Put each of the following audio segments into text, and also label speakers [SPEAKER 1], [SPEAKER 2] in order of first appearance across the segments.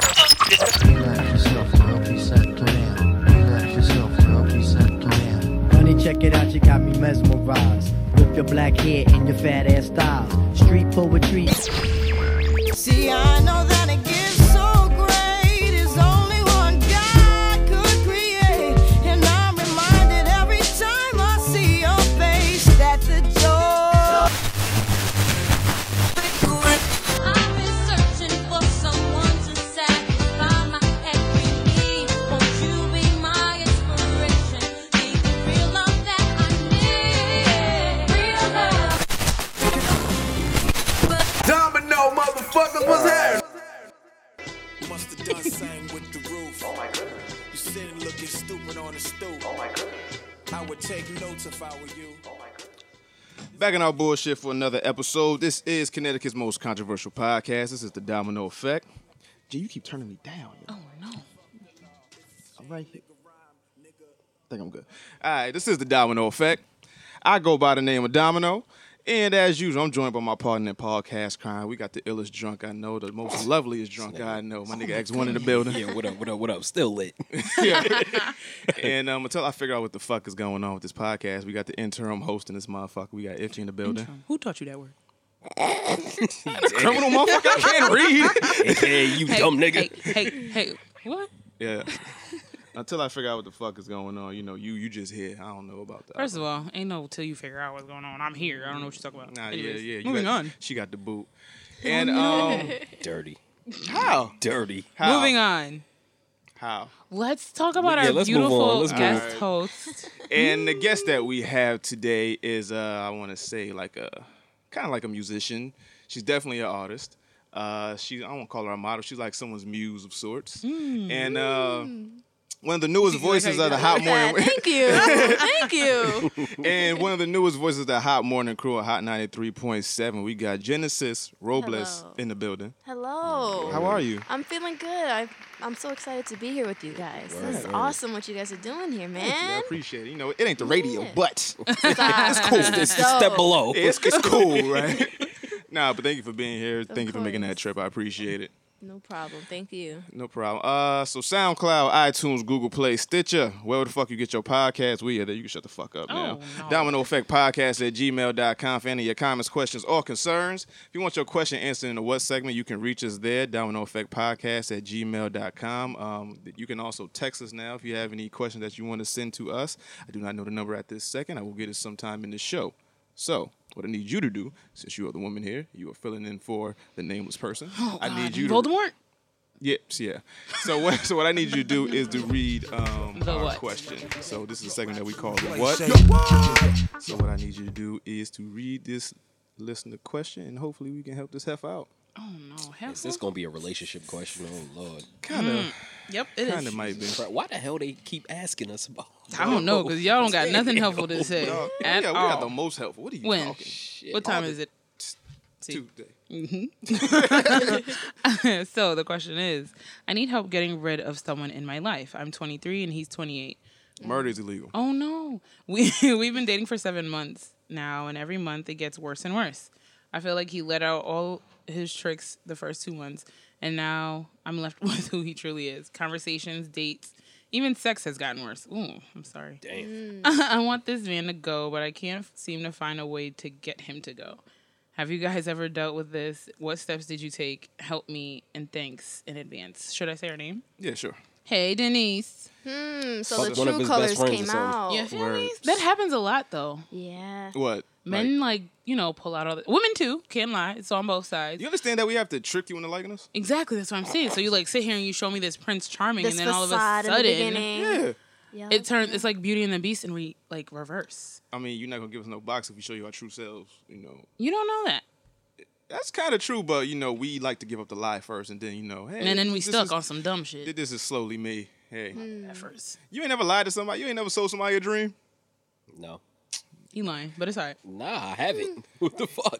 [SPEAKER 1] Relax yourself, girl, be set to down. Relax yourself, girl, be set to down.
[SPEAKER 2] Honey, check it out, you got me mesmerized. With your black hair and your fat ass styles. Street poetry.
[SPEAKER 3] See, I know that a gift so great is only one God could create. And I'm reminded every time I see your face that the joy.
[SPEAKER 4] I've been searching for someone to satisfy my every need. Won't you be my inspiration? Be the real love that I need. Real love.
[SPEAKER 5] Domino motherfuckers was here.
[SPEAKER 6] Must have done something with the roof. Oh my goodness. You sitting looking stupid on the stoop. Oh my goodness. I would take notes if I were you.
[SPEAKER 7] Back in our bullshit for another episode. This is Connecticut's most controversial podcast. This is the Domino Effect. Gee, you keep turning me down. Yo. Oh no. I'm right here. think I'm good. All right, this is the Domino Effect. I go by the name of Domino, and as usual, I'm joined by my partner in podcast crime. We got the illest drunk I know, the most loveliest drunk I know. My nigga X1 in the building.
[SPEAKER 8] Oh Yeah, what up, what up, what up? Still lit.
[SPEAKER 7] And um, until I figure out what the fuck is going on with this podcast, we got the interim hosting this motherfucker. We got Itchy in the building.
[SPEAKER 9] Who taught you that word?
[SPEAKER 7] Criminal motherfucker, I can't read.
[SPEAKER 8] hey, you dumb nigga.
[SPEAKER 9] Hey, hey, hey, what?
[SPEAKER 7] Yeah. Until I figure out what the fuck is going on, you know, you you just here. I don't know about that.
[SPEAKER 9] First of all, ain't no till you figure out what's going on. I'm here. I don't know what you're talking about.
[SPEAKER 7] nah,
[SPEAKER 9] Anyways,
[SPEAKER 7] yeah, yeah. you
[SPEAKER 9] Moving
[SPEAKER 7] got-
[SPEAKER 9] on.
[SPEAKER 7] She got the boot. And um,
[SPEAKER 8] Dirty.
[SPEAKER 7] how?
[SPEAKER 8] Dirty.
[SPEAKER 7] How?
[SPEAKER 9] Moving on.
[SPEAKER 7] How?
[SPEAKER 9] Let's talk about
[SPEAKER 8] Yeah,
[SPEAKER 9] our
[SPEAKER 8] let's move on.
[SPEAKER 9] beautiful
[SPEAKER 8] Let's
[SPEAKER 9] guest
[SPEAKER 8] move
[SPEAKER 7] on.
[SPEAKER 9] host.
[SPEAKER 7] And the guest that we have today is, uh, I want to say, like a kind of like a musician. She's definitely an artist. Uh, she, I won't call her a model. She's like someone's muse of sorts.
[SPEAKER 10] Hmm.
[SPEAKER 7] And uh, one of the newest voices of the Hot Morning.
[SPEAKER 10] Thank you. Thank you.
[SPEAKER 7] And one of the newest voices, the Hot Morning Crew at Hot 93.7. We got Genesis Robles
[SPEAKER 10] Hello.
[SPEAKER 7] in the building.
[SPEAKER 10] Hello.
[SPEAKER 7] How are you?
[SPEAKER 10] I'm feeling good. I, I'm so excited to be here with you guys. This is awesome what you guys are doing here,
[SPEAKER 7] I
[SPEAKER 10] man.
[SPEAKER 7] appreciate it. You know, it ain't the radio,
[SPEAKER 10] Yeah.
[SPEAKER 7] but
[SPEAKER 10] It's
[SPEAKER 8] Cool. It's
[SPEAKER 10] So-
[SPEAKER 8] a step below.
[SPEAKER 7] it's, it's cool, right? nah, but thank you for being here. thank you for making
[SPEAKER 10] course.
[SPEAKER 7] that trip. I appreciate it.
[SPEAKER 10] No problem. Thank you.
[SPEAKER 7] No problem. Uh, so SoundCloud, iTunes, Google Play, Stitcher, wherever the fuck you get your podcast, we are there. You can shut the fuck up now.
[SPEAKER 9] no.
[SPEAKER 7] Domino Effect Podcast at gmail.com for any of your comments, questions, or concerns. If you want your question answered in the what segment, you can reach us there, Domino Effect Podcast at gmail.com. Um, you can also text us now if you have any questions that you want to send to us. I do not know the number at this second. I will get it sometime in the show. So, what I need you to do, since you are the woman here, you are filling in for the nameless person. I need you to
[SPEAKER 9] Voldemort. Oh,
[SPEAKER 7] Yes, yeah. So what? So what I need you to do is to read um,
[SPEAKER 9] The
[SPEAKER 7] our
[SPEAKER 9] what?
[SPEAKER 7] question. So this is a segment that we call the what. So what I need you to do is to read this listener question, and hopefully we can help this heifer out.
[SPEAKER 9] Oh hell.
[SPEAKER 8] Is this gonna be a relationship question? Oh lord.
[SPEAKER 7] Kind of,
[SPEAKER 9] Yep, it is.
[SPEAKER 7] kind of might be.
[SPEAKER 8] Bro, Why the hell they keep asking us about?
[SPEAKER 9] I don't know because y'all don't got nothing helpful to say
[SPEAKER 7] Dog, Oh, yeah,
[SPEAKER 9] at
[SPEAKER 7] we
[SPEAKER 9] all.
[SPEAKER 7] got the most helpful. What are you
[SPEAKER 9] When?
[SPEAKER 7] talking?
[SPEAKER 9] what time is it? See.
[SPEAKER 7] Tuesday.
[SPEAKER 9] So the question is, I need help getting rid of someone in my life. I'm 23 and he's 28.
[SPEAKER 7] Murder is illegal.
[SPEAKER 9] Oh no. We we've been dating for 7 months now and every month it gets worse and worse. I feel like he let out all his tricks the first 2 months and now I'm left with who he truly is. Conversations, dates, even sex has gotten worse. Ooh, I'm sorry.
[SPEAKER 8] Damn.
[SPEAKER 9] I want this man to go, but I can't seem to find a way to get him to go. Have you guys ever dealt with this? What steps did you take? Help me and thanks in advance. Should I say her name?
[SPEAKER 7] Yeah, sure.
[SPEAKER 9] Hey, Denise.
[SPEAKER 10] Mm, so
[SPEAKER 8] Fuck
[SPEAKER 10] the
[SPEAKER 8] one of
[SPEAKER 10] true
[SPEAKER 8] his best
[SPEAKER 10] colors
[SPEAKER 8] friends or
[SPEAKER 10] came
[SPEAKER 8] something.
[SPEAKER 10] out.
[SPEAKER 9] You feel me?
[SPEAKER 7] Words.
[SPEAKER 9] That happens a lot though.
[SPEAKER 10] Yeah.
[SPEAKER 7] What? Like,
[SPEAKER 9] Men like, you know, pull out all the women too, can't lie. It's on both sides.
[SPEAKER 7] you understand that we have to trick you into liking us?
[SPEAKER 9] Exactly, that's what I'm saying. So you like sit here and you show me this Prince Charming
[SPEAKER 10] This
[SPEAKER 9] and then all of a
[SPEAKER 10] facade in the
[SPEAKER 9] sudden
[SPEAKER 10] beginning.
[SPEAKER 7] Yeah.
[SPEAKER 10] Yup.
[SPEAKER 9] it turns it's like Beauty and the Beast and we like reverse.
[SPEAKER 7] I mean, you're not gonna give us no box if we show you our true selves. You know,
[SPEAKER 9] You don't know that.
[SPEAKER 7] that's kind of true, but you know, we like to give up the lie first, and then you know, hey,
[SPEAKER 9] And then we
[SPEAKER 7] this
[SPEAKER 9] stuck
[SPEAKER 7] is-
[SPEAKER 9] on some dumb shit
[SPEAKER 7] This is slowly me. Hey,
[SPEAKER 10] Hmm.
[SPEAKER 9] at first.
[SPEAKER 7] you ain't never lied to somebody. You ain't never sold somebody a dream.
[SPEAKER 8] No.
[SPEAKER 9] He lying, but it's all right.
[SPEAKER 8] Nah, I haven't. What the fuck?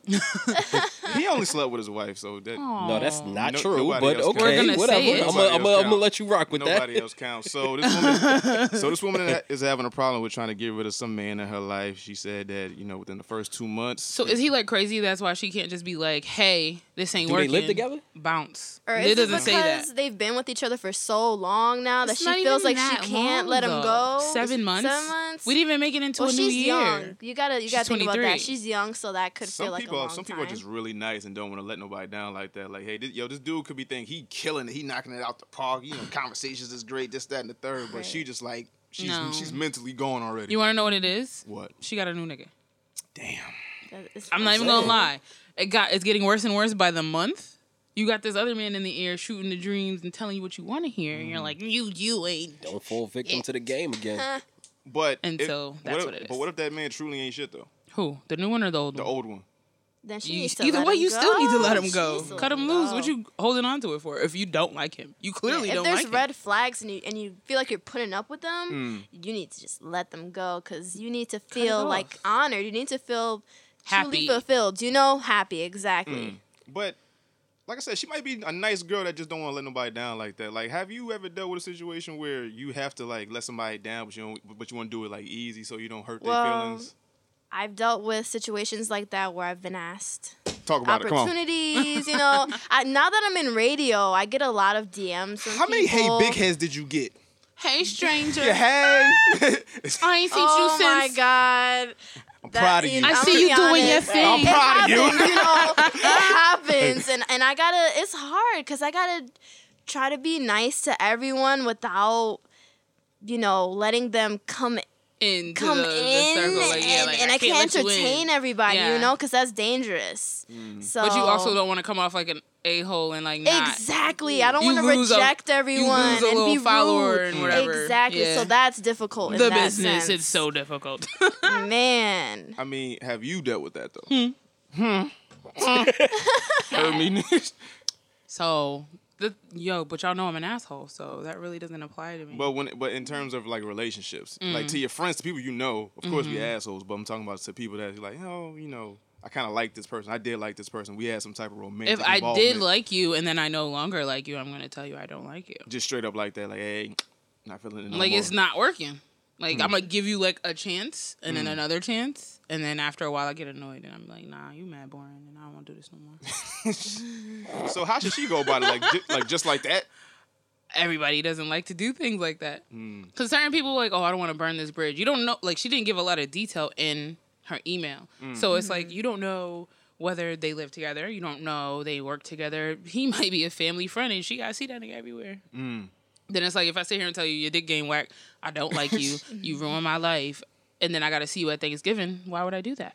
[SPEAKER 7] He only slept with his wife, so that
[SPEAKER 8] No, that's not
[SPEAKER 7] No-
[SPEAKER 8] true.
[SPEAKER 7] nobody
[SPEAKER 8] But
[SPEAKER 7] else counts.
[SPEAKER 8] okay,
[SPEAKER 9] We're gonna say
[SPEAKER 8] whatever.
[SPEAKER 9] it.
[SPEAKER 8] I'm
[SPEAKER 7] Nobody else
[SPEAKER 8] gonna
[SPEAKER 7] counts.
[SPEAKER 8] let you rock with
[SPEAKER 7] nobody
[SPEAKER 8] that.
[SPEAKER 7] else counts. So this woman, so this woman is having a problem with trying to get rid of some man in her life. She said that you know within the first two months.
[SPEAKER 9] So is he like crazy? That's why she can't just be like, "Hey, This ain't
[SPEAKER 8] Do they
[SPEAKER 9] working.
[SPEAKER 8] live together?
[SPEAKER 9] Bounce.
[SPEAKER 10] Or
[SPEAKER 9] it
[SPEAKER 10] is it
[SPEAKER 9] doesn't
[SPEAKER 10] because
[SPEAKER 9] say that.
[SPEAKER 10] they've been with each other for so long now that
[SPEAKER 9] It's not
[SPEAKER 10] she feels
[SPEAKER 9] even
[SPEAKER 10] like she
[SPEAKER 9] that long,
[SPEAKER 10] can't let him
[SPEAKER 9] though.
[SPEAKER 10] go?
[SPEAKER 9] Seven months.
[SPEAKER 10] Seven months.
[SPEAKER 9] We didn't even make it into
[SPEAKER 10] well,
[SPEAKER 9] a new
[SPEAKER 10] she's
[SPEAKER 9] year.
[SPEAKER 10] young. You gotta, you
[SPEAKER 9] She's
[SPEAKER 10] gotta think about
[SPEAKER 9] 23.
[SPEAKER 10] that. She's young, so that could
[SPEAKER 7] Some
[SPEAKER 10] feel like
[SPEAKER 7] people,
[SPEAKER 10] a long
[SPEAKER 7] some
[SPEAKER 10] time.
[SPEAKER 7] people are just really nice and don't want to let nobody down like that. Like, hey, this, yo, this dude could be thinking he killing it, he knocking it out the park. You know, conversations is great, this, that, and the third. But
[SPEAKER 10] Right.
[SPEAKER 7] she just like she's
[SPEAKER 9] No.
[SPEAKER 7] she's mentally gone already.
[SPEAKER 9] You want to know what it is?
[SPEAKER 7] What?
[SPEAKER 9] She got a new nigga.
[SPEAKER 10] That- it's-
[SPEAKER 9] I'm not even gonna lie. It got it's getting worse and worse by the month. You got this other man in the ear shooting the dreams and telling you what you want to hear, and you're like, you you ain't.
[SPEAKER 8] Don't fall victim to the game again.
[SPEAKER 7] But
[SPEAKER 9] And
[SPEAKER 7] if-
[SPEAKER 9] so that's
[SPEAKER 7] if-
[SPEAKER 9] what it is.
[SPEAKER 7] But what if that man truly ain't shit though?
[SPEAKER 9] Who? The new one or the old
[SPEAKER 7] The
[SPEAKER 9] one?
[SPEAKER 7] old one.
[SPEAKER 10] Then she
[SPEAKER 9] You-
[SPEAKER 10] needs to
[SPEAKER 9] either
[SPEAKER 10] let
[SPEAKER 9] way,
[SPEAKER 10] him
[SPEAKER 9] you still need to let
[SPEAKER 10] go.
[SPEAKER 9] him go.
[SPEAKER 10] She needs to
[SPEAKER 9] Cut
[SPEAKER 10] let
[SPEAKER 9] him loose.
[SPEAKER 10] go.
[SPEAKER 9] What you holding on to it for? If you don't like him, you clearly
[SPEAKER 10] if
[SPEAKER 9] don't
[SPEAKER 10] there's
[SPEAKER 9] like
[SPEAKER 10] red
[SPEAKER 9] him.
[SPEAKER 10] flags and you and you feel like you're putting up with them,
[SPEAKER 7] Mm.
[SPEAKER 10] you need to just let them go because you need to feel
[SPEAKER 9] off.
[SPEAKER 10] like honored. You need to feel
[SPEAKER 9] Happy.
[SPEAKER 10] truly fulfilled. You know, happy
[SPEAKER 7] Mm.
[SPEAKER 10] exactly.
[SPEAKER 7] But like I said, she might be a nice girl that just don't want to let nobody down like that. Like, have you ever dealt with a situation where you have to like let somebody down, but you don't, but you want to do it like easy so you don't hurt their
[SPEAKER 10] Well,
[SPEAKER 7] feelings?
[SPEAKER 10] I've dealt with situations like that where I've been asked
[SPEAKER 7] Talk about it. Come on.
[SPEAKER 10] opportunities. You know, I, now that I'm in radio, I get a lot of DMs. From
[SPEAKER 7] How many hey
[SPEAKER 10] people.
[SPEAKER 7] big heads did you get?
[SPEAKER 9] Hey stranger,
[SPEAKER 7] Yeah, hey.
[SPEAKER 9] I ain't seen
[SPEAKER 10] Oh
[SPEAKER 9] you
[SPEAKER 10] my
[SPEAKER 9] since.
[SPEAKER 10] god.
[SPEAKER 7] I'm proud of you.
[SPEAKER 9] I see you doing your thing.
[SPEAKER 7] I'm proud of
[SPEAKER 10] it
[SPEAKER 7] you.
[SPEAKER 10] happens, you know, it happens, and and I gotta. It's hard because I gotta try to be nice to everyone without, you know, letting them come
[SPEAKER 9] Into
[SPEAKER 10] come
[SPEAKER 9] the,
[SPEAKER 10] in,
[SPEAKER 9] the circle, like, yeah,
[SPEAKER 10] and,
[SPEAKER 9] like,
[SPEAKER 10] and I can't,
[SPEAKER 9] let you in.
[SPEAKER 10] entertain everybody,
[SPEAKER 9] Yeah.
[SPEAKER 10] you know, because that's dangerous. So,
[SPEAKER 9] But you also don't want to come off like an a hole and like not. Mm.
[SPEAKER 10] Exactly. I don't
[SPEAKER 9] You
[SPEAKER 10] want to
[SPEAKER 9] lose a-
[SPEAKER 10] reject everyone
[SPEAKER 9] lose a
[SPEAKER 10] and
[SPEAKER 9] little
[SPEAKER 10] be
[SPEAKER 9] follower
[SPEAKER 10] rude.
[SPEAKER 9] and whatever.
[SPEAKER 10] Exactly.
[SPEAKER 9] Yeah.
[SPEAKER 10] So that's difficult. in
[SPEAKER 9] The
[SPEAKER 10] that
[SPEAKER 9] business
[SPEAKER 10] sense.
[SPEAKER 9] is so difficult.
[SPEAKER 10] man.
[SPEAKER 7] I mean, have you dealt with that though? Hmm. I mean,
[SPEAKER 9] so, the, yo, but y'all know I'm an asshole, so that really doesn't apply to me.
[SPEAKER 7] but when, but in terms of like relationships, like
[SPEAKER 9] Mm.
[SPEAKER 7] to your friends, to people you know, of course
[SPEAKER 9] Mm-hmm.
[SPEAKER 7] we assholes. But I'm talking about to people that like, oh, you know, I kind of like this person. I did like this person. We had some type of romantic.
[SPEAKER 9] if I did
[SPEAKER 7] involvement.
[SPEAKER 9] like you and then I no longer like you, I'm gonna tell you I don't like you.
[SPEAKER 7] just straight up like that, like, hey, not feeling it. No Hmm.
[SPEAKER 9] like
[SPEAKER 7] more.
[SPEAKER 9] it's not working. Like I'm gonna give you like a chance and
[SPEAKER 7] Hmm.
[SPEAKER 9] then another chance, and then after a while I get annoyed and I'm like, nah, you mad boring, and I don't want to do this no more.
[SPEAKER 7] So how should she go about it? Like, ju- like just like that.
[SPEAKER 9] Everybody doesn't like to do things like that.
[SPEAKER 7] Hmm.
[SPEAKER 9] Cause certain people like, oh, I don't want to burn this bridge. You don't know. Like she didn't give a lot of detail in her email,
[SPEAKER 7] Hmm.
[SPEAKER 9] so it's like you don't know whether they live together. You don't know they work together. He might be a family friend, and she got to see that nigga everywhere.
[SPEAKER 7] Hmm.
[SPEAKER 9] Then it's like if I sit here and tell you your dick game whack, I don't like you, you ruin my life, and then I got to see you at Thanksgiving. Why would I do that?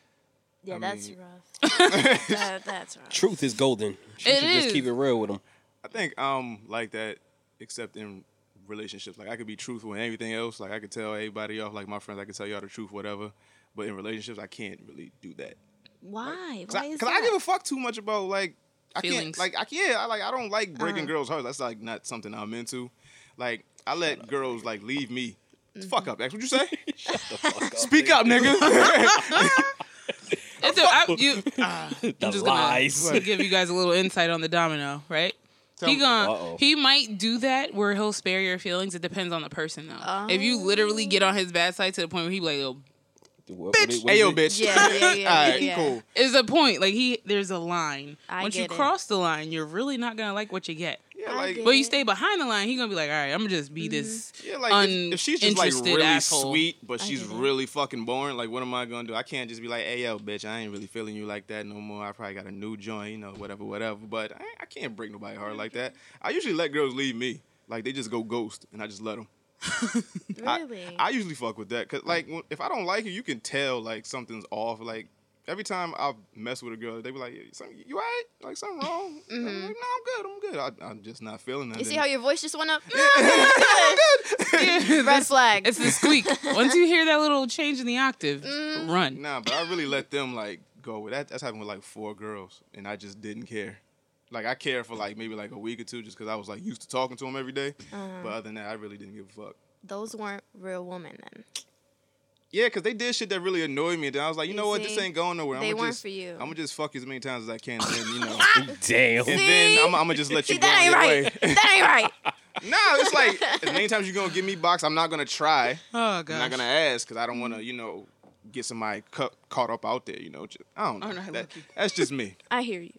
[SPEAKER 10] Yeah, that's rough. that, that's rough.
[SPEAKER 8] Truth is golden. She
[SPEAKER 9] It
[SPEAKER 8] should
[SPEAKER 9] is.
[SPEAKER 8] just keep it real with him.
[SPEAKER 7] I think um like that, except in relationships. Like I could be truthful in everything else. Like I could tell everybody off. Like my friends, I could tell y'all the truth, whatever. But in relationships, I can't really do that.
[SPEAKER 10] Why?
[SPEAKER 7] Cause,
[SPEAKER 10] Why
[SPEAKER 7] I,
[SPEAKER 10] is
[SPEAKER 7] 'cause
[SPEAKER 10] that?
[SPEAKER 7] I give a fuck too much about like I
[SPEAKER 9] Feelings.
[SPEAKER 7] can't like I can't I like I don't like breaking
[SPEAKER 10] Uh-huh.
[SPEAKER 7] girls' hearts. That's like not something I'm into. Like I let girls like leave me.
[SPEAKER 10] Mm-hmm.
[SPEAKER 7] Fuck up, X. What you say? Speak up, nigga.
[SPEAKER 9] It's a, I, you, ah,
[SPEAKER 8] The
[SPEAKER 9] I'm just
[SPEAKER 8] lies.
[SPEAKER 9] gonna give you guys a little insight on the domino, right?
[SPEAKER 7] Tell
[SPEAKER 9] he
[SPEAKER 7] me.
[SPEAKER 9] gonna
[SPEAKER 8] Uh-oh.
[SPEAKER 9] he might do that where he'll spare your feelings. It depends on the person though. If
[SPEAKER 10] Oh.
[SPEAKER 9] you literally get on his bad side to the point where he like, oh,
[SPEAKER 8] What- what is- what
[SPEAKER 7] hey
[SPEAKER 8] is
[SPEAKER 7] yo,
[SPEAKER 8] it?
[SPEAKER 7] bitch.
[SPEAKER 10] Yeah, yeah, yeah,
[SPEAKER 7] All right,
[SPEAKER 10] yeah.
[SPEAKER 7] cool.
[SPEAKER 9] is a point like he there's a line.
[SPEAKER 10] I
[SPEAKER 9] Once you
[SPEAKER 10] get it.
[SPEAKER 9] cross the line, you're really not gonna like what you get.
[SPEAKER 7] Yeah,
[SPEAKER 10] I
[SPEAKER 7] like
[SPEAKER 10] get
[SPEAKER 9] But you stay behind the line, he gonna be like, all right, I'm gonna just
[SPEAKER 10] Mm-hmm.
[SPEAKER 9] be this.
[SPEAKER 7] Yeah, like if, if she's just like
[SPEAKER 9] uninterested
[SPEAKER 7] really
[SPEAKER 9] asshole.
[SPEAKER 7] sweet, but she's really fucking boring, like what am I gonna do? I can't just be like, hey yo, bitch, I ain't really feeling you like that no more. I probably got a new joint, you know, whatever, whatever. But I, I can't break nobody heart like that. I usually let girls leave me, like they just go ghost, and I just let them.
[SPEAKER 10] Really?
[SPEAKER 7] I usually fuck with that, cause like when- if I don't like you, you can tell like something's off. Like every time I mess with a girl, they be like, "Some- you alright? Like something wrong? I'm like, no, I'm good, I'm good. I, I'm just not feeling that.
[SPEAKER 10] Mm-hmm. you see how your voice just went up? Red flag.
[SPEAKER 9] It's the squeak. Once you hear that little change in the octave,
[SPEAKER 10] Mm.
[SPEAKER 9] run.
[SPEAKER 7] Nah, but I really let them like go with that. That's happened with like four girls, and I just didn't care. Like I cared for like maybe like a week or two, just because I was like used to talking to them every day.
[SPEAKER 10] Uh-huh.
[SPEAKER 7] But other than that, I really didn't give a fuck.
[SPEAKER 10] Those weren't real women then.
[SPEAKER 7] Yeah, because they did shit that really annoyed me. And I was like, you,
[SPEAKER 10] You
[SPEAKER 7] know what, this
[SPEAKER 10] see?
[SPEAKER 7] ain't going nowhere.
[SPEAKER 10] They
[SPEAKER 7] I'm
[SPEAKER 10] weren't
[SPEAKER 7] just,
[SPEAKER 10] for you.
[SPEAKER 7] I'm gonna just fuck you as many times as I can, and then, you know, and
[SPEAKER 8] Damn.
[SPEAKER 7] then I'm, I'm gonna just let you
[SPEAKER 10] See,
[SPEAKER 7] go
[SPEAKER 10] that
[SPEAKER 7] on
[SPEAKER 10] ain't
[SPEAKER 7] your
[SPEAKER 10] right.
[SPEAKER 7] way.
[SPEAKER 10] that ain't right.
[SPEAKER 7] no, it's like as many times you're gonna give me box, I'm not gonna try.
[SPEAKER 9] Oh god.
[SPEAKER 7] I'm not gonna ask because I don't want to, you know,
[SPEAKER 10] Oh,
[SPEAKER 7] get somebody cu- caught up out there. You know, just, I don't know.
[SPEAKER 9] no, I
[SPEAKER 7] That-
[SPEAKER 9] love
[SPEAKER 7] that's just me.
[SPEAKER 10] I hear you.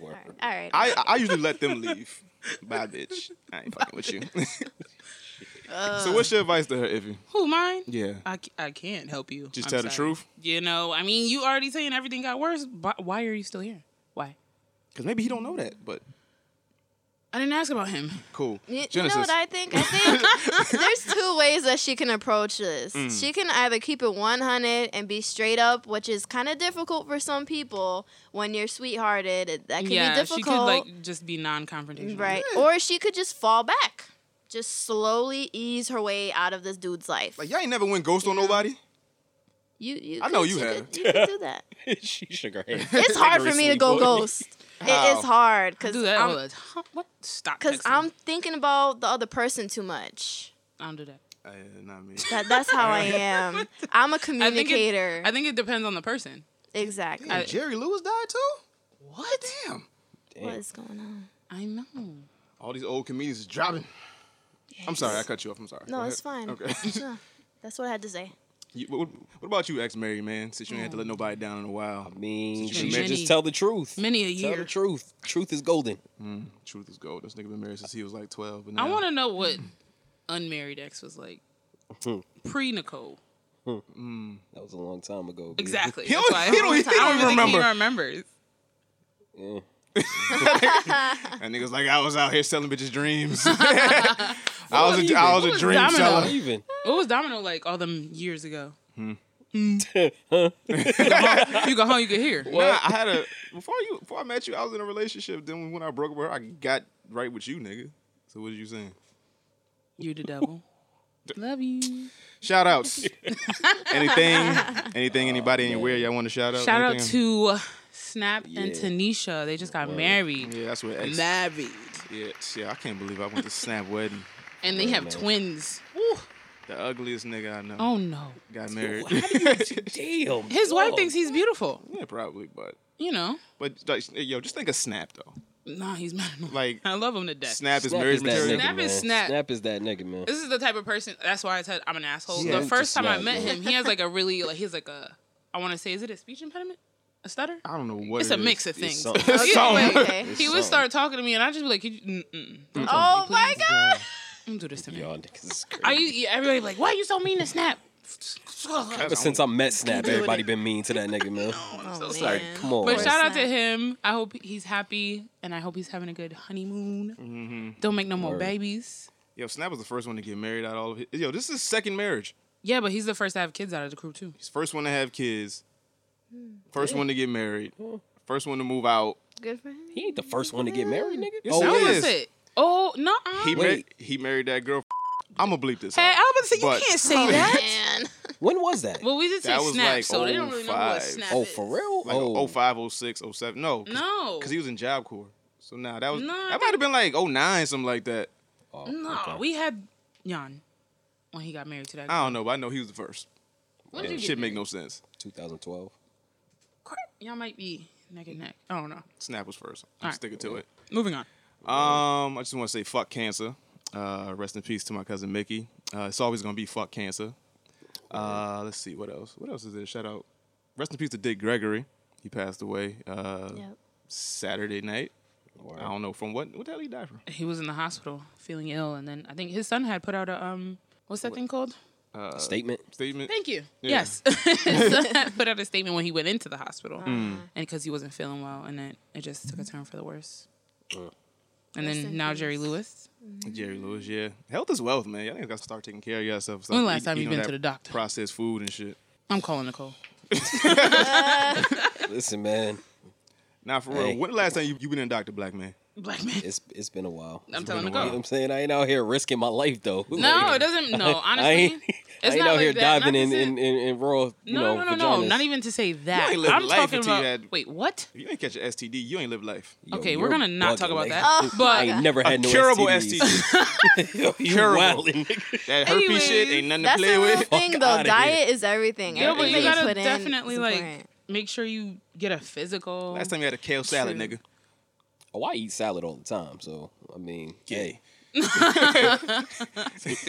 [SPEAKER 10] All right.
[SPEAKER 7] I I usually let them leave. Bye, bitch. I ain't fucking with you. so what's your advice to her, Iffy?
[SPEAKER 9] Who mine?
[SPEAKER 7] Yeah.
[SPEAKER 9] I, c- I can't help you.
[SPEAKER 7] Just
[SPEAKER 9] I'm
[SPEAKER 7] tell the
[SPEAKER 9] sorry.
[SPEAKER 7] truth?
[SPEAKER 9] You know, I mean, you already saying everything got worse. But why are you still here? Why?
[SPEAKER 7] Because maybe he don't know that. But
[SPEAKER 9] I didn't ask about him.
[SPEAKER 7] cool.
[SPEAKER 10] Y- You know
[SPEAKER 7] Genesis.
[SPEAKER 10] what I think? I think there's two ways that she can approach this.
[SPEAKER 7] Mm.
[SPEAKER 10] She can either keep it 100 and be straight up, which is kind of difficult for some people when you're sweethearted. It- That can
[SPEAKER 9] yeah,
[SPEAKER 10] be difficult.
[SPEAKER 9] she could like just be non-confrontational.
[SPEAKER 10] right. Or she could just fall back. Just slowly ease her way out of this dude's life.
[SPEAKER 7] Like y'all ain't never went ghost on nobody.
[SPEAKER 10] You, you
[SPEAKER 7] I know
[SPEAKER 10] could-
[SPEAKER 7] you
[SPEAKER 10] could-
[SPEAKER 7] have.
[SPEAKER 10] You could do that.
[SPEAKER 8] she shook her head.
[SPEAKER 10] It's hard for me to go
[SPEAKER 8] Vigorously.
[SPEAKER 10] ghost. It
[SPEAKER 8] How?
[SPEAKER 10] is hard because
[SPEAKER 9] do that
[SPEAKER 10] I'm,
[SPEAKER 9] all the time. What? Stop.
[SPEAKER 10] Because
[SPEAKER 9] texting.
[SPEAKER 10] I'm thinking about the other person too much.
[SPEAKER 9] I don't do that.
[SPEAKER 7] Uh, not me.
[SPEAKER 10] That, that's how I am. I'm a
[SPEAKER 9] I think, it,
[SPEAKER 10] communicator.
[SPEAKER 9] I think it depends on the person.
[SPEAKER 10] exactly.
[SPEAKER 9] I-
[SPEAKER 7] Jerry Lewis died too.
[SPEAKER 9] What?
[SPEAKER 7] Damn.
[SPEAKER 10] what is going on?
[SPEAKER 9] I know.
[SPEAKER 7] All these old comedians is dropping. I'm sorry, I cut you off. I'm sorry. Go
[SPEAKER 10] No,
[SPEAKER 7] ahead.
[SPEAKER 10] it's fine.
[SPEAKER 7] Okay.
[SPEAKER 10] Sure. That's what I had to say.
[SPEAKER 7] You- what, what about you, ex-married man? Since you ain't had
[SPEAKER 10] Mm.
[SPEAKER 7] to let nobody down in a while. I
[SPEAKER 8] mean,
[SPEAKER 7] Since you
[SPEAKER 8] she
[SPEAKER 7] been
[SPEAKER 8] just
[SPEAKER 7] married,
[SPEAKER 8] tell the truth.
[SPEAKER 9] Many a
[SPEAKER 8] Tell
[SPEAKER 9] year.
[SPEAKER 8] the truth. Truth is golden.
[SPEAKER 7] Mm, truth is gold. This nigga been married since he was like 12. But
[SPEAKER 9] I want to know what unmarried ex was like
[SPEAKER 7] to.
[SPEAKER 9] pre Nicole.
[SPEAKER 8] That was a long time ago. B.
[SPEAKER 9] Exactly.
[SPEAKER 7] He
[SPEAKER 9] That's
[SPEAKER 7] don't-
[SPEAKER 9] why I
[SPEAKER 7] he don't- he
[SPEAKER 9] I
[SPEAKER 7] don't
[SPEAKER 9] even think he
[SPEAKER 7] remember.
[SPEAKER 9] remembers.
[SPEAKER 8] Yeah.
[SPEAKER 7] That nigga's like, I was out here selling bitches dreams. I was a, I was a dream seller.
[SPEAKER 8] Even.
[SPEAKER 9] What was Domino like all them years ago?
[SPEAKER 7] Hmm.
[SPEAKER 9] Hmm.
[SPEAKER 8] Huh?
[SPEAKER 9] You go home, you could hear.
[SPEAKER 7] Nah, I had a before you before I met you, I was in a relationship. Then when I broke up with her, I got right with you, nigga. So what are you saying?
[SPEAKER 9] You the devil. Love you.
[SPEAKER 7] Shout outs. anything, anything, anybody, anywhere y'all want to shout out?
[SPEAKER 9] Shout out
[SPEAKER 7] Anything?
[SPEAKER 9] to uh, Snap and
[SPEAKER 7] Yeah.
[SPEAKER 9] Tanisha. They just got married.
[SPEAKER 7] Yeah, that's what ex.
[SPEAKER 9] Married.
[SPEAKER 7] Yeah, yeah, I can't believe I went to Snap Wedding.
[SPEAKER 9] And they have
[SPEAKER 7] man.
[SPEAKER 9] twins. Woo.
[SPEAKER 7] The ugliest nigga I know.
[SPEAKER 9] Oh no.
[SPEAKER 7] Got married.
[SPEAKER 8] Damn.
[SPEAKER 9] His wife
[SPEAKER 8] dog.
[SPEAKER 9] thinks he's beautiful.
[SPEAKER 7] yeah, probably, but
[SPEAKER 9] You know.
[SPEAKER 7] but like, yo, just think of Snap though.
[SPEAKER 9] Nah, he's mad at me.
[SPEAKER 7] Like
[SPEAKER 9] I love him to death.
[SPEAKER 7] Snap is
[SPEAKER 8] Snap
[SPEAKER 7] marriage
[SPEAKER 8] is that
[SPEAKER 7] material.
[SPEAKER 8] nigga,
[SPEAKER 9] Snap is
[SPEAKER 8] man.
[SPEAKER 9] Snap.
[SPEAKER 8] Snap is that nigga, man.
[SPEAKER 9] This is the type of person. That's why I said I'm an asshole.
[SPEAKER 8] Yeah,
[SPEAKER 9] the
[SPEAKER 8] it's
[SPEAKER 9] first
[SPEAKER 8] a
[SPEAKER 9] time I
[SPEAKER 8] snap,
[SPEAKER 9] met
[SPEAKER 8] yeah.
[SPEAKER 9] him, he has like a really like he's like a I want to say is it a speech impediment, a stutter?
[SPEAKER 7] I don't know what
[SPEAKER 9] It's
[SPEAKER 7] it
[SPEAKER 9] a
[SPEAKER 7] is.
[SPEAKER 9] mix of things.
[SPEAKER 8] something.
[SPEAKER 9] Either way,
[SPEAKER 10] Okay, okay.
[SPEAKER 9] He would start talking to me, and I'd just be like, "You- mm-mm, "Don't
[SPEAKER 10] Oh
[SPEAKER 9] talk to me,
[SPEAKER 10] my
[SPEAKER 9] please.
[SPEAKER 10] god!
[SPEAKER 9] Don't do this to me."
[SPEAKER 8] Y'all niggas is crazy.
[SPEAKER 9] Are you? Everybody like, "Why are you so mean to Snap?"
[SPEAKER 8] Ever since I met Snap, everybody been mean to that nigga, man.
[SPEAKER 9] I'm so
[SPEAKER 10] man.
[SPEAKER 9] sorry.
[SPEAKER 8] Come on.
[SPEAKER 9] But
[SPEAKER 8] man.
[SPEAKER 9] shout out to
[SPEAKER 10] Snap.
[SPEAKER 9] him. I hope he's happy, and I hope he's having a good honeymoon.
[SPEAKER 7] Mm-hmm.
[SPEAKER 9] Don't make no more
[SPEAKER 8] Word.
[SPEAKER 9] babies.
[SPEAKER 7] Yo, Snap was the first one to get married out of all of his. Yo, this is his second marriage.
[SPEAKER 9] Yeah, but he's the first to have kids out of the crew too.
[SPEAKER 7] He's first one to have kids. First one to get married. First one to move out.
[SPEAKER 10] Good for him.
[SPEAKER 8] He ain't the first one to get married, nigga.
[SPEAKER 7] Yes,
[SPEAKER 9] That
[SPEAKER 7] he
[SPEAKER 9] was
[SPEAKER 7] is.
[SPEAKER 9] it. Oh no! uh
[SPEAKER 7] He mar-
[SPEAKER 8] Wait.
[SPEAKER 7] he married that girl. I'm gonna bleep this.
[SPEAKER 9] Hey, oh. I
[SPEAKER 7] out.
[SPEAKER 9] was about to say you
[SPEAKER 7] But-
[SPEAKER 9] can't say that.
[SPEAKER 10] Man.
[SPEAKER 8] When was that?
[SPEAKER 9] Well, we did say
[SPEAKER 7] That was
[SPEAKER 9] snap,
[SPEAKER 7] like
[SPEAKER 9] so they don't really know what
[SPEAKER 7] 05.
[SPEAKER 9] snap
[SPEAKER 8] Oh,
[SPEAKER 9] is.
[SPEAKER 8] for real?
[SPEAKER 7] Like
[SPEAKER 8] oh,
[SPEAKER 7] oh. 05, 06, 07. No, cause,
[SPEAKER 9] No,
[SPEAKER 7] 'cause he was in Job Corps. So nah, that was
[SPEAKER 9] No, I
[SPEAKER 7] that might have been like 09, something like that.
[SPEAKER 8] Oh,
[SPEAKER 9] no,
[SPEAKER 8] okay.
[SPEAKER 9] we had Jan when he got married to that.
[SPEAKER 7] I don't know, but I know he was the first.
[SPEAKER 9] When did you get
[SPEAKER 7] Shit make
[SPEAKER 9] married?
[SPEAKER 7] no sense.
[SPEAKER 8] 2012.
[SPEAKER 9] Crap, Y'all might be neck and neck. I don't know.
[SPEAKER 7] Snap was first. I'm
[SPEAKER 9] All right.
[SPEAKER 7] sticking to it.
[SPEAKER 9] Moving on.
[SPEAKER 7] Um, I just want to say fuck cancer. Uh, rest in peace to my cousin Mickey. Uh, it's always gonna be fuck cancer. Uh, let's see what else. What else is there? Shout out. Rest in peace to Dick Gregory. He passed away uh,
[SPEAKER 10] Yep.
[SPEAKER 7] Saturday night.
[SPEAKER 8] Wow.
[SPEAKER 7] I don't know from what. What the hell he died from?
[SPEAKER 9] He was in the hospital feeling ill, and then I think his son had put out a um, what's that thing called?
[SPEAKER 7] Uh,
[SPEAKER 8] Statement.
[SPEAKER 7] statement.
[SPEAKER 9] Thank you.
[SPEAKER 7] Yeah.
[SPEAKER 9] Yes, his son had put out a statement when he went into the
[SPEAKER 10] Mm.
[SPEAKER 9] hospital,
[SPEAKER 8] Mm.
[SPEAKER 9] and because he wasn't feeling well, and then it just took a turn for the worse.
[SPEAKER 8] Mm.
[SPEAKER 9] And
[SPEAKER 10] Rest
[SPEAKER 9] then
[SPEAKER 10] in
[SPEAKER 9] now
[SPEAKER 10] peace.
[SPEAKER 9] Jerry Lewis.
[SPEAKER 7] Jerry Lewis. Yeah, health is wealth, man. Y'all niggas got to start taking care of yourself. Stop
[SPEAKER 9] When last
[SPEAKER 7] eat-
[SPEAKER 9] time you
[SPEAKER 7] eating all
[SPEAKER 9] been to
[SPEAKER 7] that
[SPEAKER 9] the doctor?
[SPEAKER 7] Processed food and shit.
[SPEAKER 9] I'm calling Nicole.
[SPEAKER 8] Listen, man,
[SPEAKER 7] Nah, for
[SPEAKER 8] Hey.
[SPEAKER 7] real. When the last time you, you been in doctor, black man?
[SPEAKER 9] Black man.
[SPEAKER 8] it's it's been a while.
[SPEAKER 9] I'm telling
[SPEAKER 7] been a
[SPEAKER 8] You know
[SPEAKER 9] Nicole.
[SPEAKER 8] what I'm saying? I ain't out here risking my life though.
[SPEAKER 9] No, it doesn't. No,
[SPEAKER 8] I
[SPEAKER 9] honestly,
[SPEAKER 8] ain't, I
[SPEAKER 9] it's
[SPEAKER 8] ain't
[SPEAKER 9] not
[SPEAKER 8] out
[SPEAKER 9] like
[SPEAKER 8] here
[SPEAKER 9] that.
[SPEAKER 8] diving
[SPEAKER 9] Not
[SPEAKER 8] in,
[SPEAKER 9] to say-
[SPEAKER 8] in, in, in raw, you
[SPEAKER 9] No,
[SPEAKER 8] know,
[SPEAKER 9] no, no, no.
[SPEAKER 8] vaginas.
[SPEAKER 9] Not even to say that.
[SPEAKER 7] ain't living
[SPEAKER 9] I'm
[SPEAKER 7] life
[SPEAKER 9] talking
[SPEAKER 7] until you
[SPEAKER 9] about.
[SPEAKER 7] had-
[SPEAKER 9] Wait, what?
[SPEAKER 7] If you ain't catch an STD, you ain't live life.
[SPEAKER 8] Yo,
[SPEAKER 9] okay,
[SPEAKER 8] you're
[SPEAKER 9] we're gonna not talk
[SPEAKER 8] bugging,
[SPEAKER 9] about
[SPEAKER 8] nigga.
[SPEAKER 9] that.
[SPEAKER 8] I
[SPEAKER 9] But
[SPEAKER 8] ain't never had no
[SPEAKER 7] curable
[SPEAKER 8] STDs.
[SPEAKER 7] STD.
[SPEAKER 8] Yo, you
[SPEAKER 7] Curable.
[SPEAKER 8] wildin', nigga.
[SPEAKER 7] that herpes shit ain't nothing to
[SPEAKER 10] That's
[SPEAKER 7] play
[SPEAKER 10] a real
[SPEAKER 7] with.
[SPEAKER 10] thing,
[SPEAKER 8] Fuck
[SPEAKER 10] though.
[SPEAKER 8] outta here.
[SPEAKER 10] Diet is everything.
[SPEAKER 9] yeah, but
[SPEAKER 10] Everything
[SPEAKER 9] you
[SPEAKER 10] you
[SPEAKER 9] gotta
[SPEAKER 10] put in is
[SPEAKER 9] definitely like
[SPEAKER 10] important.
[SPEAKER 9] make sure you get a physical.
[SPEAKER 7] Last time you had a kale salad,
[SPEAKER 9] True.
[SPEAKER 7] nigga.
[SPEAKER 8] Oh, I eat salad all the time, so I mean, hey,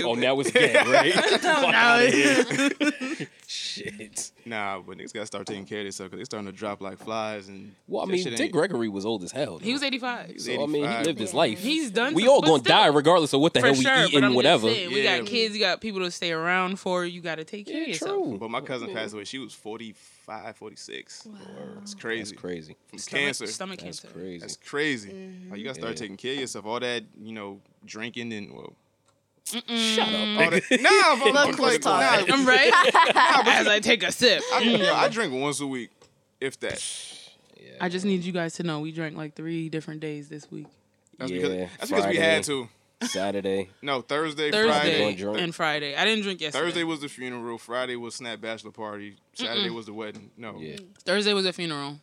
[SPEAKER 8] oh, now it's gay, right? Fuck
[SPEAKER 9] now
[SPEAKER 8] outta
[SPEAKER 9] it's-
[SPEAKER 8] here. Shit.
[SPEAKER 7] Nah, but niggas gotta start taking care of themselves because they starting to drop like flies and.
[SPEAKER 8] Well, I
[SPEAKER 7] that
[SPEAKER 8] mean,
[SPEAKER 7] shit
[SPEAKER 8] Dick
[SPEAKER 7] ain't-
[SPEAKER 8] Gregory was old as hell.
[SPEAKER 9] He was 85.
[SPEAKER 8] So, I mean, he lived his life.
[SPEAKER 9] He's done.
[SPEAKER 8] We
[SPEAKER 9] some-
[SPEAKER 8] all
[SPEAKER 9] but
[SPEAKER 8] gonna
[SPEAKER 9] still,
[SPEAKER 8] die regardless of what the
[SPEAKER 9] for
[SPEAKER 8] hell we
[SPEAKER 9] sure,
[SPEAKER 8] eat
[SPEAKER 9] but
[SPEAKER 8] and
[SPEAKER 9] I'm
[SPEAKER 8] whatever.
[SPEAKER 9] Just saying, We got kids. You got people to stay around for. You got to take care of yourself.
[SPEAKER 7] But my cousin passed away. She was 45, 46. It's crazy. That's
[SPEAKER 8] crazy.
[SPEAKER 7] From
[SPEAKER 9] Stomach-
[SPEAKER 7] cancer.
[SPEAKER 9] stomach Mm-hmm. That's cancer.
[SPEAKER 8] crazy.
[SPEAKER 7] That's crazy. Like, you gotta start
[SPEAKER 8] Yeah.
[SPEAKER 7] taking care of yourself. All that, you know, drinking and well.
[SPEAKER 9] Shut up.
[SPEAKER 7] All that, nah, but-
[SPEAKER 9] Look who's
[SPEAKER 7] like, nah,
[SPEAKER 9] talking. I'm right.
[SPEAKER 7] Nah, but
[SPEAKER 9] As I take a sip.
[SPEAKER 7] I,
[SPEAKER 9] Mm.
[SPEAKER 7] yo, I drink once a week, if that.
[SPEAKER 9] I just need you guys to know we drank like three different days this week.
[SPEAKER 7] That's because that's because we had to.
[SPEAKER 8] Saturday.
[SPEAKER 7] No, Thursday,
[SPEAKER 9] Thursday
[SPEAKER 7] Friday,
[SPEAKER 9] and Friday. I didn't drink yesterday.
[SPEAKER 7] Thursday was the funeral. Friday was snap bachelor party. Saturday
[SPEAKER 9] Mm-mm.
[SPEAKER 7] was the wedding. No.
[SPEAKER 8] Yeah.
[SPEAKER 9] Thursday was a funeral.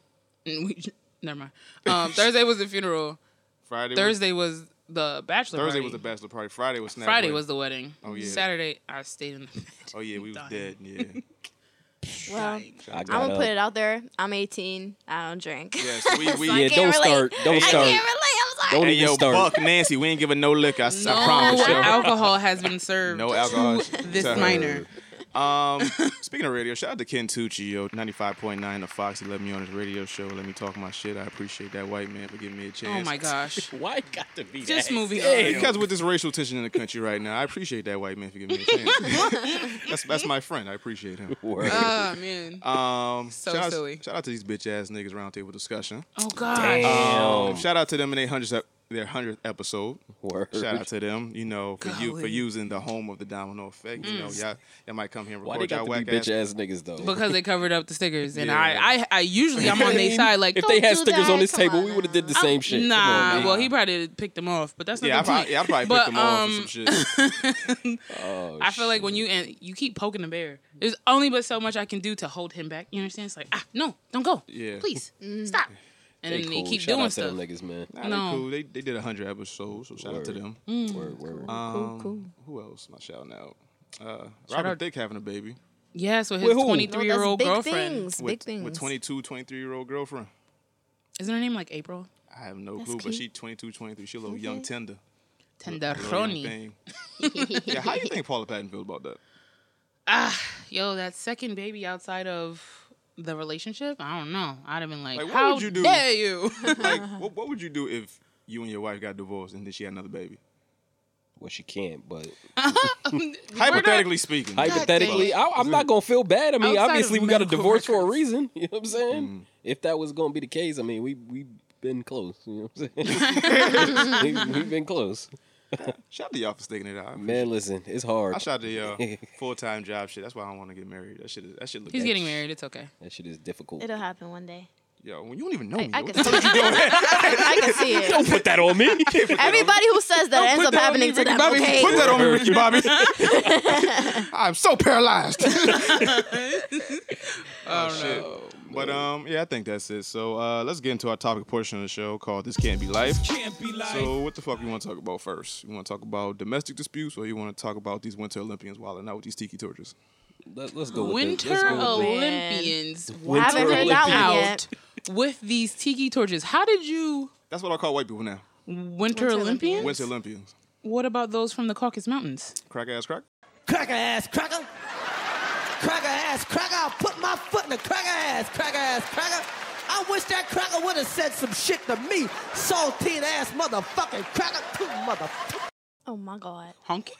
[SPEAKER 9] And we never mind. Um, Thursday was the funeral.
[SPEAKER 7] Friday.
[SPEAKER 9] Thursday was the bachelor.
[SPEAKER 7] Thursday
[SPEAKER 9] party.
[SPEAKER 7] was the bachelor party. Friday was snap.
[SPEAKER 9] Friday
[SPEAKER 7] wedding.
[SPEAKER 9] was the wedding.
[SPEAKER 7] Oh yeah.
[SPEAKER 9] Saturday I stayed in the bed.
[SPEAKER 7] Oh yeah, we was dead. Yeah.
[SPEAKER 10] Well,
[SPEAKER 7] I
[SPEAKER 10] I'm
[SPEAKER 7] got
[SPEAKER 10] gonna
[SPEAKER 7] up.
[SPEAKER 10] put it out there. I'm 18. I don't drink.
[SPEAKER 7] Yes, we-
[SPEAKER 10] So
[SPEAKER 7] we-
[SPEAKER 10] I
[SPEAKER 7] Yeah,
[SPEAKER 10] can't
[SPEAKER 7] don't
[SPEAKER 10] relate.
[SPEAKER 7] start- don't start.
[SPEAKER 10] I can't relate. I'm sorry.
[SPEAKER 7] Don't hey,
[SPEAKER 8] even
[SPEAKER 7] yo,
[SPEAKER 8] start.
[SPEAKER 7] Buck Nancy, we ain't giving no liquor. I, s- I
[SPEAKER 9] No
[SPEAKER 7] promise you.
[SPEAKER 9] alcohol has been served.
[SPEAKER 7] No alcohol.
[SPEAKER 9] To this minor.
[SPEAKER 7] Um, speaking of radio, shout out to Ken Tucci, yo, ninety-five point nine of Fox. He let me on his radio show. Let me talk my shit. I appreciate that white man for giving me a chance.
[SPEAKER 9] Oh my gosh.
[SPEAKER 8] Why it got to be
[SPEAKER 9] Just
[SPEAKER 8] that?
[SPEAKER 9] moving
[SPEAKER 7] Yeah,
[SPEAKER 9] on.
[SPEAKER 7] because with this racial tension in the country right now, I appreciate that white man for giving me a chance. that's that's my friend. I appreciate him.
[SPEAKER 9] Ah, man.
[SPEAKER 7] Um,
[SPEAKER 9] So
[SPEAKER 7] shout out,
[SPEAKER 9] silly.
[SPEAKER 7] Shout out to these bitch ass niggas roundtable discussion.
[SPEAKER 9] Oh, gosh.
[SPEAKER 8] Damn.
[SPEAKER 7] Um, shout out to them in their hundredth their hundredth episode.
[SPEAKER 8] Word.
[SPEAKER 7] Shout out to them, you know, for you for
[SPEAKER 9] Golly.
[SPEAKER 7] using the home of the domino effect. You know,
[SPEAKER 9] Mm.
[SPEAKER 7] y'all, y'all might come here and
[SPEAKER 8] Why they
[SPEAKER 7] record
[SPEAKER 8] got
[SPEAKER 7] y'all
[SPEAKER 8] to
[SPEAKER 7] whack
[SPEAKER 8] be bitch
[SPEAKER 7] ass
[SPEAKER 8] ass niggas though?
[SPEAKER 9] because they covered up the stickers, and
[SPEAKER 7] Yeah.
[SPEAKER 9] I, I, I usually I'm on their side. Like
[SPEAKER 8] if they
[SPEAKER 9] "Don't
[SPEAKER 8] had
[SPEAKER 9] do
[SPEAKER 8] stickers
[SPEAKER 9] that."
[SPEAKER 8] on this table, we would have did the same shit. Come on,
[SPEAKER 9] Nah,
[SPEAKER 8] man.
[SPEAKER 9] well, he probably picked them off, but that's not
[SPEAKER 7] Yeah, I
[SPEAKER 9] the point.
[SPEAKER 7] probably, yeah, I probably
[SPEAKER 9] but,
[SPEAKER 7] picked them off or
[SPEAKER 9] um,
[SPEAKER 7] some shit.
[SPEAKER 8] Oh,
[SPEAKER 9] I feel like when you and you keep poking the bear, there's only but so much I can do to hold him back. You understand? It's like ah, no, don't go,
[SPEAKER 7] Yeah.
[SPEAKER 9] please stop. And
[SPEAKER 8] They
[SPEAKER 9] then they
[SPEAKER 8] cool.
[SPEAKER 9] keep
[SPEAKER 8] Shout
[SPEAKER 9] doing
[SPEAKER 8] out to them
[SPEAKER 9] stuff.
[SPEAKER 8] niggas, man.
[SPEAKER 7] Nah,
[SPEAKER 9] No.
[SPEAKER 7] they
[SPEAKER 9] Mm.
[SPEAKER 7] cool. They, they did 100 episodes, so shout out to
[SPEAKER 8] Word.
[SPEAKER 7] them.
[SPEAKER 8] Word, word, word.
[SPEAKER 7] Um, Who else? My shout out. Uh, Robert
[SPEAKER 9] out-
[SPEAKER 7] Thicke having a baby.
[SPEAKER 9] Yes, with
[SPEAKER 8] With
[SPEAKER 9] his
[SPEAKER 8] who?
[SPEAKER 9] 23 year old
[SPEAKER 10] big
[SPEAKER 9] girlfriend.
[SPEAKER 10] things.
[SPEAKER 7] with,
[SPEAKER 10] big things.
[SPEAKER 7] With 22, 23 year old girlfriend.
[SPEAKER 9] Isn't her name like April
[SPEAKER 7] I have no
[SPEAKER 10] That's
[SPEAKER 7] clue, but
[SPEAKER 10] cute.
[SPEAKER 7] she 22, 23. She a little young tender. Little young
[SPEAKER 9] Tenderoni?
[SPEAKER 7] thing. yeah, how you think Paula Patton feel about that?
[SPEAKER 9] Yo, that second baby outside of the relationship. I don't know. I'd have been like,
[SPEAKER 7] Like, what
[SPEAKER 9] how
[SPEAKER 7] would you do?
[SPEAKER 9] dare you?
[SPEAKER 7] Like, what, what would you do if you and your wife got divorced and then she had another baby?
[SPEAKER 8] Well, she can't, but
[SPEAKER 7] Hypothetically speaking.
[SPEAKER 8] hypothetically, I, I'm not gonna feel bad. I mean,
[SPEAKER 9] Outside of
[SPEAKER 8] obviously, we got a
[SPEAKER 9] medical
[SPEAKER 8] divorce for a
[SPEAKER 9] records.
[SPEAKER 8] reason. You know what I'm saying?
[SPEAKER 7] Mm.
[SPEAKER 8] If that was gonna be the case, I mean, we we been close. You know what I'm saying? we, we've been close.
[SPEAKER 7] Shout out to y'all for sticking it out.
[SPEAKER 8] Man, listen, it's hard.
[SPEAKER 7] I shout out to y'all. Full time job shit. That's why I don't want to get married. That shit. Is, that shit. Look
[SPEAKER 9] He's getting married. It's okay.
[SPEAKER 8] that shit is difficult.
[SPEAKER 10] It'll happen one day.
[SPEAKER 7] Yo, when you don't even know me.
[SPEAKER 10] I
[SPEAKER 7] what
[SPEAKER 10] can
[SPEAKER 7] the
[SPEAKER 10] see it. I can see it.
[SPEAKER 8] Don't put that on me.
[SPEAKER 10] Everybody who says that ends
[SPEAKER 7] Put
[SPEAKER 10] up
[SPEAKER 7] that on
[SPEAKER 10] happening
[SPEAKER 7] me,
[SPEAKER 10] to
[SPEAKER 7] Ricky
[SPEAKER 10] them.
[SPEAKER 7] Bobby.
[SPEAKER 10] Okay.
[SPEAKER 7] Put that on me, Ricky Bobby. I'm so paralyzed. oh,
[SPEAKER 8] Oh,
[SPEAKER 7] shit. But um, yeah, I think that's it. So uh, let's get into our topic portion of the show called "This Can't Be Life."
[SPEAKER 6] Can't be like.
[SPEAKER 7] So what the fuck you want to talk about first? You want to talk about domestic disputes, or you want to talk about these Winter Olympians wilding out with these tiki torches?
[SPEAKER 8] Let, us go. With the, let's
[SPEAKER 9] Winter
[SPEAKER 8] go with the-
[SPEAKER 9] Olympians
[SPEAKER 8] Winter
[SPEAKER 9] wilding
[SPEAKER 8] Haven't heard that one
[SPEAKER 9] out
[SPEAKER 10] yet.
[SPEAKER 9] with these tiki torches. How did you
[SPEAKER 7] That's what I call white people now.
[SPEAKER 9] Winter,
[SPEAKER 10] Olympians?
[SPEAKER 9] Olympians?
[SPEAKER 7] Winter Olympians.
[SPEAKER 9] What about those from the Caucasus Mountains?
[SPEAKER 7] Crack ass crack.
[SPEAKER 2] Cracker ass cracker. Cracker ass cracker. I'll put my foot in the cracker ass cracker ass cracker. I wish that cracker would have said some shit to me. Saltine ass motherfucking cracker. Two motherfucker.
[SPEAKER 10] Oh my God.
[SPEAKER 9] Honky?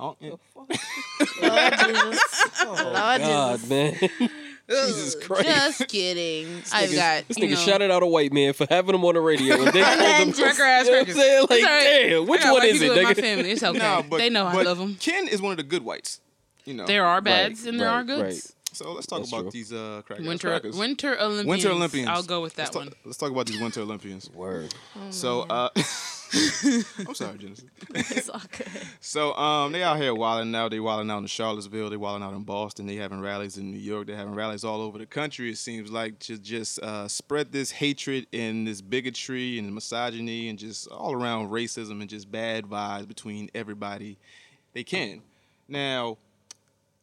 [SPEAKER 7] Oh, yeah.
[SPEAKER 10] Lord Jesus.
[SPEAKER 7] Oh,
[SPEAKER 10] Lord Jesus.
[SPEAKER 8] God, man. Jesus Christ.
[SPEAKER 9] Just kidding. I've
[SPEAKER 8] Niggas-
[SPEAKER 9] got
[SPEAKER 8] this
[SPEAKER 9] you
[SPEAKER 8] nigga
[SPEAKER 9] know,
[SPEAKER 8] shouted out a white man for having him on the radio, and then
[SPEAKER 10] And
[SPEAKER 8] called
[SPEAKER 10] then
[SPEAKER 8] him-
[SPEAKER 10] just-
[SPEAKER 9] cracker ass
[SPEAKER 8] You know what I'm
[SPEAKER 9] crackers.
[SPEAKER 8] saying? Like,
[SPEAKER 9] It's all right.
[SPEAKER 8] damn, which
[SPEAKER 9] I got
[SPEAKER 8] one
[SPEAKER 9] white
[SPEAKER 8] is it,
[SPEAKER 9] people in My
[SPEAKER 8] nigga?
[SPEAKER 9] family. It's okay.
[SPEAKER 7] Nah, but
[SPEAKER 9] they know I
[SPEAKER 7] but
[SPEAKER 9] love them.
[SPEAKER 7] Ken is one of the good whites. You know.
[SPEAKER 9] There are bads and there
[SPEAKER 8] right,
[SPEAKER 9] are goods.
[SPEAKER 7] So let's talk
[SPEAKER 8] That's
[SPEAKER 7] about
[SPEAKER 8] true.
[SPEAKER 7] these uh, crack ass
[SPEAKER 9] Winter
[SPEAKER 7] crackers.
[SPEAKER 9] Winter Olympians.
[SPEAKER 7] Winter Olympians.
[SPEAKER 9] I'll go with
[SPEAKER 7] let's
[SPEAKER 9] that
[SPEAKER 7] talk,
[SPEAKER 9] one.
[SPEAKER 7] Let's talk about these Winter Olympians.
[SPEAKER 8] Word.
[SPEAKER 7] so, uh, I'm sorry, Genesis.
[SPEAKER 10] It's all good.
[SPEAKER 7] So, um, they out here wilding out. They wilding out in Charlottesville. They wilding out in Boston. They having rallies in New York. They having rallies all over the country. It seems like to just uh, spread this hatred and this bigotry and misogyny and just all around racism and just bad vibes between everybody they can. Now,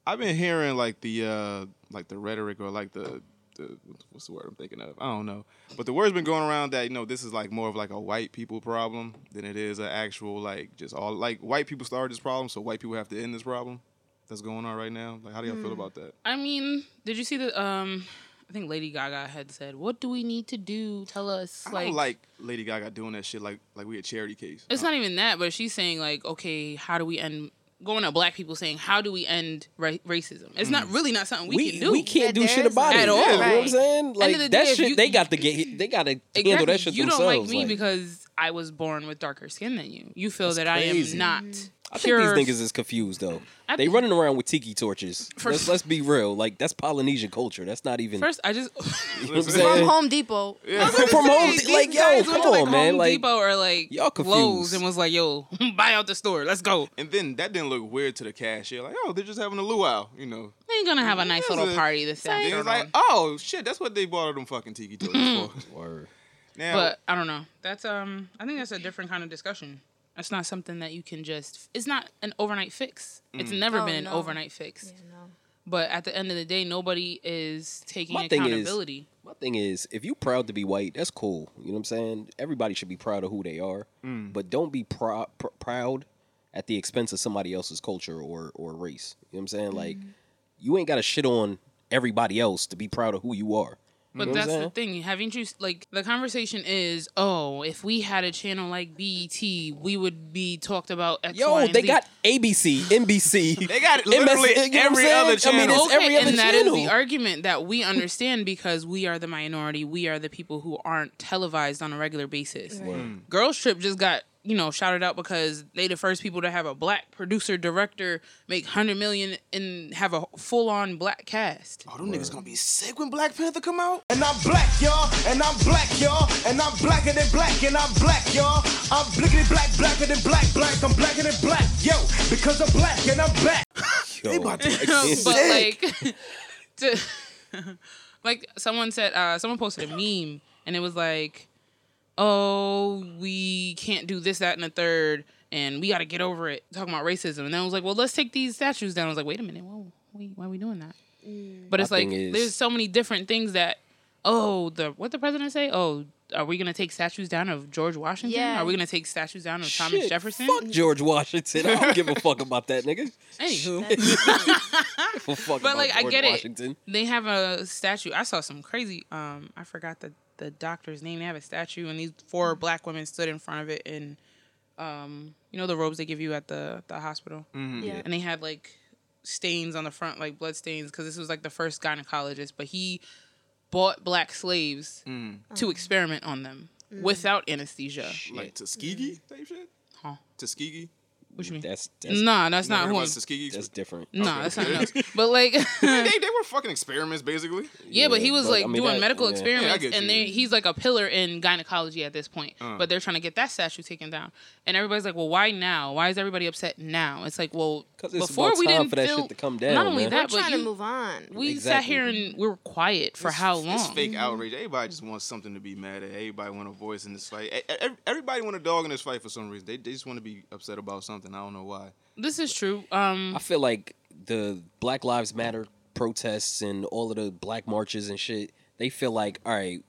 [SPEAKER 7] I've been hearing like the uh like the rhetoric or like the the the what's the word I'm thinking of? I don't know. But the word's been going around that you know this is like more of like a white people problem than it is an actual like just all like white people started this problem, so white people have to end this problem that's going on right now. Like, how do y'all feel
[SPEAKER 9] Hmm.
[SPEAKER 7] about that?
[SPEAKER 9] I mean, did you see the um? I think Lady Gaga had said, "What do we need to do? Tell us."
[SPEAKER 7] I don't like Lady Gaga doing that shit like like we a charity case.
[SPEAKER 9] It's not even that, but she's saying like, okay, how do we end? Going at black people saying, how do we end ra- racism? It's not really not something we,
[SPEAKER 8] Mm. We-
[SPEAKER 9] can do.
[SPEAKER 8] we can't Yeah, do there shit is about no-
[SPEAKER 9] at all.
[SPEAKER 8] Yeah, you know what I'm Right. saying?
[SPEAKER 9] End
[SPEAKER 8] Like,
[SPEAKER 9] of the
[SPEAKER 8] that
[SPEAKER 9] day, if
[SPEAKER 8] shit-
[SPEAKER 9] you-
[SPEAKER 8] they got to get- they gotta handle
[SPEAKER 9] exactly,
[SPEAKER 8] that shit
[SPEAKER 9] You don't like
[SPEAKER 8] themselves,
[SPEAKER 9] me
[SPEAKER 8] like-
[SPEAKER 9] because I was born with darker skin than you. You feel that
[SPEAKER 8] crazy.
[SPEAKER 9] I am not.
[SPEAKER 8] I think
[SPEAKER 9] pure
[SPEAKER 8] these niggas is confused though.
[SPEAKER 9] I
[SPEAKER 8] they
[SPEAKER 9] think-
[SPEAKER 8] running around with tiki torches.
[SPEAKER 9] For-
[SPEAKER 8] Let's, let's be real. Like that's Polynesian culture. That's not even
[SPEAKER 9] First, I just
[SPEAKER 8] You know what I'm
[SPEAKER 10] From
[SPEAKER 8] saying?
[SPEAKER 10] Home Depot.
[SPEAKER 8] Yeah. From Home
[SPEAKER 9] These
[SPEAKER 8] Depot. Like yo,
[SPEAKER 9] guys went
[SPEAKER 8] come
[SPEAKER 9] to, like,
[SPEAKER 8] on, man.
[SPEAKER 9] Home
[SPEAKER 8] Like
[SPEAKER 9] Depot or like
[SPEAKER 8] y'all confused.
[SPEAKER 9] Lowe's and was like, yo, buy out the store. Let's go.
[SPEAKER 7] And then that didn't look weird to the cashier. Like, oh, they're just having a luau, you know.
[SPEAKER 9] They ain't gonna have a nice little party this
[SPEAKER 7] Then
[SPEAKER 9] afternoon.
[SPEAKER 7] it's like, oh shit, that's what they bought all them fucking tiki torches for. Word. Now,
[SPEAKER 9] Mm-hmm. but I don't know. That's um, I think that's a different kind of discussion. That's not something that you can just. It's not an overnight fix. It's
[SPEAKER 8] Mm.
[SPEAKER 9] never
[SPEAKER 8] Oh,
[SPEAKER 9] been an
[SPEAKER 8] no.
[SPEAKER 9] overnight fix.
[SPEAKER 7] Mm-hmm.
[SPEAKER 9] But at the end of the day, nobody is taking
[SPEAKER 8] My thing is-
[SPEAKER 9] accountability.
[SPEAKER 8] my thing is, if you proud to be white, that's cool. You know what I'm saying? Everybody should be proud of who they are,
[SPEAKER 7] Mm.
[SPEAKER 8] but don't be prou- pr- proud at the expense of somebody else's culture or or race. You know what I'm
[SPEAKER 7] Mm-hmm.
[SPEAKER 8] saying? Like you ain't got to shit on everybody else to be proud of who you are. You know what
[SPEAKER 9] But
[SPEAKER 8] I'm
[SPEAKER 9] that's the
[SPEAKER 8] saying?
[SPEAKER 9] thing. Haven't you like the conversation is, oh, if we had a channel like BET, we would be talked about X,
[SPEAKER 8] Yo,
[SPEAKER 9] Y, and
[SPEAKER 8] they
[SPEAKER 9] Z.
[SPEAKER 8] got ABC, NBC.
[SPEAKER 7] They got
[SPEAKER 8] MSN,
[SPEAKER 7] literally
[SPEAKER 8] you know what I'm
[SPEAKER 7] every
[SPEAKER 8] saying?
[SPEAKER 7] other
[SPEAKER 8] I mean, it's
[SPEAKER 9] okay,
[SPEAKER 8] every other
[SPEAKER 9] and that is
[SPEAKER 8] channel.
[SPEAKER 9] the argument that we understand because we are the minority. We are the people who aren't televised on a regular basis.
[SPEAKER 8] Right. Word.
[SPEAKER 9] Girls Trip just got you know shouted out because they the first people to have a black producer director make hundred million and have a full on black cast. Oh,
[SPEAKER 7] them niggas gonna
[SPEAKER 9] be
[SPEAKER 7] sick when Black Panther come out.
[SPEAKER 11] And I'm black, y'all. And I'm black, y'all. And I'm blacker than black. And I'm black, y'all. I'm blickety black, blacker than black, black. I'm blacker than black, yo. Because I'm black and I'm black.
[SPEAKER 8] Yo,
[SPEAKER 9] but like, to, like someone said, uh, someone posted a meme, and it was like, "Oh, we can't do this, that, and the third, and we got to get over it." Talking about racism, and then I was like, "Well, let's take these statues down." I was like, "Wait a minute, whoa, wait, why are we doing that?" But
[SPEAKER 8] My
[SPEAKER 9] it's like
[SPEAKER 8] thing is-
[SPEAKER 9] there's so many different things that, oh, the what the president say? Oh, are we gonna take statues down of George Washington?
[SPEAKER 8] Yeah.
[SPEAKER 9] Are we gonna take statues down of Thomas
[SPEAKER 8] Shit,
[SPEAKER 9] Jefferson?
[SPEAKER 8] Fuck George Washington. I don't give a fuck about that nigga.
[SPEAKER 9] Anywho.
[SPEAKER 8] Well, fuck
[SPEAKER 9] but
[SPEAKER 8] about
[SPEAKER 9] like I
[SPEAKER 8] George
[SPEAKER 9] get
[SPEAKER 8] Washington.
[SPEAKER 9] it. They have a statue. I saw some crazy. Um, I forgot the the doctor's name. They have a statue, and these four
[SPEAKER 7] Mm.
[SPEAKER 9] black women stood in front of it in, um, you know the robes they give you at the the hospital.
[SPEAKER 7] Mhm. Yeah.
[SPEAKER 9] And they had like stains on the front, like blood stains, because this was like the first gynecologist, but he bought black slaves
[SPEAKER 7] Mm.
[SPEAKER 9] to experiment on them
[SPEAKER 7] Mm.
[SPEAKER 9] without anesthesia.
[SPEAKER 7] like Tuskegee type shit.
[SPEAKER 9] Huh?
[SPEAKER 7] Tuskegee.
[SPEAKER 9] What you mean?
[SPEAKER 8] That's,
[SPEAKER 9] Nah, that's
[SPEAKER 7] You never heard
[SPEAKER 9] not who
[SPEAKER 7] about
[SPEAKER 9] I'm-
[SPEAKER 7] Tuskegee. That's
[SPEAKER 8] different.
[SPEAKER 9] No, that's not else. But like,
[SPEAKER 7] they, they were fucking experiments, basically.
[SPEAKER 9] Yeah, but he was like doing medical
[SPEAKER 7] yeah. Yeah, I
[SPEAKER 9] experiments,
[SPEAKER 7] get
[SPEAKER 9] and
[SPEAKER 7] you.
[SPEAKER 9] they, he's like a pillar in gynecology at this point.
[SPEAKER 7] Uh.
[SPEAKER 9] But they're trying to get that statue taken down, and everybody's like, "Well, why now? Why is everybody upset now?" It's like, well,
[SPEAKER 8] 'Cause it's
[SPEAKER 9] before
[SPEAKER 8] about
[SPEAKER 9] we
[SPEAKER 8] time
[SPEAKER 9] didn't
[SPEAKER 8] for that
[SPEAKER 9] feel,
[SPEAKER 8] shit to come down,
[SPEAKER 9] Not only
[SPEAKER 8] man.
[SPEAKER 9] that,
[SPEAKER 10] We're
[SPEAKER 9] but
[SPEAKER 10] trying to
[SPEAKER 9] you-
[SPEAKER 10] move on.
[SPEAKER 9] We sat
[SPEAKER 7] Exactly.
[SPEAKER 9] here and we were quiet for how long? Mm-hmm.
[SPEAKER 7] It's fake outrage. Everybody just wants something to be mad at. Everybody want a voice in this fight. E- e- Everybody want a dog in this fight for some reason. They, they just want to be upset about something. I don't know why.
[SPEAKER 9] This is true. Um,
[SPEAKER 8] I feel like the Black Lives Matter protests and all of the black marches and shit, they feel like, all right,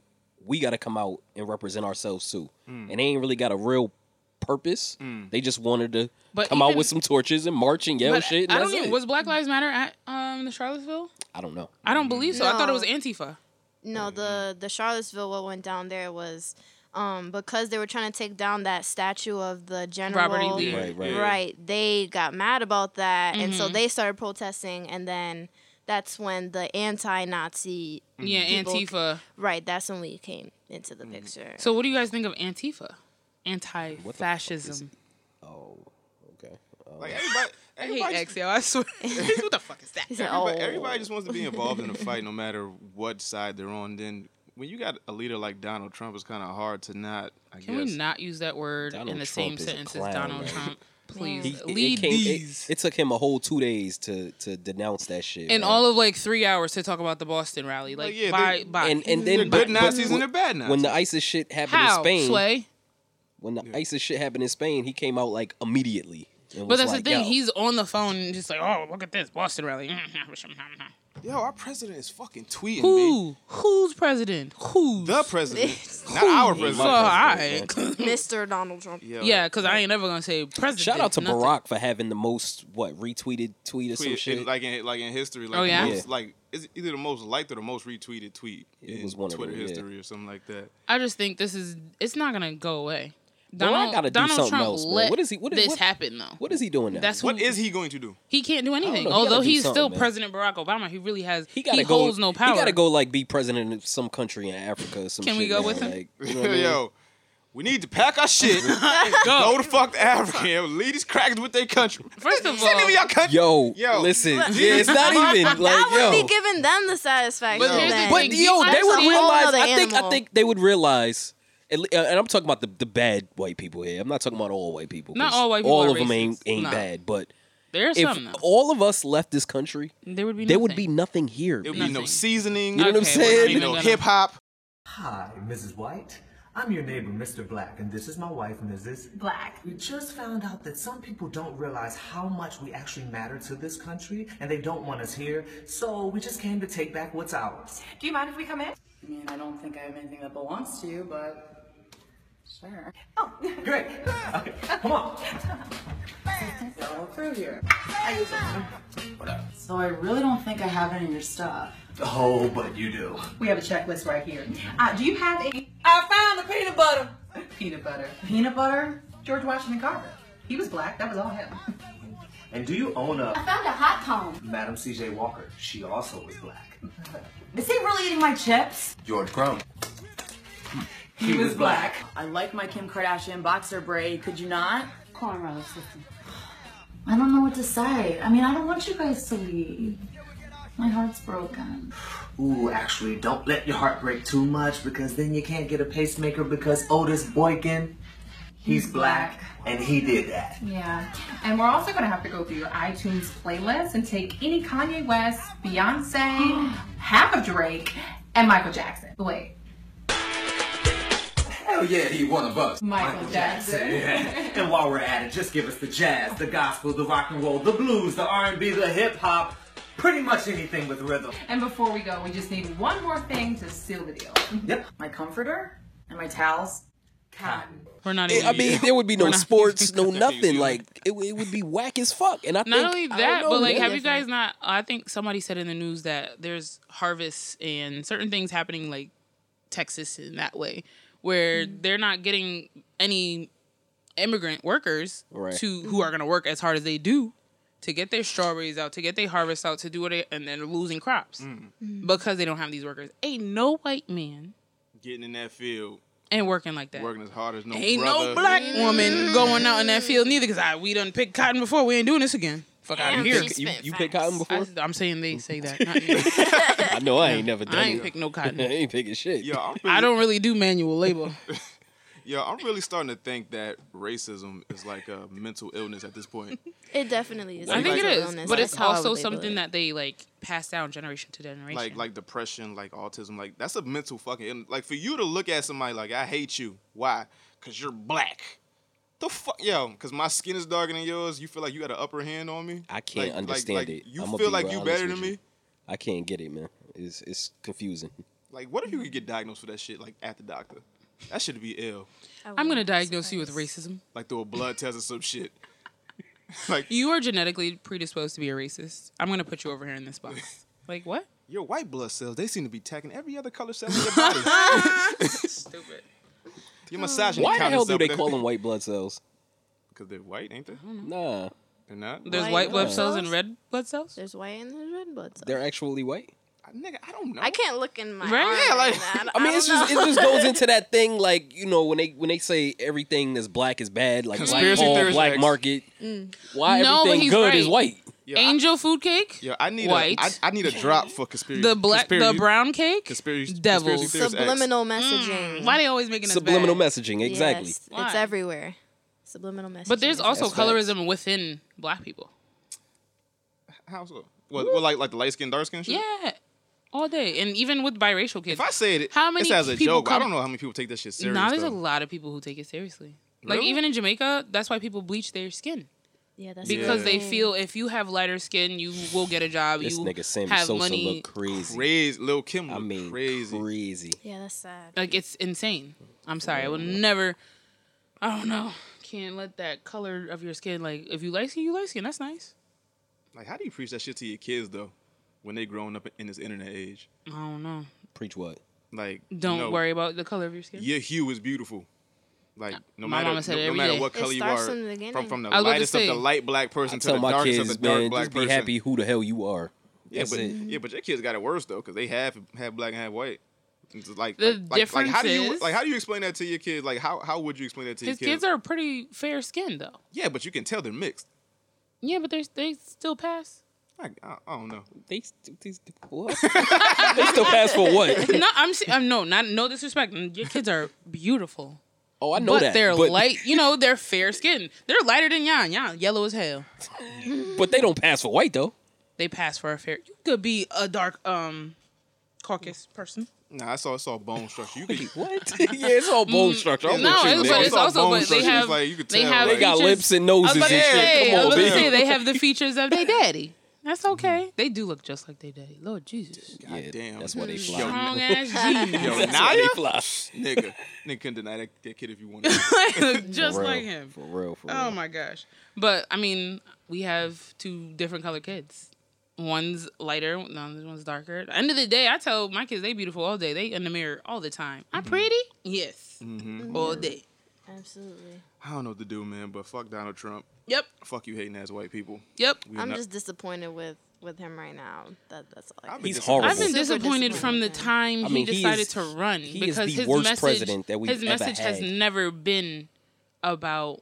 [SPEAKER 8] we got to come out and represent ourselves too.
[SPEAKER 7] Mm.
[SPEAKER 8] And they ain't really got a real purpose. They just wanted to
[SPEAKER 9] But
[SPEAKER 8] come out
[SPEAKER 9] even-
[SPEAKER 8] with some torches and march and yell
[SPEAKER 9] but
[SPEAKER 8] shit. And
[SPEAKER 9] I
[SPEAKER 8] that's
[SPEAKER 9] don't even,
[SPEAKER 8] it.
[SPEAKER 9] was Black Lives Matter at um the Charlottesville?
[SPEAKER 8] I don't know.
[SPEAKER 9] I don't believe so. I thought it
[SPEAKER 10] No.
[SPEAKER 9] was Antifa.
[SPEAKER 10] No,
[SPEAKER 8] mm-hmm.
[SPEAKER 10] the the Charlottesville what went down there was um, because they were trying to take down that statue of the general.
[SPEAKER 9] Robert E. Lee. Right, right.
[SPEAKER 10] Right, They got mad about that, and so
[SPEAKER 9] Mhm.
[SPEAKER 10] they started protesting, and then that's when the anti-Nazi.
[SPEAKER 9] Yeah,
[SPEAKER 10] people-
[SPEAKER 9] Antifa.
[SPEAKER 10] Right. That's when we came into
[SPEAKER 8] Mm-hmm.
[SPEAKER 10] the picture.
[SPEAKER 9] Mm-hmm. So, what do you guys think of Antifa? Anti-fascism.
[SPEAKER 8] Oh, okay.
[SPEAKER 7] Like everybody,
[SPEAKER 9] I
[SPEAKER 7] everybody
[SPEAKER 9] hate Oh. X, yo. I swear. what the fuck is that?
[SPEAKER 7] everybody, everybody just wants to be involved in a fight, no matter what side they're on. Then when you got a leader like Donald Trump, it's kind of hard to not. I
[SPEAKER 9] Can
[SPEAKER 7] guess.
[SPEAKER 9] we not use that word in
[SPEAKER 8] Donald
[SPEAKER 9] the
[SPEAKER 8] Trump
[SPEAKER 9] same
[SPEAKER 8] is a
[SPEAKER 9] sentence
[SPEAKER 8] clown,
[SPEAKER 9] as Donald
[SPEAKER 8] man.
[SPEAKER 9] Trump? Please
[SPEAKER 8] He- it-
[SPEAKER 9] lead
[SPEAKER 8] it, came- it-
[SPEAKER 9] these.
[SPEAKER 8] It, took him a whole two days to to denounce that shit.
[SPEAKER 9] In
[SPEAKER 8] man.
[SPEAKER 9] all of like three hours to talk about the Boston rally, like,
[SPEAKER 7] yeah,
[SPEAKER 9] bye,
[SPEAKER 7] they-
[SPEAKER 9] bye.
[SPEAKER 8] and and then
[SPEAKER 9] Bye.
[SPEAKER 8] but- but when- When the ISIS shit happened
[SPEAKER 9] How,
[SPEAKER 8] in Spain,
[SPEAKER 9] Sway?
[SPEAKER 8] when the ISIS shit happened in Spain, he came out like immediately. and
[SPEAKER 9] But
[SPEAKER 8] was
[SPEAKER 9] that's
[SPEAKER 8] like,
[SPEAKER 9] the thing.
[SPEAKER 8] "Yo."
[SPEAKER 9] He's on the phone and just like, oh, look at this Boston rally.
[SPEAKER 7] Yo, our president is fucking tweeting.
[SPEAKER 9] Who? Who's president? Who's
[SPEAKER 7] The president. Not our
[SPEAKER 9] Who's?
[SPEAKER 7] president.
[SPEAKER 9] So, all right.
[SPEAKER 10] Mr. Donald Trump.
[SPEAKER 9] Yeah, because I ain't never gonna say president.
[SPEAKER 8] Shout out to
[SPEAKER 9] nothing.
[SPEAKER 8] Barack for having the most what retweeted tweet or some
[SPEAKER 7] Tweet,
[SPEAKER 8] shit.
[SPEAKER 7] in, like in like in history, like
[SPEAKER 9] Oh,
[SPEAKER 7] the
[SPEAKER 9] yeah?
[SPEAKER 7] most,
[SPEAKER 8] Yeah.
[SPEAKER 7] like it's either the most liked or the most retweeted tweet
[SPEAKER 8] It
[SPEAKER 7] in
[SPEAKER 8] was one of
[SPEAKER 7] Twitter
[SPEAKER 8] them, yeah.
[SPEAKER 7] history or something like that.
[SPEAKER 9] I just think this is it's not gonna go away.
[SPEAKER 8] Barack
[SPEAKER 9] Donald,
[SPEAKER 8] gotta do
[SPEAKER 9] Donald
[SPEAKER 8] something
[SPEAKER 9] Trump
[SPEAKER 8] else, man.
[SPEAKER 9] let
[SPEAKER 8] What is he- what-
[SPEAKER 9] this
[SPEAKER 8] what-
[SPEAKER 9] happen though.
[SPEAKER 8] What is he doing now?
[SPEAKER 9] That's who-
[SPEAKER 7] What is he going to do?
[SPEAKER 9] He can't do anything.
[SPEAKER 8] know. He
[SPEAKER 9] Although
[SPEAKER 8] gotta do
[SPEAKER 9] he's still
[SPEAKER 8] something, man.
[SPEAKER 9] President Barack Obama, he really has he,
[SPEAKER 8] gotta go-
[SPEAKER 9] holds no power.
[SPEAKER 8] He gotta go like be president of some country in Africa. Or some
[SPEAKER 9] Can we
[SPEAKER 8] shit
[SPEAKER 9] go
[SPEAKER 8] now,
[SPEAKER 9] with him?
[SPEAKER 8] Like, you know what I mean?
[SPEAKER 7] Yo, we need to pack our shit, and go to fuck to Africa, and lead these crackers with their country.
[SPEAKER 9] First of
[SPEAKER 7] Send
[SPEAKER 9] all,
[SPEAKER 7] them your country.
[SPEAKER 8] Yo,
[SPEAKER 7] Yo.
[SPEAKER 8] listen, yeah, it's not even like
[SPEAKER 10] I would
[SPEAKER 8] yo.
[SPEAKER 10] be giving them the satisfaction.
[SPEAKER 9] But here's the
[SPEAKER 10] then.
[SPEAKER 9] thing,
[SPEAKER 8] But yo, they
[SPEAKER 10] That's
[SPEAKER 8] would
[SPEAKER 10] a whole
[SPEAKER 8] realize.
[SPEAKER 10] nother
[SPEAKER 8] I think. I
[SPEAKER 10] animal.
[SPEAKER 8] think they would realize. at le- And I'm talking about the, the bad white people here. I'm not talking about all white people. 'cause
[SPEAKER 9] Not all white people
[SPEAKER 8] All
[SPEAKER 9] are
[SPEAKER 8] of them ain't
[SPEAKER 9] racist.
[SPEAKER 8] ain't
[SPEAKER 9] No.
[SPEAKER 8] bad. But
[SPEAKER 9] There's
[SPEAKER 8] if
[SPEAKER 9] some though.
[SPEAKER 8] all of us left this country,
[SPEAKER 9] There would be
[SPEAKER 8] there would be
[SPEAKER 9] nothing.
[SPEAKER 8] nothing here.
[SPEAKER 7] It would
[SPEAKER 8] man.
[SPEAKER 7] be no
[SPEAKER 9] Nothing.
[SPEAKER 7] seasoning.
[SPEAKER 8] You know what I'm
[SPEAKER 9] Okay,
[SPEAKER 8] saying?
[SPEAKER 7] It
[SPEAKER 9] we're not
[SPEAKER 7] would be
[SPEAKER 9] even
[SPEAKER 7] no
[SPEAKER 9] gonna-
[SPEAKER 7] hip hop.
[SPEAKER 12] Hi, Mrs. White. I'm your neighbor, Mr. Black, and this is my wife, Mrs. Black. We just found out that some people don't realize how much we actually matter to this country, and they don't want us here, so we just came to take back what's ours.
[SPEAKER 13] Do you mind if we come in? I mean, I don't think I have anything that belongs to you, but sure. Oh,
[SPEAKER 12] Great. Okay, come on.
[SPEAKER 13] it's all through here. So I really don't think I have any of your stuff.
[SPEAKER 12] Oh, but you do.
[SPEAKER 13] We have a checklist right here. Uh, do you have any? I found the peanut butter. Peanut butter. Peanut butter. George Washington Carver. He was black. That was all him.
[SPEAKER 12] And do you own a
[SPEAKER 13] found a hot comb.
[SPEAKER 12] Madam C.J. Walker? She also was black.
[SPEAKER 13] Is he really eating my chips?
[SPEAKER 12] George Crumb.
[SPEAKER 13] He was black. I like my Kim Kardashian boxer braid. Could you not? Cornrows. I don't know what to say. I mean, I don't want you guys to leave. My heart's broken.
[SPEAKER 12] Ooh, actually, don't let your heart break too much because then you can't get a pacemaker because Otis Boykin, he's black and he did that.
[SPEAKER 13] Yeah. And we're also going to have to go through your iTunes playlist and take any Kanye West, Beyonce, half of Drake, and Michael Jackson. Wait.
[SPEAKER 12] Hell yeah, he one of us.
[SPEAKER 13] Michael Jackson.
[SPEAKER 12] Yeah. and while we're at it, just give us the jazz, the gospel, the rock and roll, the blues, the R&B, the hip hop, pretty much anything with rhythm.
[SPEAKER 13] And before we go, we just need one more thing to seal the deal.
[SPEAKER 12] Yep.
[SPEAKER 13] My comforter and my towels. Cotton.
[SPEAKER 9] We're not
[SPEAKER 8] It-
[SPEAKER 9] even.
[SPEAKER 8] I mean, there would be no
[SPEAKER 9] We're not-
[SPEAKER 8] sports, no nothing. Like it, w- it would be whack as fuck. And I
[SPEAKER 9] Not
[SPEAKER 8] think,
[SPEAKER 9] only
[SPEAKER 8] I don't
[SPEAKER 9] that,
[SPEAKER 8] know,
[SPEAKER 9] but like,
[SPEAKER 8] man.
[SPEAKER 9] have you guys not? I think somebody said in the news that there's harvests and certain things happening, like Texas in that way, where
[SPEAKER 8] Mm.
[SPEAKER 9] they're not getting any immigrant workers
[SPEAKER 8] Right.
[SPEAKER 9] to who are going to work as hard as they do to get their strawberries out, to get their harvest out, to do what they, and they're losing crops
[SPEAKER 8] Mm.
[SPEAKER 9] because they don't have these workers. Ain't no white man
[SPEAKER 7] Getting in that field,
[SPEAKER 9] and working like that.
[SPEAKER 7] working as hard as no
[SPEAKER 9] Ain't
[SPEAKER 7] brother.
[SPEAKER 9] no black woman going out in that field neither because I we done picked cotton before. We ain't doing this again. Fuck out
[SPEAKER 10] Damn,
[SPEAKER 9] of here.
[SPEAKER 10] she
[SPEAKER 8] you,
[SPEAKER 10] spit
[SPEAKER 8] you pick cotton before?
[SPEAKER 9] I, am saying they say that. not me.
[SPEAKER 8] I know I ain't never done
[SPEAKER 9] I ain't
[SPEAKER 8] it.
[SPEAKER 9] pick no
[SPEAKER 8] I
[SPEAKER 9] cotton.
[SPEAKER 8] ain't picking shit.
[SPEAKER 7] Yo, I'm really,
[SPEAKER 9] I don't really do manual labor.
[SPEAKER 7] Yo, I'm really starting to think that racism is like a mental illness at this point.
[SPEAKER 10] It definitely is.
[SPEAKER 9] I think it
[SPEAKER 10] mental
[SPEAKER 9] is,
[SPEAKER 10] illness.
[SPEAKER 9] but
[SPEAKER 10] That's
[SPEAKER 9] it's
[SPEAKER 10] how
[SPEAKER 9] also
[SPEAKER 10] they do
[SPEAKER 9] something
[SPEAKER 10] it.
[SPEAKER 9] that they like pass down generation to generation.
[SPEAKER 7] like like depression, like autism, like that's a mental fucking ill- like for you to look at somebody like I hate you. Why? Cause you're black. The fuck, yo. Cause my skin is darker than yours. You feel like you got an upper hand on me.
[SPEAKER 8] I can't
[SPEAKER 7] Like- like-
[SPEAKER 8] understand
[SPEAKER 7] like,
[SPEAKER 8] it.
[SPEAKER 7] You
[SPEAKER 8] I'ma
[SPEAKER 7] feel
[SPEAKER 8] be
[SPEAKER 7] like
[SPEAKER 8] real
[SPEAKER 7] you
[SPEAKER 8] honest
[SPEAKER 7] better
[SPEAKER 8] with
[SPEAKER 7] than
[SPEAKER 8] you.
[SPEAKER 7] me.
[SPEAKER 8] I can't get it, man. It's it's confusing.
[SPEAKER 7] Like, what if you could get diagnosed with that shit like at the doctor? That should be ill.
[SPEAKER 9] I'm gonna diagnose you with racism.
[SPEAKER 7] Like through a blood test or some shit. Like
[SPEAKER 9] You are genetically predisposed to be a racist. I'm gonna put you over here in this box. Like what?
[SPEAKER 7] your white blood cells, they seem to be attacking every other color cell in your body.
[SPEAKER 9] Stupid.
[SPEAKER 7] Your misogyny
[SPEAKER 8] Why the
[SPEAKER 7] counters
[SPEAKER 8] hell do
[SPEAKER 7] up
[SPEAKER 8] they
[SPEAKER 7] with
[SPEAKER 8] call
[SPEAKER 7] that-
[SPEAKER 8] them white blood cells?
[SPEAKER 7] Cause they're white, ain't they?
[SPEAKER 8] Nah,
[SPEAKER 7] They're not.
[SPEAKER 9] There's
[SPEAKER 10] White
[SPEAKER 9] white, blood
[SPEAKER 10] blood
[SPEAKER 9] cells and
[SPEAKER 10] cells?
[SPEAKER 9] red blood cells.
[SPEAKER 10] There's white and there's red blood cells.
[SPEAKER 8] they're actually white.
[SPEAKER 7] Nigga, I don't know.
[SPEAKER 10] I can't look in my
[SPEAKER 9] Right?
[SPEAKER 10] arm
[SPEAKER 9] Yeah,
[SPEAKER 7] like-
[SPEAKER 10] man.
[SPEAKER 8] I mean,
[SPEAKER 10] don't
[SPEAKER 8] it's just
[SPEAKER 10] know.
[SPEAKER 8] it just goes into that thing like you know when they when they say everything that's black is bad, like black
[SPEAKER 7] Conspiracy
[SPEAKER 8] all
[SPEAKER 7] theories,
[SPEAKER 8] black
[SPEAKER 7] Lex.
[SPEAKER 8] market. Why
[SPEAKER 9] Mm. No, but
[SPEAKER 8] everything
[SPEAKER 9] he's
[SPEAKER 8] good
[SPEAKER 9] right.
[SPEAKER 8] is white?
[SPEAKER 7] Yo, I-
[SPEAKER 9] Angel food cake.
[SPEAKER 7] Yo, I need
[SPEAKER 9] White.
[SPEAKER 7] a I, I need a drop for conspiracy.
[SPEAKER 9] the black, the
[SPEAKER 7] conspiracy-
[SPEAKER 9] brown cake.
[SPEAKER 7] Conspiracy,
[SPEAKER 9] Devils.
[SPEAKER 7] conspiracy theorist X.
[SPEAKER 10] subliminal messaging.
[SPEAKER 9] Mm. Why they always making us
[SPEAKER 8] Subliminal
[SPEAKER 9] bad?
[SPEAKER 8] messaging, exactly.
[SPEAKER 10] Yes,
[SPEAKER 9] Why?
[SPEAKER 10] it's everywhere. Subliminal messaging.
[SPEAKER 9] But there's
[SPEAKER 10] is
[SPEAKER 9] also
[SPEAKER 8] That's facts.
[SPEAKER 9] colorism within black people.
[SPEAKER 7] How so? What, what like like the light skin, dark skin shit?
[SPEAKER 9] Yeah, all day, and even with biracial
[SPEAKER 7] If
[SPEAKER 9] kids.
[SPEAKER 7] I say it,
[SPEAKER 9] How many
[SPEAKER 7] it's as a
[SPEAKER 9] people
[SPEAKER 7] joke. I
[SPEAKER 9] come-
[SPEAKER 7] don't know how many people take that shit serious.
[SPEAKER 9] now there's a
[SPEAKER 7] though.
[SPEAKER 9] lot of people who take it seriously. Like
[SPEAKER 7] Really?
[SPEAKER 9] even in Jamaica, that's why people bleach their skin
[SPEAKER 10] Yeah, that's
[SPEAKER 9] because
[SPEAKER 10] the
[SPEAKER 9] they
[SPEAKER 10] thing.
[SPEAKER 9] feel if you have lighter skin, you will get a job.
[SPEAKER 8] This
[SPEAKER 9] you
[SPEAKER 8] nigga Sammy
[SPEAKER 9] have
[SPEAKER 8] Sosa
[SPEAKER 9] money.
[SPEAKER 8] look crazy.
[SPEAKER 7] Crazy. Lil Kim
[SPEAKER 8] I mean, crazy. crazy.
[SPEAKER 10] Yeah, that's sad.
[SPEAKER 9] Like it's insane. I'm sorry. I will never. I don't know. Can't let that color of your skin. Like if you light skin, you light skin. That's nice.
[SPEAKER 7] Like, how do you preach that shit to your kids though, when they growing up in this internet age?
[SPEAKER 9] I don't know.
[SPEAKER 8] Preach what?
[SPEAKER 7] Like,
[SPEAKER 9] Don't
[SPEAKER 7] no,
[SPEAKER 9] worry about the color of your skin.
[SPEAKER 7] Your hue is beautiful. Like, no
[SPEAKER 9] My
[SPEAKER 7] matter
[SPEAKER 9] mama said
[SPEAKER 7] no,
[SPEAKER 9] it
[SPEAKER 7] no
[SPEAKER 9] every
[SPEAKER 7] matter
[SPEAKER 9] day.
[SPEAKER 7] what
[SPEAKER 9] It
[SPEAKER 7] color you
[SPEAKER 9] starts
[SPEAKER 7] are,
[SPEAKER 9] from the beginning.
[SPEAKER 7] from from the
[SPEAKER 9] I was about to
[SPEAKER 7] lightest of
[SPEAKER 9] say.
[SPEAKER 7] the light black person
[SPEAKER 8] I
[SPEAKER 7] to the
[SPEAKER 8] tell my
[SPEAKER 7] darkest of the
[SPEAKER 8] kids,
[SPEAKER 7] dark
[SPEAKER 8] man,
[SPEAKER 7] black
[SPEAKER 8] just be
[SPEAKER 7] person.
[SPEAKER 8] happy who the hell you are.
[SPEAKER 7] Yeah,
[SPEAKER 8] That's
[SPEAKER 7] but
[SPEAKER 8] it.
[SPEAKER 7] yeah, but your kids got it worse though, because they have have black and have white. It's just like,
[SPEAKER 9] The
[SPEAKER 7] like, like, like, how do
[SPEAKER 9] difference
[SPEAKER 7] you
[SPEAKER 9] is-
[SPEAKER 7] like how do you explain that to your kids? Like how how would you explain that to
[SPEAKER 9] His
[SPEAKER 7] your kids?
[SPEAKER 9] kids are pretty fair skinned though.
[SPEAKER 7] yeah, but you can tell they're mixed.
[SPEAKER 9] Yeah, but they they still pass.
[SPEAKER 7] I, I, I don't know.
[SPEAKER 8] They, they, what? they still pass for what?
[SPEAKER 9] no, I'm, se- I'm no, not no disrespect. Your kids are beautiful.
[SPEAKER 8] Oh, I know
[SPEAKER 9] but
[SPEAKER 8] that,
[SPEAKER 9] they're
[SPEAKER 8] but-
[SPEAKER 9] light. You know, they're fair skinned. They're lighter than Yon. Yon yellow as hell.
[SPEAKER 8] But they don't pass for white though.
[SPEAKER 9] They pass for a fair. You could be a dark um, caucus person.
[SPEAKER 7] Nah, I saw it's all bone structure. You could
[SPEAKER 8] what? yeah, it's all bone structure. I'm
[SPEAKER 9] Mm. No,
[SPEAKER 8] with you,
[SPEAKER 9] it's-
[SPEAKER 8] nigga.
[SPEAKER 9] but it's also
[SPEAKER 7] bone
[SPEAKER 9] but they
[SPEAKER 7] structure.
[SPEAKER 9] have
[SPEAKER 7] It's like, you could
[SPEAKER 9] they
[SPEAKER 7] tell,
[SPEAKER 9] have
[SPEAKER 7] like- They got
[SPEAKER 9] features-
[SPEAKER 7] lips and noses
[SPEAKER 9] I was about
[SPEAKER 7] and
[SPEAKER 9] to
[SPEAKER 7] shit.
[SPEAKER 9] say,
[SPEAKER 7] Come
[SPEAKER 9] I was
[SPEAKER 7] on,
[SPEAKER 9] about to
[SPEAKER 7] man.
[SPEAKER 9] say they have the features of their daddy. That's okay. They do look just like their daddy. Lord Jesus.
[SPEAKER 7] God damn.
[SPEAKER 8] That's why they fly.
[SPEAKER 9] Strong ass jeans.
[SPEAKER 7] Yo,
[SPEAKER 8] That's
[SPEAKER 7] now
[SPEAKER 8] why they
[SPEAKER 7] you
[SPEAKER 8] fly.
[SPEAKER 7] Nigga. Nigga couldn't deny that, that kid if you wanted.
[SPEAKER 9] look just
[SPEAKER 7] real,
[SPEAKER 9] like him.
[SPEAKER 8] For real, for
[SPEAKER 9] Oh my gosh. But I mean, we have two different colored kids. One's lighter, the other one's darker. At the end of the day, I tell my kids they beautiful all day. They in the mirror all the time.
[SPEAKER 8] Mm-hmm.
[SPEAKER 9] I'm pretty? Yes.
[SPEAKER 7] Mhm.
[SPEAKER 9] All day.
[SPEAKER 10] Absolutely.
[SPEAKER 7] I don't know what to do, man, but fuck Donald Trump.
[SPEAKER 9] Yep.
[SPEAKER 7] Fuck you hating ass white people. We
[SPEAKER 10] I'm
[SPEAKER 7] not-
[SPEAKER 10] just disappointed with with him right now. That that's all. I can
[SPEAKER 7] He's
[SPEAKER 10] say.
[SPEAKER 7] horrible.
[SPEAKER 9] I've been
[SPEAKER 10] Super
[SPEAKER 9] disappointed from the time
[SPEAKER 8] I mean,
[SPEAKER 9] he
[SPEAKER 8] he
[SPEAKER 9] decided
[SPEAKER 8] is-
[SPEAKER 9] to run
[SPEAKER 8] he is
[SPEAKER 9] because
[SPEAKER 8] the
[SPEAKER 9] his
[SPEAKER 8] worst
[SPEAKER 9] message,
[SPEAKER 8] president that we've
[SPEAKER 9] his
[SPEAKER 8] ever
[SPEAKER 9] message has
[SPEAKER 8] had.
[SPEAKER 9] never been about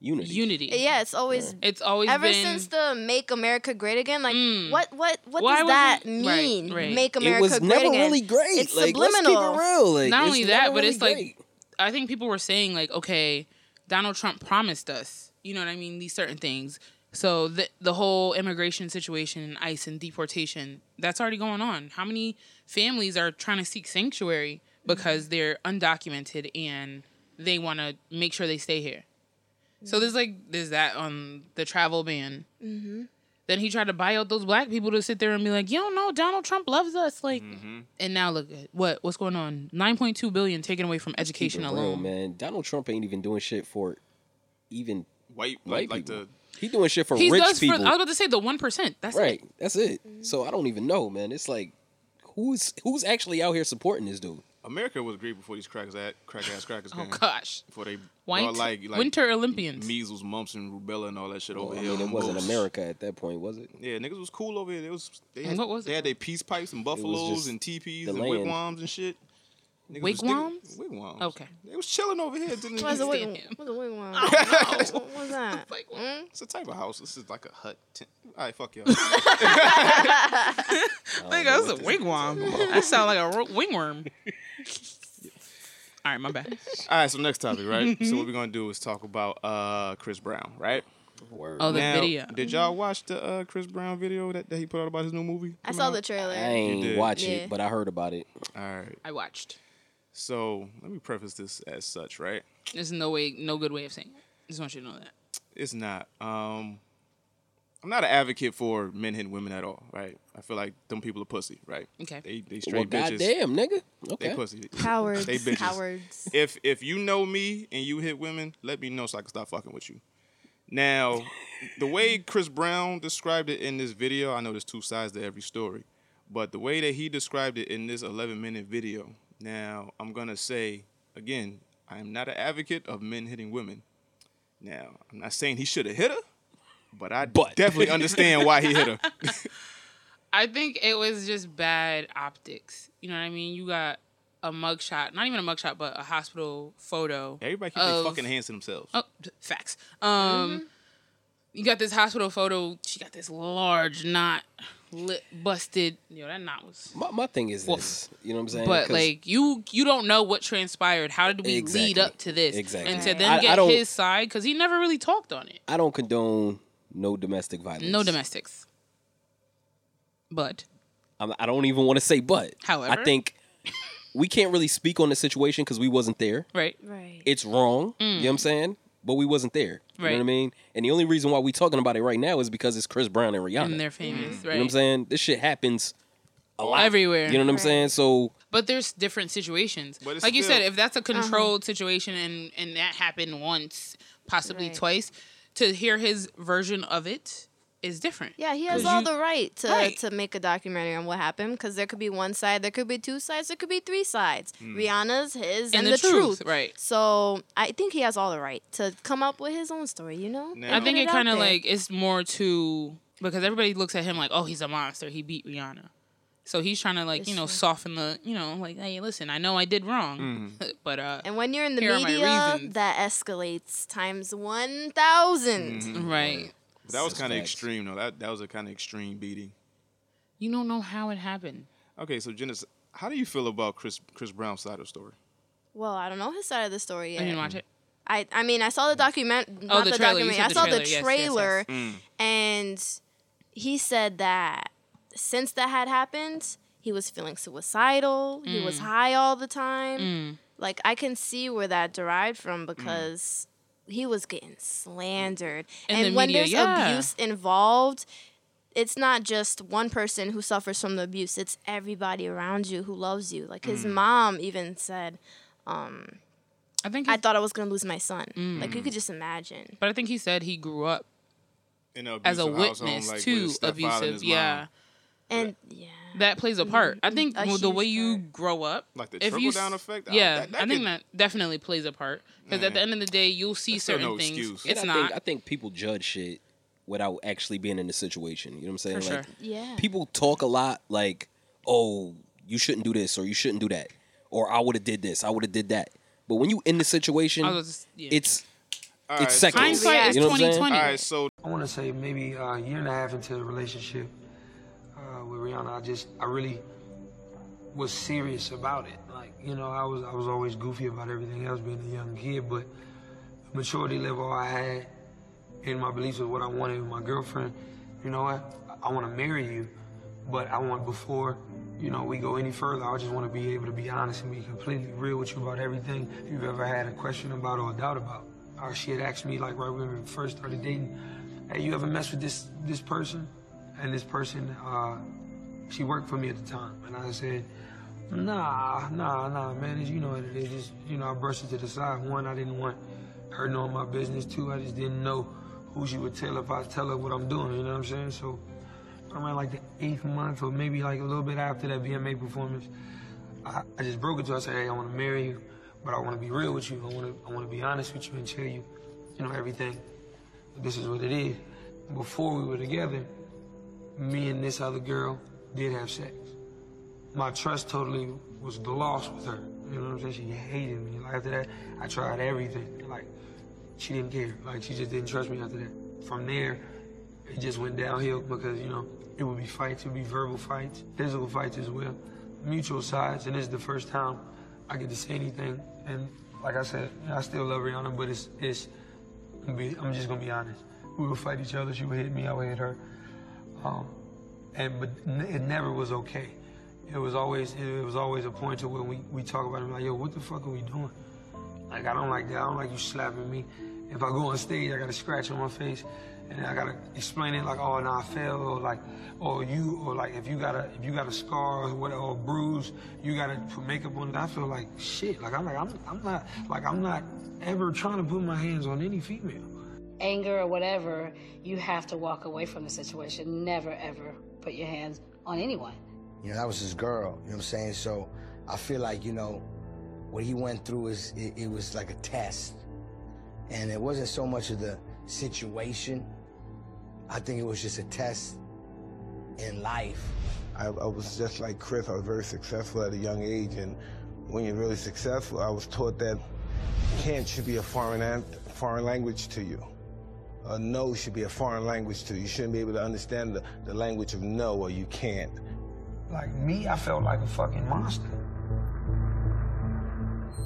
[SPEAKER 8] unity.
[SPEAKER 9] unity.
[SPEAKER 10] Yeah, it's always
[SPEAKER 9] it's always
[SPEAKER 10] ever
[SPEAKER 9] been, Mm.
[SPEAKER 10] since the "Make America Great Again." Like, what, what, what
[SPEAKER 9] Why
[SPEAKER 10] does
[SPEAKER 9] was
[SPEAKER 10] that
[SPEAKER 9] it- right,
[SPEAKER 10] mean?
[SPEAKER 9] right.
[SPEAKER 10] Make
[SPEAKER 9] It
[SPEAKER 10] America
[SPEAKER 9] was
[SPEAKER 10] Great
[SPEAKER 9] never
[SPEAKER 10] Again.
[SPEAKER 9] really
[SPEAKER 8] great.
[SPEAKER 10] It's
[SPEAKER 8] Like, let's keep it
[SPEAKER 10] subliminal.
[SPEAKER 8] real. Like,
[SPEAKER 9] not
[SPEAKER 8] it's
[SPEAKER 9] only
[SPEAKER 8] not
[SPEAKER 9] that, but
[SPEAKER 8] really
[SPEAKER 9] it's like I think people were saying like, okay, Donald Trump promised us, you know what I mean, these certain things. So the the whole immigration situation and ICE and deportation that's already going on. How many families are trying to seek sanctuary because they're undocumented and they want to make sure they stay here? So there's like there's that on the travel ban.
[SPEAKER 10] Mm-hmm.
[SPEAKER 9] Then he tried to buy out those black people to sit there and be like, "You don't know, Donald Trump loves us." Like, and now look at what what's going on. Nine point two billion taken away from education
[SPEAKER 8] Keep it real,
[SPEAKER 9] alone.
[SPEAKER 8] man. Donald Trump ain't even doing shit for even
[SPEAKER 7] white
[SPEAKER 8] white
[SPEAKER 7] like
[SPEAKER 8] people.
[SPEAKER 7] the-
[SPEAKER 8] he doing shit for
[SPEAKER 9] he
[SPEAKER 8] rich
[SPEAKER 9] does
[SPEAKER 8] people.
[SPEAKER 9] For, I was about to say the one percent. That's
[SPEAKER 8] right,
[SPEAKER 9] it.
[SPEAKER 8] that's it. So I don't even know, man. It's like who's who's actually out here supporting this dude?
[SPEAKER 7] America was great before these crackers at crack ass crackers
[SPEAKER 9] Oh
[SPEAKER 7] came.
[SPEAKER 9] gosh.
[SPEAKER 7] Before they
[SPEAKER 9] White
[SPEAKER 7] brought, like, like
[SPEAKER 9] Winter Olympians.
[SPEAKER 7] measles, mumps, and rubella and all that shit
[SPEAKER 8] Well,
[SPEAKER 7] over
[SPEAKER 8] I
[SPEAKER 7] here.
[SPEAKER 8] mean, it
[SPEAKER 7] on
[SPEAKER 8] wasn't
[SPEAKER 7] boats.
[SPEAKER 8] America at that point, was it?
[SPEAKER 7] Yeah, niggas was cool over here. They was they had,
[SPEAKER 9] What was
[SPEAKER 7] they had their peace pipes and buffaloes
[SPEAKER 8] just
[SPEAKER 7] and teepees
[SPEAKER 8] the
[SPEAKER 7] and
[SPEAKER 8] land.
[SPEAKER 7] wigwams and shit. Niggas was-
[SPEAKER 9] Wigwams?
[SPEAKER 7] niggas- wigwams.
[SPEAKER 9] Okay.
[SPEAKER 7] They was chilling over here. Didn't
[SPEAKER 10] What's a
[SPEAKER 7] even-
[SPEAKER 10] wigwam? What's a wigwam? What was that?
[SPEAKER 7] It's a type of house. This is like a hut. Tent. All right, fuck y'all.
[SPEAKER 9] Nigga, that's a wigwam. that sound like a ro- wingworm. All right, my bad.
[SPEAKER 7] All right, so next topic, right? so
[SPEAKER 9] Mm-hmm.
[SPEAKER 7] what we're gonna do is talk about uh Chris Brown, right?
[SPEAKER 9] Oh, the video.
[SPEAKER 7] Did y'all watch the uh, Chris Brown video that, that he put out about his new movie?
[SPEAKER 10] I
[SPEAKER 7] coming
[SPEAKER 10] saw
[SPEAKER 7] out?
[SPEAKER 10] the trailer.
[SPEAKER 8] I ain't
[SPEAKER 7] did.
[SPEAKER 8] watch
[SPEAKER 10] Yeah.
[SPEAKER 8] it, but I heard about it.
[SPEAKER 7] All right.
[SPEAKER 9] I watched.
[SPEAKER 7] So let me preface this as such, right?
[SPEAKER 9] There's no way, no good way of saying. It. Just want you to know that.
[SPEAKER 7] It's not. Um, I'm not an advocate for men hitting women at all, right? I feel like them people are pussy, right?
[SPEAKER 9] Okay.
[SPEAKER 7] They they
[SPEAKER 8] well,
[SPEAKER 7] straight bitches.
[SPEAKER 8] goddamn, nigga. Okay.
[SPEAKER 7] They pussy.
[SPEAKER 10] Cowards.
[SPEAKER 7] They bitches.
[SPEAKER 10] Cowards.
[SPEAKER 7] If if you know me and you hit women, let me know so I can stop fucking with you. Now, the way Chris Brown described it in this video, I know there's two sides to every story, but the way that he described it in this 11 minute video, now I'm gonna say again, I am not an advocate of men hitting women. Now, I'm not saying he should have hit her, but I definitely understand why he hit her.
[SPEAKER 9] I think it was just bad optics. You know what I mean? You got a mugshot, not even a mugshot, but a hospital photo.
[SPEAKER 7] Everybody keep their
[SPEAKER 9] of-
[SPEAKER 7] fucking hands to themselves.
[SPEAKER 9] Oh, d- facts.
[SPEAKER 8] Mm-hmm.
[SPEAKER 9] Um, you got this hospital photo. She got this large knot, lit, busted. Yo, that knot was.
[SPEAKER 8] My, my thing is this. You know what I'm saying?
[SPEAKER 9] But
[SPEAKER 8] 'Cause-
[SPEAKER 9] like you, you don't know what transpired. How did we lead
[SPEAKER 8] Exactly.
[SPEAKER 9] up to this?
[SPEAKER 8] Exactly.
[SPEAKER 9] And to
[SPEAKER 8] I-
[SPEAKER 9] then
[SPEAKER 8] I
[SPEAKER 9] get
[SPEAKER 8] don't-
[SPEAKER 9] his side because he never really talked on it.
[SPEAKER 8] I don't condone no domestic violence.
[SPEAKER 9] No domestics. But
[SPEAKER 8] I'm, I don't even want to say but.
[SPEAKER 9] However.
[SPEAKER 8] I think we can't really speak on the situation because we wasn't there.
[SPEAKER 9] right,
[SPEAKER 10] right.
[SPEAKER 8] It's wrong.
[SPEAKER 9] Mm.
[SPEAKER 8] You know what I'm saying? but we wasn't there. You know what I
[SPEAKER 9] Right.
[SPEAKER 8] mean? And the only reason why we talking about it right now is because it's Chris Brown and Rihanna.
[SPEAKER 9] and they're famous,
[SPEAKER 8] Mm. You
[SPEAKER 9] right?
[SPEAKER 8] know what I'm saying? This shit happens a lot.
[SPEAKER 9] Everywhere.
[SPEAKER 8] You know what I'm
[SPEAKER 9] Right.
[SPEAKER 8] saying? So
[SPEAKER 9] But there's different situations.
[SPEAKER 8] it's
[SPEAKER 9] like you
[SPEAKER 8] still-
[SPEAKER 9] said, if that's a
[SPEAKER 8] Uh-huh.
[SPEAKER 9] controlled situation and and that happened once, possibly
[SPEAKER 10] Right.
[SPEAKER 9] twice, to hear his version of it is different.
[SPEAKER 10] Yeah, he has
[SPEAKER 9] 'Cause
[SPEAKER 10] all
[SPEAKER 9] you-
[SPEAKER 10] the right to
[SPEAKER 9] Right.
[SPEAKER 10] to make a documentary on what happened because there could be one side, there could be two sides, there could be three sides.
[SPEAKER 9] Mm.
[SPEAKER 10] Rihanna's, his,
[SPEAKER 9] And
[SPEAKER 10] and, the,
[SPEAKER 9] the
[SPEAKER 10] truth.
[SPEAKER 9] truth, right.
[SPEAKER 10] So I think he has all the right to come up with his own story. You know,
[SPEAKER 9] I think
[SPEAKER 10] Put
[SPEAKER 9] it
[SPEAKER 10] out
[SPEAKER 9] kind of
[SPEAKER 10] there.
[SPEAKER 9] like it's more to because everybody looks at him like, oh, he's a monster. He beat Rihanna, so he's trying to like you know soften the you know like hey, listen, I know I did wrong,
[SPEAKER 7] Mm.
[SPEAKER 9] but uh,
[SPEAKER 10] And when you're in the
[SPEAKER 9] here are my
[SPEAKER 10] media,
[SPEAKER 9] reasons.
[SPEAKER 10] that escalates times one thousand.
[SPEAKER 9] Mm-hmm. right.
[SPEAKER 7] That was
[SPEAKER 9] Such
[SPEAKER 7] kind of
[SPEAKER 9] facts.
[SPEAKER 7] extreme, though. That that was a kind of extreme beating.
[SPEAKER 9] you don't know how it happened.
[SPEAKER 7] Okay, so Janice, how do you feel about Chris Chris Brown's side of the story?
[SPEAKER 10] Well, I don't know his side of the story
[SPEAKER 9] I
[SPEAKER 10] yet.
[SPEAKER 9] didn't watch it.
[SPEAKER 10] I, I mean, I saw the document.
[SPEAKER 9] Oh,
[SPEAKER 10] not
[SPEAKER 9] the
[SPEAKER 10] the,
[SPEAKER 9] trailer. You
[SPEAKER 10] documentary.
[SPEAKER 9] said
[SPEAKER 10] I
[SPEAKER 9] the
[SPEAKER 10] saw the
[SPEAKER 9] trailer. Yes, Mm. yes, yes.
[SPEAKER 10] trailer, and he said that since that had happened, he was feeling suicidal. He was
[SPEAKER 9] Mm.
[SPEAKER 10] high all the time.
[SPEAKER 9] Mm.
[SPEAKER 10] Like I can see where that derived from because he was getting slandered,
[SPEAKER 9] In
[SPEAKER 10] and
[SPEAKER 9] the
[SPEAKER 10] when
[SPEAKER 9] media,
[SPEAKER 10] there's
[SPEAKER 9] yeah.
[SPEAKER 10] abuse involved. It's not just one person who suffers from the abuse. It's everybody around you who loves you. Like his
[SPEAKER 9] Mm.
[SPEAKER 10] mom even said, um,
[SPEAKER 9] I think
[SPEAKER 10] I thought I was gonna lose my son. Like you
[SPEAKER 9] Mm.
[SPEAKER 10] could just imagine.
[SPEAKER 9] But I think he said he grew up
[SPEAKER 7] In a
[SPEAKER 9] as a
[SPEAKER 7] abusive household,
[SPEAKER 9] witness
[SPEAKER 7] like, with
[SPEAKER 9] to
[SPEAKER 7] his stepfather and
[SPEAKER 9] abusive.
[SPEAKER 7] his
[SPEAKER 9] Yeah,
[SPEAKER 7] mom.
[SPEAKER 10] and yeah,
[SPEAKER 9] that plays a part. I think
[SPEAKER 7] A
[SPEAKER 9] well, the
[SPEAKER 7] huge
[SPEAKER 9] way you grow up,
[SPEAKER 7] Like the
[SPEAKER 9] if you
[SPEAKER 7] trickle-down
[SPEAKER 9] s-
[SPEAKER 7] effect? I-
[SPEAKER 9] Yeah,
[SPEAKER 7] that- that
[SPEAKER 9] I think
[SPEAKER 7] could-
[SPEAKER 9] that definitely plays a part because
[SPEAKER 7] Yeah.
[SPEAKER 9] at the end of the day, you'll see certain things. It's
[SPEAKER 8] And I
[SPEAKER 9] not.
[SPEAKER 8] Think, I think people judge shit without actually being in the situation. You know what I'm saying?
[SPEAKER 9] For
[SPEAKER 8] like,
[SPEAKER 9] sure. Yeah.
[SPEAKER 8] People talk a lot like, "Oh, you shouldn't do this," or "You shouldn't do that," or "I would have did this," "I would have did that." But when you in the situation,
[SPEAKER 9] I was just- yeah.
[SPEAKER 8] it's
[SPEAKER 7] All
[SPEAKER 8] it's
[SPEAKER 7] right, so-
[SPEAKER 8] seconds. you know what I'm saying?
[SPEAKER 7] so
[SPEAKER 14] I want to say maybe uh, a year and a half into the relationship uh, with Rihanna, I just I really was serious about it. Like you know, I was I was always goofy about everything else being a young kid, but maturity level I had in my beliefs of what I wanted with my girlfriend. You know what? I want to marry you, but I want before you know we go any further, I just want to be able to be honest and be completely real with you about everything you've ever had a question about or a doubt about. Or she had asked me like right when we first started dating, "Hey, you ever mess with this this person?" And this person, uh, she worked for me at the time, and I said, "Nah, nah, nah, man. You know what it is. Just, you know, I brushed it to the side. One, I didn't want her knowing my business. Two, I just didn't know who she would tell if I tell her what I'm doing. You know what I'm saying? So, around like the eighth month, or maybe like a little bit after that VMA performance, I, I just broke it to her. I said, "Hey, I want to marry you, but I want to be real with you. I want to, I want to be honest with you and tell you, you know, everything. This is what it is." Before we were together, me and this other girl did have sex. My trust totally was lost with her. You know what I'm saying? She hated me. Like after that, I tried everything. Like she didn't care. Like she just didn't trust me after that. From there, it just went downhill because you know it would be fights, it would be verbal fights, physical fights as well, mutual sides. And this is the first time I get to say anything. And like I said, I still love Rihanna, but it's it's. I'm be- I'm just gonna be honest. We would fight each other. She would hit me. I would hit her. Um, and but n- it never was okay. It was always it was always a point to when we, we talk about it like, yo, what the fuck are we doing? Like I don't like that. I don't like you slapping me. If I go on stage, I got a scratch on my face, and I gotta explain it like, oh, no, I fell, or like, or you, or like if you got a if you got a scar or whatever, or a bruise, you gotta put makeup on it. I feel like shit. Like I'm like I'm I'm not like I'm not ever trying to put my hands on any female.
[SPEAKER 15] anger or whatever, you have to walk away from the situation. Never, ever put your hands on anyone.
[SPEAKER 16] You know, that was his girl. You know what I'm saying? So I feel like, you know, what he went through is it, it was like a test. And it wasn't so much of the situation. I think it was just a test in life.
[SPEAKER 17] I, I was just like Chris. I was very successful at a young age, and when you're really successful, I was taught that can't should be a foreign an- foreign language to you. A no should be a foreign language to you. You shouldn't be able to understand the, the language of no or you can't.
[SPEAKER 14] Like me, I felt like a fucking monster.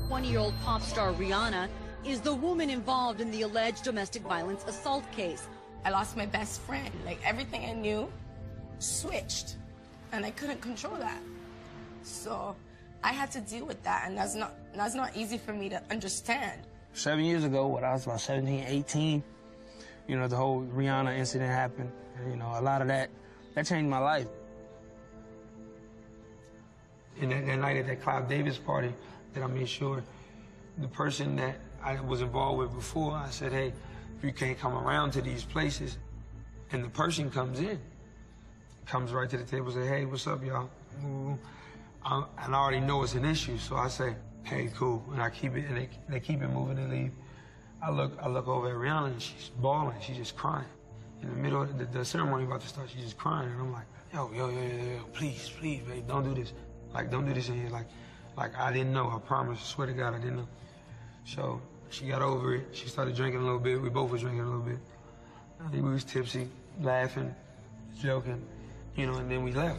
[SPEAKER 18] 20 year old pop star Rihanna is the woman involved in the alleged domestic violence assault case.
[SPEAKER 19] I lost my best friend. Like everything I knew switched, and I couldn't control that. So I had to deal with that, and that's not that's not easy for me to understand.
[SPEAKER 14] seven years ago, when I was about 17, 18, you know, the whole Rihanna incident happened. And, you know, a lot of that, that changed my life. And that, that night at that Clive Davis party, that I made sure the person that I was involved with before, I said, hey, you can't come around to these places. And the person comes in, comes right to the table, say, hey, what's up, y'all? Ooh. I, and I already know it's an issue, so I say, hey, cool. And I keep it, and they, they keep it moving and leave. I look, I look over at Rihanna, and she's bawling. She's just crying. In the middle of the, the ceremony about to start, she's just crying, and I'm like, yo, yo, yo, yo, yo, please, please, babe, don't do this. Like, don't do this in here. Like, like I didn't know. I promise. I swear to God, I didn't know. So she got over it. She started drinking a little bit. We both were drinking a little bit. I think we was tipsy, laughing, joking, you know, and then we left.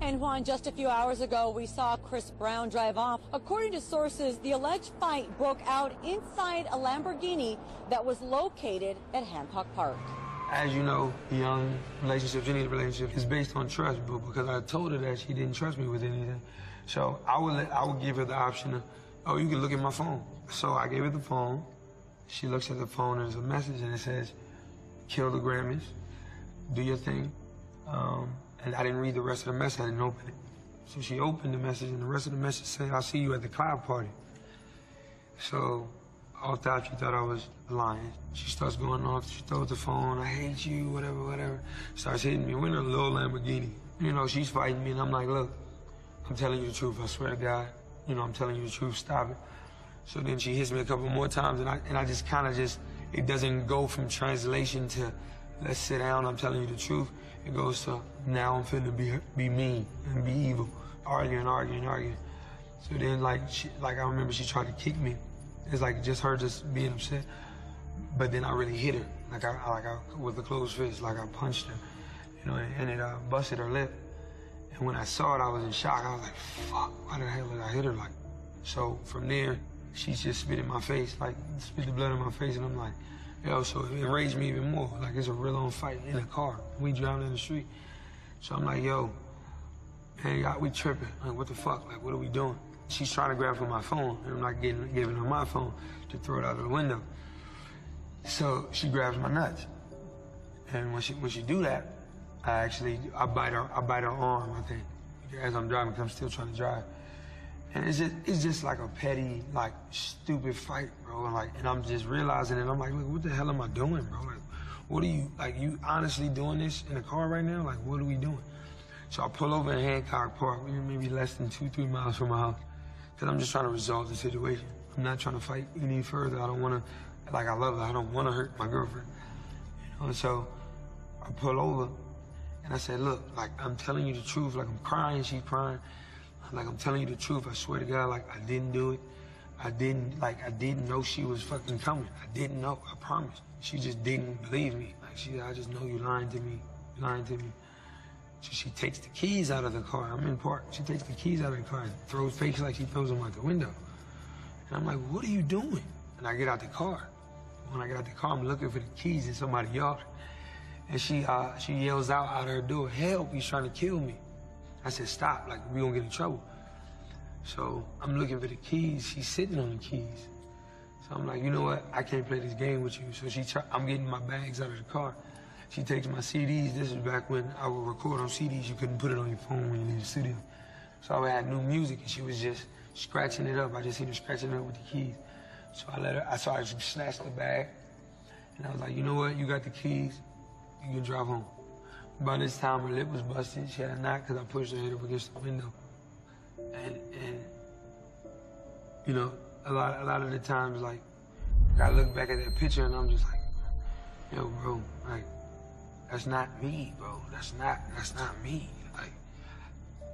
[SPEAKER 18] And Juan, just a few hours ago, we saw Chris Brown drive off. According to sources, the alleged fight broke out inside a Lamborghini that was located at Hancock Park.
[SPEAKER 14] As you know, young relationships, any relationship is based on trust, but because I told her that she didn't trust me with anything. So I would let, I would give her the option of, oh, you can look at my phone. So I gave her the phone. She looks at the phone and there's a message and it says, kill the Grammys, do your thing. Um, and I didn't read the rest of the message, I didn't open it. So she opened the message and the rest of the message said, I'll see you at the cloud party. So all thought she thought I was lying. She starts going off. She throws the phone. I hate you. Whatever, whatever. Starts hitting me. We're in a little Lamborghini. You know, she's fighting me, and I'm like, look, I'm telling you the truth. I swear to God. You know, I'm telling you the truth. Stop it. So then she hits me a couple more times, and I and I just kind of just it doesn't go from translation to let's sit down. I'm telling you the truth. It goes to now I'm finna be be mean and be evil, arguing, arguing, arguing. So then like she like I remember she tried to kick me. It's like just her just being upset. But then I really hit her. Like I, I like I with a closed fist, like I punched her, you know, and, and it uh, busted her lip. And when I saw it, I was in shock. I was like, "Fuck! Why the hell did I hit her?" Like, so from there, she just spit in my face, like spit the blood in my face, and I'm like, "Yo!" So it enraged me even more. Like it's a real on fight in a car. We driving in the street, so I'm like, "Yo, man, y'all, we tripping. Like, what the fuck? Like, what are we doing?" She's trying to grab for my phone, and I'm not getting, giving her my phone to throw it out of the window. So she grabs my nuts, and when she when she do that, I actually I bite her I bite her arm. I think as I'm driving, 'cause I'm still trying to drive, and it's just it's just like a petty like stupid fight, bro. And like and I'm just realizing it. I'm like, look, what the hell am I doing, bro? Like, what are you like? You honestly doing this in the car right now? Like, what are we doing? So I pull over in Hancock Park, we were maybe less than two, three miles from my house, because I'm just trying to resolve the situation. I'm not trying to fight any further. I don't want to, like, I love her. I don't want to hurt my girlfriend. You know, and so I pull over and I said, Look, like, I'm telling you the truth. Like, I'm crying. She's crying. Like, I'm telling you the truth. I swear to God, like, I didn't do it. I didn't, like, I didn't know she was fucking coming. I didn't know. I promise. She just didn't believe me. Like, she, I just know you lying to me. You lying to me. So she takes the keys out of the car. I'm in park. She takes the keys out of the car and throws fakes like she throws them out the window. And I'm like, what are you doing? And I get out the car. When I get out the car, I'm looking for the keys in somebody's yard. And she uh, she yells out out her door, help, he's trying to kill me. I said, stop, like we gonna get in trouble. So I'm looking for the keys. She's sitting on the keys. So I'm like, you know what? I can't play this game with you. So she, try- I'm getting my bags out of the car. She takes my CDs. This is back when I would record on CDs. You couldn't put it on your phone when you leave the studio. So I would have new music, and she was just scratching it up. I just seen her scratching it up with the keys. So I let her. I saw her snatch the bag, and I was like, you know what? You got the keys. You can drive home. By this time, her lip was busted. She had a knot because I pushed her head up against the window. And and you know, a lot a lot of the times, like I look back at that picture, and I'm just like, yo, bro, like that's not me, bro. That's not that's not me. Like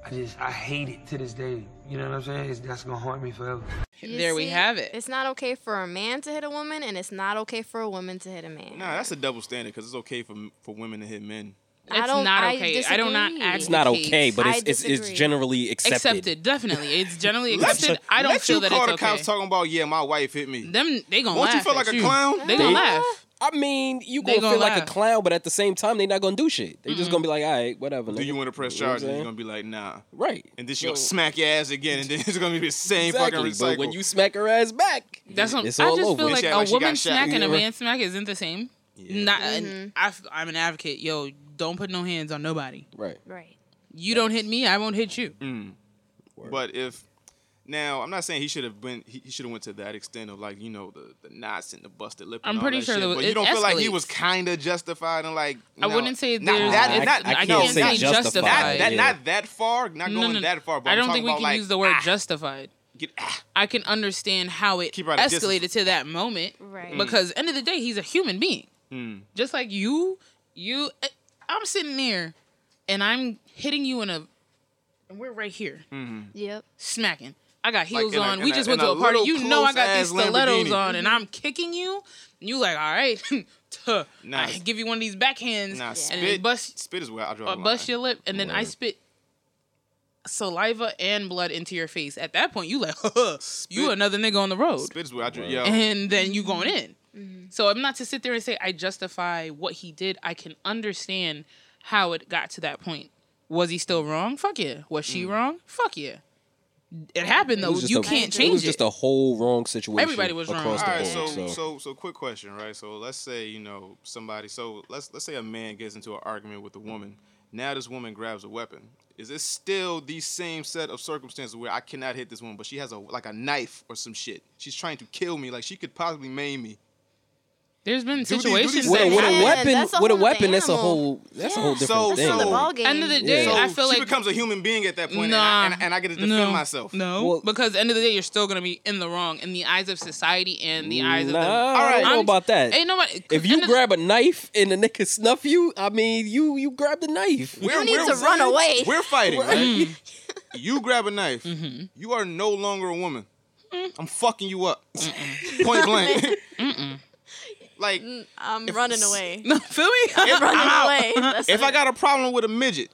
[SPEAKER 14] I just I hate it to this day. You know what I'm saying? It's, that's gonna haunt me forever.
[SPEAKER 10] You see, It's not okay for a man to hit a woman, and it's not okay for a woman to hit a man.
[SPEAKER 7] Nah, that's a double standard because it's okay for for women to hit men.
[SPEAKER 10] I
[SPEAKER 9] It's
[SPEAKER 10] don't-
[SPEAKER 9] not
[SPEAKER 10] I
[SPEAKER 9] okay. I do not
[SPEAKER 10] disagree.
[SPEAKER 9] advocate.
[SPEAKER 8] It's not okay, but
[SPEAKER 9] I
[SPEAKER 8] it's it's, it's
[SPEAKER 9] disagree.
[SPEAKER 8] generally accepted.
[SPEAKER 9] Accepted, definitely. It's generally
[SPEAKER 7] Let
[SPEAKER 9] accepted.
[SPEAKER 7] you-
[SPEAKER 9] I don't
[SPEAKER 7] let
[SPEAKER 9] feel
[SPEAKER 7] you
[SPEAKER 9] that
[SPEAKER 7] call
[SPEAKER 9] it's
[SPEAKER 7] the cops
[SPEAKER 9] okay.
[SPEAKER 7] talking about yeah, my wife hit me.
[SPEAKER 9] Them they gonna
[SPEAKER 7] Won't
[SPEAKER 9] laugh.
[SPEAKER 7] you feel
[SPEAKER 9] at
[SPEAKER 7] like a clown?
[SPEAKER 9] They gonna
[SPEAKER 7] They-
[SPEAKER 9] laugh.
[SPEAKER 8] I mean, you
[SPEAKER 9] They
[SPEAKER 8] gonna,
[SPEAKER 9] gonna
[SPEAKER 8] feel like a
[SPEAKER 9] laugh.
[SPEAKER 8] clown, but at the same time, they not gonna do shit. They just gonna be like, all right, whatever.
[SPEAKER 7] Do
[SPEAKER 8] nigga."
[SPEAKER 7] you want to press
[SPEAKER 8] You know what I'm
[SPEAKER 7] charges? You're
[SPEAKER 8] saying?
[SPEAKER 7] gonna be like, nah.
[SPEAKER 8] Right.
[SPEAKER 7] And then she gonna
[SPEAKER 8] So-
[SPEAKER 7] smack your ass again, and then it's gonna be the same fucking
[SPEAKER 8] Exactly,
[SPEAKER 7] recycle.
[SPEAKER 8] but when you smack her ass back,
[SPEAKER 9] That's what
[SPEAKER 8] it's
[SPEAKER 9] I
[SPEAKER 8] all
[SPEAKER 9] just
[SPEAKER 8] over.
[SPEAKER 9] feel like
[SPEAKER 7] She act
[SPEAKER 9] a
[SPEAKER 7] like she got
[SPEAKER 9] woman
[SPEAKER 7] shot.
[SPEAKER 9] smack and a
[SPEAKER 7] Yeah.
[SPEAKER 9] man smack isn't the same. Not, and I, am an advocate. Yo, don't put no hands on nobody.
[SPEAKER 8] Right.
[SPEAKER 10] Right.
[SPEAKER 9] You don't hit me, I won't hit you.
[SPEAKER 7] Mm. But if now, I'm not saying he should have been. He, he should have went to that extent of like you know the, the knots and the busted lip. and
[SPEAKER 9] I'm
[SPEAKER 7] all
[SPEAKER 9] pretty
[SPEAKER 7] that
[SPEAKER 9] sure
[SPEAKER 7] shit,
[SPEAKER 9] that
[SPEAKER 7] but
[SPEAKER 9] it
[SPEAKER 7] you don't feel like he
[SPEAKER 9] escalates.
[SPEAKER 7] was kind of justified and like.
[SPEAKER 9] I
[SPEAKER 7] no,
[SPEAKER 9] wouldn't say
[SPEAKER 7] not
[SPEAKER 9] there's-
[SPEAKER 7] that.
[SPEAKER 9] I-
[SPEAKER 7] not,
[SPEAKER 9] I
[SPEAKER 7] no,
[SPEAKER 9] can't say
[SPEAKER 7] not-
[SPEAKER 9] justified,
[SPEAKER 7] Not, that,
[SPEAKER 9] yeah.
[SPEAKER 7] not that far. Not going that far. But
[SPEAKER 9] I
[SPEAKER 7] I'm
[SPEAKER 9] don't
[SPEAKER 7] talking
[SPEAKER 9] think we
[SPEAKER 7] about,
[SPEAKER 9] can
[SPEAKER 7] like, ah,
[SPEAKER 9] use the word justified. I can understand how it
[SPEAKER 7] her at a distance.
[SPEAKER 9] escalated to that moment,
[SPEAKER 10] Right.
[SPEAKER 7] Mm.
[SPEAKER 9] Because end of the day, he's a human being,
[SPEAKER 10] Hmm.
[SPEAKER 7] Mm.
[SPEAKER 9] just like you. You, eh, I'm sitting there, and I'm hitting you in a, and we're right here.
[SPEAKER 7] Mhm.
[SPEAKER 10] Yep.
[SPEAKER 9] Smacking. I got
[SPEAKER 10] Hmm. Like,
[SPEAKER 9] heels
[SPEAKER 10] in a-
[SPEAKER 9] on.
[SPEAKER 10] in
[SPEAKER 9] we
[SPEAKER 10] a-
[SPEAKER 9] just went
[SPEAKER 10] in
[SPEAKER 9] to
[SPEAKER 10] a
[SPEAKER 9] a party.
[SPEAKER 10] little
[SPEAKER 9] You know I got these
[SPEAKER 10] close-ass
[SPEAKER 9] stilettos
[SPEAKER 10] Lamborghini.
[SPEAKER 9] on, and I'm kicking you. And you like, all right, tuh,
[SPEAKER 7] Nah,
[SPEAKER 9] I give you one of these backhands,
[SPEAKER 7] Nah,
[SPEAKER 9] and
[SPEAKER 7] spit.
[SPEAKER 9] bust,
[SPEAKER 7] spit is where I draw
[SPEAKER 9] or
[SPEAKER 7] the
[SPEAKER 9] bust
[SPEAKER 7] line.
[SPEAKER 9] your lip, and then I
[SPEAKER 7] Word.
[SPEAKER 9] spit saliva and blood into your face. At that point, you like, huh, you another nigga on the road,
[SPEAKER 7] Spit is where I draw. Yo,
[SPEAKER 9] and then you going in. So I'm not to sit there and say I justify what he did. I can understand how it got to that point. Was he still wrong? Fuck yeah. Was she wrong? Fuck yeah. It happened
[SPEAKER 8] It
[SPEAKER 9] though.
[SPEAKER 8] was just
[SPEAKER 9] You
[SPEAKER 8] a-
[SPEAKER 9] can't
[SPEAKER 8] It
[SPEAKER 9] change
[SPEAKER 8] was
[SPEAKER 9] it.
[SPEAKER 8] just a whole wrong situation.
[SPEAKER 9] Everybody was wrong.
[SPEAKER 8] across
[SPEAKER 7] All right,
[SPEAKER 8] the board.
[SPEAKER 7] so, so so quick question, right? So let's say you know somebody. So let's let's say a man gets into an argument with a woman. Now this woman grabs a weapon. Is it still the same set of circumstances where I cannot hit this woman, but she has a like a knife or some shit? She's trying to kill me. Like she could possibly maim me.
[SPEAKER 9] There's been
[SPEAKER 7] Do these- do
[SPEAKER 9] situations
[SPEAKER 7] these
[SPEAKER 8] with a,
[SPEAKER 7] things
[SPEAKER 8] with a
[SPEAKER 7] happen?
[SPEAKER 8] weapon,
[SPEAKER 7] That's a
[SPEAKER 8] with a
[SPEAKER 7] whole
[SPEAKER 8] weapon, that's a
[SPEAKER 7] animal.
[SPEAKER 8] whole that's a whole different
[SPEAKER 15] Oh,
[SPEAKER 7] So
[SPEAKER 8] thing.
[SPEAKER 7] so
[SPEAKER 9] End of the day,
[SPEAKER 7] So
[SPEAKER 9] I feel
[SPEAKER 7] she
[SPEAKER 9] like
[SPEAKER 7] becomes a human being at that point, and,
[SPEAKER 9] Nah,
[SPEAKER 7] I, and, I- and I get to defend
[SPEAKER 9] no,
[SPEAKER 7] myself.
[SPEAKER 9] No, because end of the day, you're still gonna be in the wrong in the eyes of society and the eyes
[SPEAKER 8] Nah,
[SPEAKER 9] of the.
[SPEAKER 8] I don't know
[SPEAKER 9] I'm-
[SPEAKER 8] about that.
[SPEAKER 9] Ain't nobody.
[SPEAKER 8] If you grab a knife and the nigga snuff you, I mean, you you grab the knife.
[SPEAKER 7] We're- we're- We're fighting, right?
[SPEAKER 9] Mm-hmm.
[SPEAKER 7] you grab a knife. You are no longer a woman. I'm fucking you up. Point blank. Like
[SPEAKER 10] I'm running away.
[SPEAKER 9] No, feel me?
[SPEAKER 10] I'm running
[SPEAKER 7] out.
[SPEAKER 10] away. That's
[SPEAKER 7] if I got a problem with a midget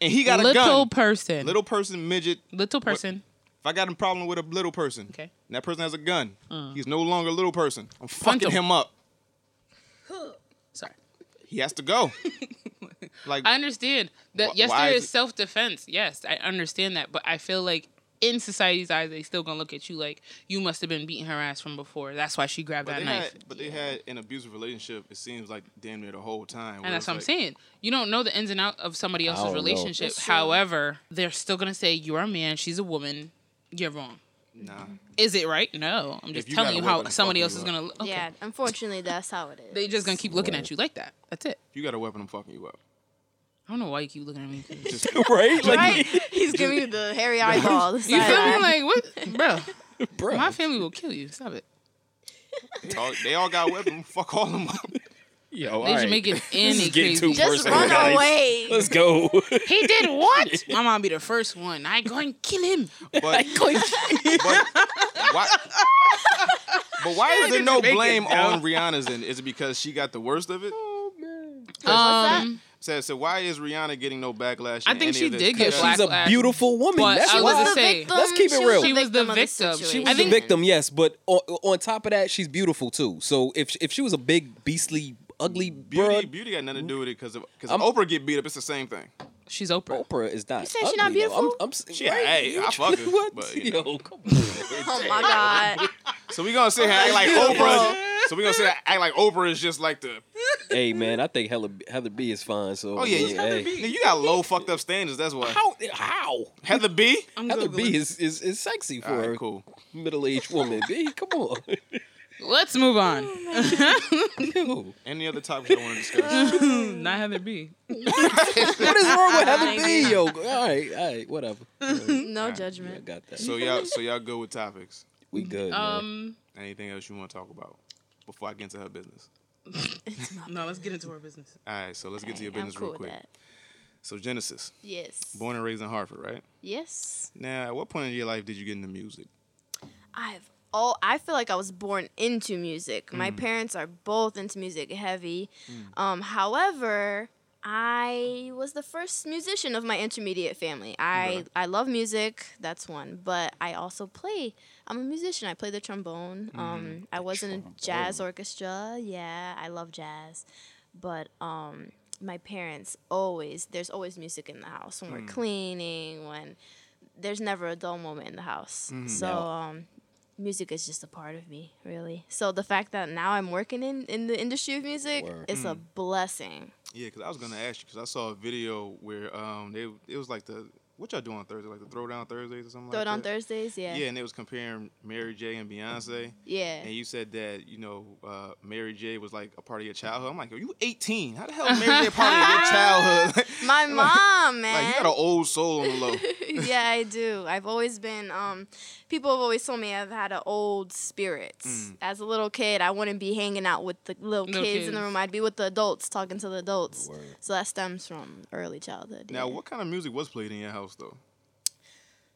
[SPEAKER 7] and he got a gun,
[SPEAKER 9] Little person.
[SPEAKER 7] little person, midget,
[SPEAKER 9] little person.
[SPEAKER 7] If I got a problem with a little person, okay, and that person has a gun,
[SPEAKER 9] Mm.
[SPEAKER 7] he's no longer a little person. I'm
[SPEAKER 9] Punch
[SPEAKER 7] fucking
[SPEAKER 9] him.
[SPEAKER 7] him. up.
[SPEAKER 9] Sorry.
[SPEAKER 7] He has to go. like
[SPEAKER 9] I understand that.
[SPEAKER 7] Wh-
[SPEAKER 9] yes,
[SPEAKER 7] why
[SPEAKER 9] there
[SPEAKER 7] is
[SPEAKER 9] is
[SPEAKER 7] it-
[SPEAKER 9] self defense. Yes, I understand that, but I feel like in society's eyes, they still gonna look at you like you must have been beating her ass from before. That's why she grabbed
[SPEAKER 7] but
[SPEAKER 9] that
[SPEAKER 7] they
[SPEAKER 9] knife.
[SPEAKER 7] had, but they had an abusive relationship. It seems like damn near the whole time. where
[SPEAKER 9] And that's
[SPEAKER 7] it's
[SPEAKER 9] what I'm
[SPEAKER 7] like-
[SPEAKER 9] saying. You don't know the ins and outs of somebody
[SPEAKER 7] I don't
[SPEAKER 9] else's
[SPEAKER 7] know.
[SPEAKER 9] relationship.
[SPEAKER 7] That's true.
[SPEAKER 9] However, they're still gonna say you're a man, she's a woman, you're wrong.
[SPEAKER 7] Nah.
[SPEAKER 9] Is it right? No. I'm
[SPEAKER 7] If
[SPEAKER 9] just
[SPEAKER 7] you got
[SPEAKER 9] telling
[SPEAKER 7] a
[SPEAKER 9] you
[SPEAKER 7] weapon,
[SPEAKER 9] how
[SPEAKER 7] fuck
[SPEAKER 9] somebody
[SPEAKER 7] you
[SPEAKER 9] else is
[SPEAKER 7] up.
[SPEAKER 9] gonna. Okay.
[SPEAKER 10] Yeah, unfortunately, that's how it is.
[SPEAKER 9] They just gonna keep looking at you like that. That's it.
[SPEAKER 7] If you got a weapon, I'm fucking you up.
[SPEAKER 9] I don't know why you keep looking at me.
[SPEAKER 7] Just,
[SPEAKER 8] right?
[SPEAKER 10] Right? He's giving you the hairy eyeball. the
[SPEAKER 9] You
[SPEAKER 10] side
[SPEAKER 9] feel me?
[SPEAKER 10] eye.
[SPEAKER 9] Like what, bro? bro? My family will kill you. Stop it.
[SPEAKER 7] They all, they all got weapons. Fuck all of them.
[SPEAKER 8] Yo,
[SPEAKER 9] They should make it any crazy.
[SPEAKER 8] Let's go.
[SPEAKER 9] He did what? My mom be the first one. I going to kill him.
[SPEAKER 7] But, why, but why is there no
[SPEAKER 9] Jamaican,
[SPEAKER 7] blame
[SPEAKER 9] dog.
[SPEAKER 7] on Rihanna's? Then is it because she got the worst of it?
[SPEAKER 9] Um,
[SPEAKER 7] So, so why is Rihanna getting no backlash?
[SPEAKER 9] I
[SPEAKER 7] in
[SPEAKER 9] think
[SPEAKER 7] any
[SPEAKER 9] she
[SPEAKER 7] of this?
[SPEAKER 9] did get
[SPEAKER 7] Because-
[SPEAKER 9] backlash. But I was gonna say,
[SPEAKER 8] let's keep it real.
[SPEAKER 9] She was the victim.
[SPEAKER 8] She was
[SPEAKER 9] I
[SPEAKER 8] a
[SPEAKER 9] think
[SPEAKER 8] victim, yes, but on, on top of that, she's beautiful too. So if if she was a big, beastly, ugly
[SPEAKER 7] Beauty,
[SPEAKER 8] broad,
[SPEAKER 7] beauty got nothing to do with it because because
[SPEAKER 8] I'm-
[SPEAKER 7] Oprah get beat up. It's the same thing.
[SPEAKER 9] she's Oprah.
[SPEAKER 8] Oprah is not.
[SPEAKER 10] You saying she not
[SPEAKER 8] ugly, though.
[SPEAKER 10] beautiful?
[SPEAKER 8] I'm, I'm,
[SPEAKER 7] She, hey, I fuck her, but, you
[SPEAKER 8] know.
[SPEAKER 10] Oh my god.
[SPEAKER 7] So we gonna sit here and act like Oprah. is- So we gonna sit here and act like Oprah is just like the.
[SPEAKER 8] hey man, I think Heather, Heather B is fine. So
[SPEAKER 7] Oh yeah, you,
[SPEAKER 8] hey.
[SPEAKER 7] nigga, you got low fucked up standards. That's why.
[SPEAKER 8] How? How?
[SPEAKER 7] Heather B.
[SPEAKER 8] Heather B is, is is sexy for
[SPEAKER 7] Alright,
[SPEAKER 8] a middle aged woman. B, come on.
[SPEAKER 9] Let's move on.
[SPEAKER 7] Any other topics you want to discuss?
[SPEAKER 9] Not Heather B.
[SPEAKER 8] what is wrong with Heather
[SPEAKER 10] Nice.
[SPEAKER 8] B? Yo, all right, all right, whatever.
[SPEAKER 10] no judgment.
[SPEAKER 8] got that.
[SPEAKER 7] So y'all, so y'all good with topics.
[SPEAKER 8] We good.
[SPEAKER 9] Um,
[SPEAKER 7] Anything else you want to talk about before I get into her business?
[SPEAKER 9] no, let's get into our business.
[SPEAKER 7] All right, so let's get to your
[SPEAKER 10] Hey, I'm
[SPEAKER 7] business
[SPEAKER 10] cool
[SPEAKER 7] real
[SPEAKER 10] with
[SPEAKER 7] quick.
[SPEAKER 10] that.
[SPEAKER 7] So Genesis,
[SPEAKER 10] Yes.
[SPEAKER 7] born and raised in Hartford, right?
[SPEAKER 10] Yes.
[SPEAKER 7] Now, at what point in your life did you get into music?
[SPEAKER 10] I've all I feel like I was born into music. My
[SPEAKER 7] Mm.
[SPEAKER 10] parents are both into music heavy.
[SPEAKER 7] Mm.
[SPEAKER 10] Um, however, I was the first musician of my intermediate family. I
[SPEAKER 20] Really?
[SPEAKER 10] I love music, that's one, but I also play. I'm a musician. I play the trombone.
[SPEAKER 7] Mm-hmm.
[SPEAKER 10] Um, I was in a jazz
[SPEAKER 7] Oh.
[SPEAKER 10] orchestra. Yeah, I love jazz, but um, my parents always there's always music in the house when
[SPEAKER 20] Mm.
[SPEAKER 10] we're cleaning when there's never a dull moment in the house.
[SPEAKER 7] Mm-hmm.
[SPEAKER 20] Mhm.
[SPEAKER 10] So
[SPEAKER 20] Yeah.
[SPEAKER 10] um, music is just a part of me, really. So the fact that now I'm working in, in the industry of music,
[SPEAKER 7] Word.
[SPEAKER 10] it's a
[SPEAKER 7] Mm.
[SPEAKER 10] blessing.
[SPEAKER 7] Yeah, because I was gonna ask you because I saw a video where um they it was like the what y'all do on Thursday like the Throwdown Thursdays or something. like
[SPEAKER 10] Throwdown
[SPEAKER 7] that?
[SPEAKER 10] Thursdays, yeah.
[SPEAKER 7] Yeah, and they was comparing Mary J and Beyonce.
[SPEAKER 10] Yeah.
[SPEAKER 7] And you said that you know uh, Mary J was like a part of your childhood. I'm like, are you 18? How the hell is Mary J a part of your childhood?
[SPEAKER 10] My
[SPEAKER 7] Like-
[SPEAKER 10] mom,
[SPEAKER 7] Like
[SPEAKER 10] man.
[SPEAKER 7] you got an old soul on the low.
[SPEAKER 10] yeah, I do. I've always been. Um, people have always told me I've had an old spirit.
[SPEAKER 7] Hmm.
[SPEAKER 20] Mm.
[SPEAKER 10] As a little kid, I wouldn't be hanging out with the little
[SPEAKER 20] Little
[SPEAKER 10] kids, in the
[SPEAKER 20] kids.
[SPEAKER 10] room. I'd be with the adults, talking to the adults. So that stems from early childhood.
[SPEAKER 7] Now,
[SPEAKER 10] yeah.
[SPEAKER 7] what kind of music was played in your house though?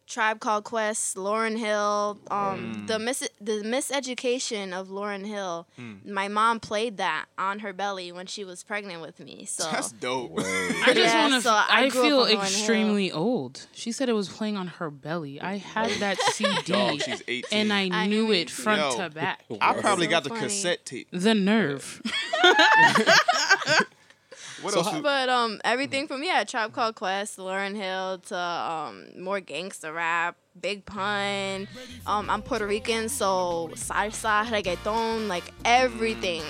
[SPEAKER 10] Tribe Called Quest, Lauren Hill, um,
[SPEAKER 7] Mm.
[SPEAKER 10] the mis- the miseducation of Lauren Hill.
[SPEAKER 7] Mm.
[SPEAKER 10] My mom played that on her belly when she was pregnant with me. So
[SPEAKER 7] That's dope.
[SPEAKER 9] I just
[SPEAKER 10] Yeah,
[SPEAKER 9] want to.
[SPEAKER 10] so I
[SPEAKER 9] I,
[SPEAKER 10] grew up
[SPEAKER 9] feel
[SPEAKER 10] on Lauryn Hill.
[SPEAKER 9] extremely old. She said it was playing on her belly. I had that CD,
[SPEAKER 7] Dog, she's 18.
[SPEAKER 9] and I knew it front
[SPEAKER 7] Yo,
[SPEAKER 9] to back.
[SPEAKER 7] I probably got the cassette tape.
[SPEAKER 9] The nerve.
[SPEAKER 7] What
[SPEAKER 9] So
[SPEAKER 7] else?
[SPEAKER 9] how-
[SPEAKER 7] you-
[SPEAKER 10] But um,
[SPEAKER 8] Mm-hmm.
[SPEAKER 10] everything from yeah, Tribe Called Quest, Lauren Hill to um, more gangster rap, Big Pun. Um, I'm Puerto Rican, so salsa, reggaeton, like everything,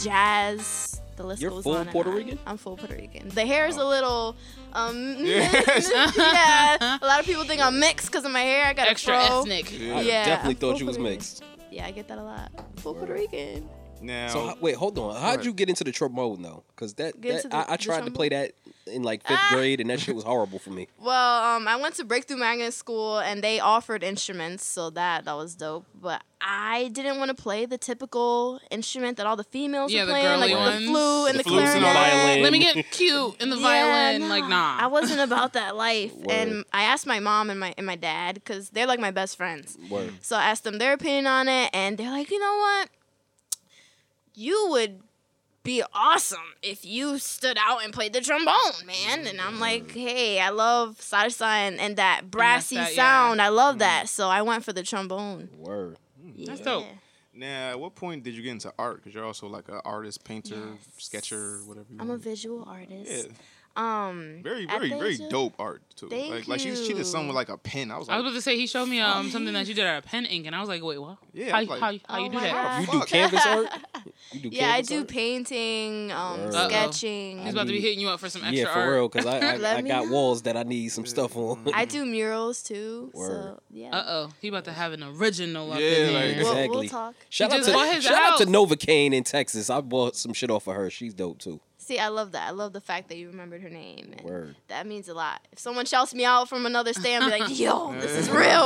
[SPEAKER 10] jazz. The list
[SPEAKER 8] You're
[SPEAKER 10] goes
[SPEAKER 8] full
[SPEAKER 10] on and
[SPEAKER 8] Puerto
[SPEAKER 10] on.
[SPEAKER 8] Rican? Oh.
[SPEAKER 10] I'm full Puerto Rican. The hair is a little, um,
[SPEAKER 8] Yes.
[SPEAKER 10] yeah. A lot of people think I'm mixed because of my hair. I got
[SPEAKER 9] Extra
[SPEAKER 10] a fro.
[SPEAKER 9] ethnic.
[SPEAKER 8] I
[SPEAKER 10] Yeah,
[SPEAKER 8] definitely
[SPEAKER 10] I'm
[SPEAKER 8] thought
[SPEAKER 10] full
[SPEAKER 8] you was
[SPEAKER 10] Puerto Rican.
[SPEAKER 8] mixed.
[SPEAKER 10] Yeah, I get that a lot. Full Puerto Rican.
[SPEAKER 7] Now,
[SPEAKER 8] so how- wait, hold on. How'd
[SPEAKER 7] Right.
[SPEAKER 8] you get into the trombone though? Because that,
[SPEAKER 10] Get
[SPEAKER 8] that
[SPEAKER 10] into the-
[SPEAKER 8] I, I
[SPEAKER 10] the
[SPEAKER 8] tried to play that in like fifth grade, and that shit was horrible for me.
[SPEAKER 10] Well, um, I went to Breakthrough Magnet School and they offered instruments, so that that was dope. But I didn't want to play the typical instrument that all the females
[SPEAKER 9] Yeah,
[SPEAKER 10] were
[SPEAKER 9] the
[SPEAKER 10] playing,
[SPEAKER 9] girly
[SPEAKER 10] like the
[SPEAKER 9] ones.
[SPEAKER 10] flute and
[SPEAKER 9] The
[SPEAKER 10] the,
[SPEAKER 9] flutes
[SPEAKER 10] clarinet.
[SPEAKER 9] and the violin. Let me get cute in the violin, like, nah.
[SPEAKER 10] I wasn't about that life.
[SPEAKER 9] Word.
[SPEAKER 10] and I asked my mom and my and my dad because they're like my best friends.
[SPEAKER 8] Word.
[SPEAKER 10] So I asked them their opinion on it, and they're like, you know what? You would be awesome if you stood out and played the trombone, man. And I'm
[SPEAKER 7] Mm.
[SPEAKER 10] like, hey, I love salsa and, and that brassy
[SPEAKER 7] that, yeah.
[SPEAKER 10] sound. I
[SPEAKER 7] Mm.
[SPEAKER 10] love that. So I went for the trombone.
[SPEAKER 8] Word.
[SPEAKER 10] That's dope. Yeah.
[SPEAKER 7] Now, at what point did you get into art? Because you're also like an artist, painter, sketcher, whatever. You
[SPEAKER 10] I'm a
[SPEAKER 7] want.
[SPEAKER 10] visual artist.
[SPEAKER 7] Yeah.
[SPEAKER 10] Um,
[SPEAKER 7] Very,
[SPEAKER 10] at
[SPEAKER 7] very,
[SPEAKER 10] the
[SPEAKER 7] very
[SPEAKER 10] age of-
[SPEAKER 7] dope art too.
[SPEAKER 10] Thank
[SPEAKER 7] like, like she, she did something with
[SPEAKER 10] you.
[SPEAKER 7] like a pen. I was
[SPEAKER 9] I
[SPEAKER 7] like,
[SPEAKER 9] was about to say he showed me um something that you did out of pen ink, and I was like, wait, what?
[SPEAKER 7] Yeah,
[SPEAKER 9] how,
[SPEAKER 7] I was like,
[SPEAKER 9] how, how you
[SPEAKER 10] Oh
[SPEAKER 9] do
[SPEAKER 10] my
[SPEAKER 9] that?
[SPEAKER 10] God. You do canvas art?
[SPEAKER 8] You do
[SPEAKER 10] yeah, I
[SPEAKER 8] canvas
[SPEAKER 10] do
[SPEAKER 8] art?
[SPEAKER 10] painting, um,
[SPEAKER 8] Word. Uh-oh.
[SPEAKER 10] sketching.
[SPEAKER 9] He's about to be hitting you up for some extra
[SPEAKER 8] yeah, for
[SPEAKER 9] art.
[SPEAKER 8] real. Because I, I,
[SPEAKER 10] Let
[SPEAKER 8] I
[SPEAKER 10] me
[SPEAKER 8] got walls that I need some stuff on.
[SPEAKER 10] I do murals too. So
[SPEAKER 8] Word.
[SPEAKER 10] yeah.
[SPEAKER 9] Uh oh, he about to have an original up
[SPEAKER 8] Yeah,
[SPEAKER 9] in
[SPEAKER 8] like- We'll-
[SPEAKER 9] there.
[SPEAKER 8] we'll Exactly. talk. Shout
[SPEAKER 9] he
[SPEAKER 8] out
[SPEAKER 9] just
[SPEAKER 8] to
[SPEAKER 9] bought his
[SPEAKER 8] shout out to
[SPEAKER 9] house.
[SPEAKER 8] Nova Kane in Texas. I bought some shit off of her. She's dope too.
[SPEAKER 10] See, I love that. I love the fact that you remembered her name. and
[SPEAKER 8] Word.
[SPEAKER 10] That means a lot. If someone shouts me out from another state, I'm like, yo, this is real.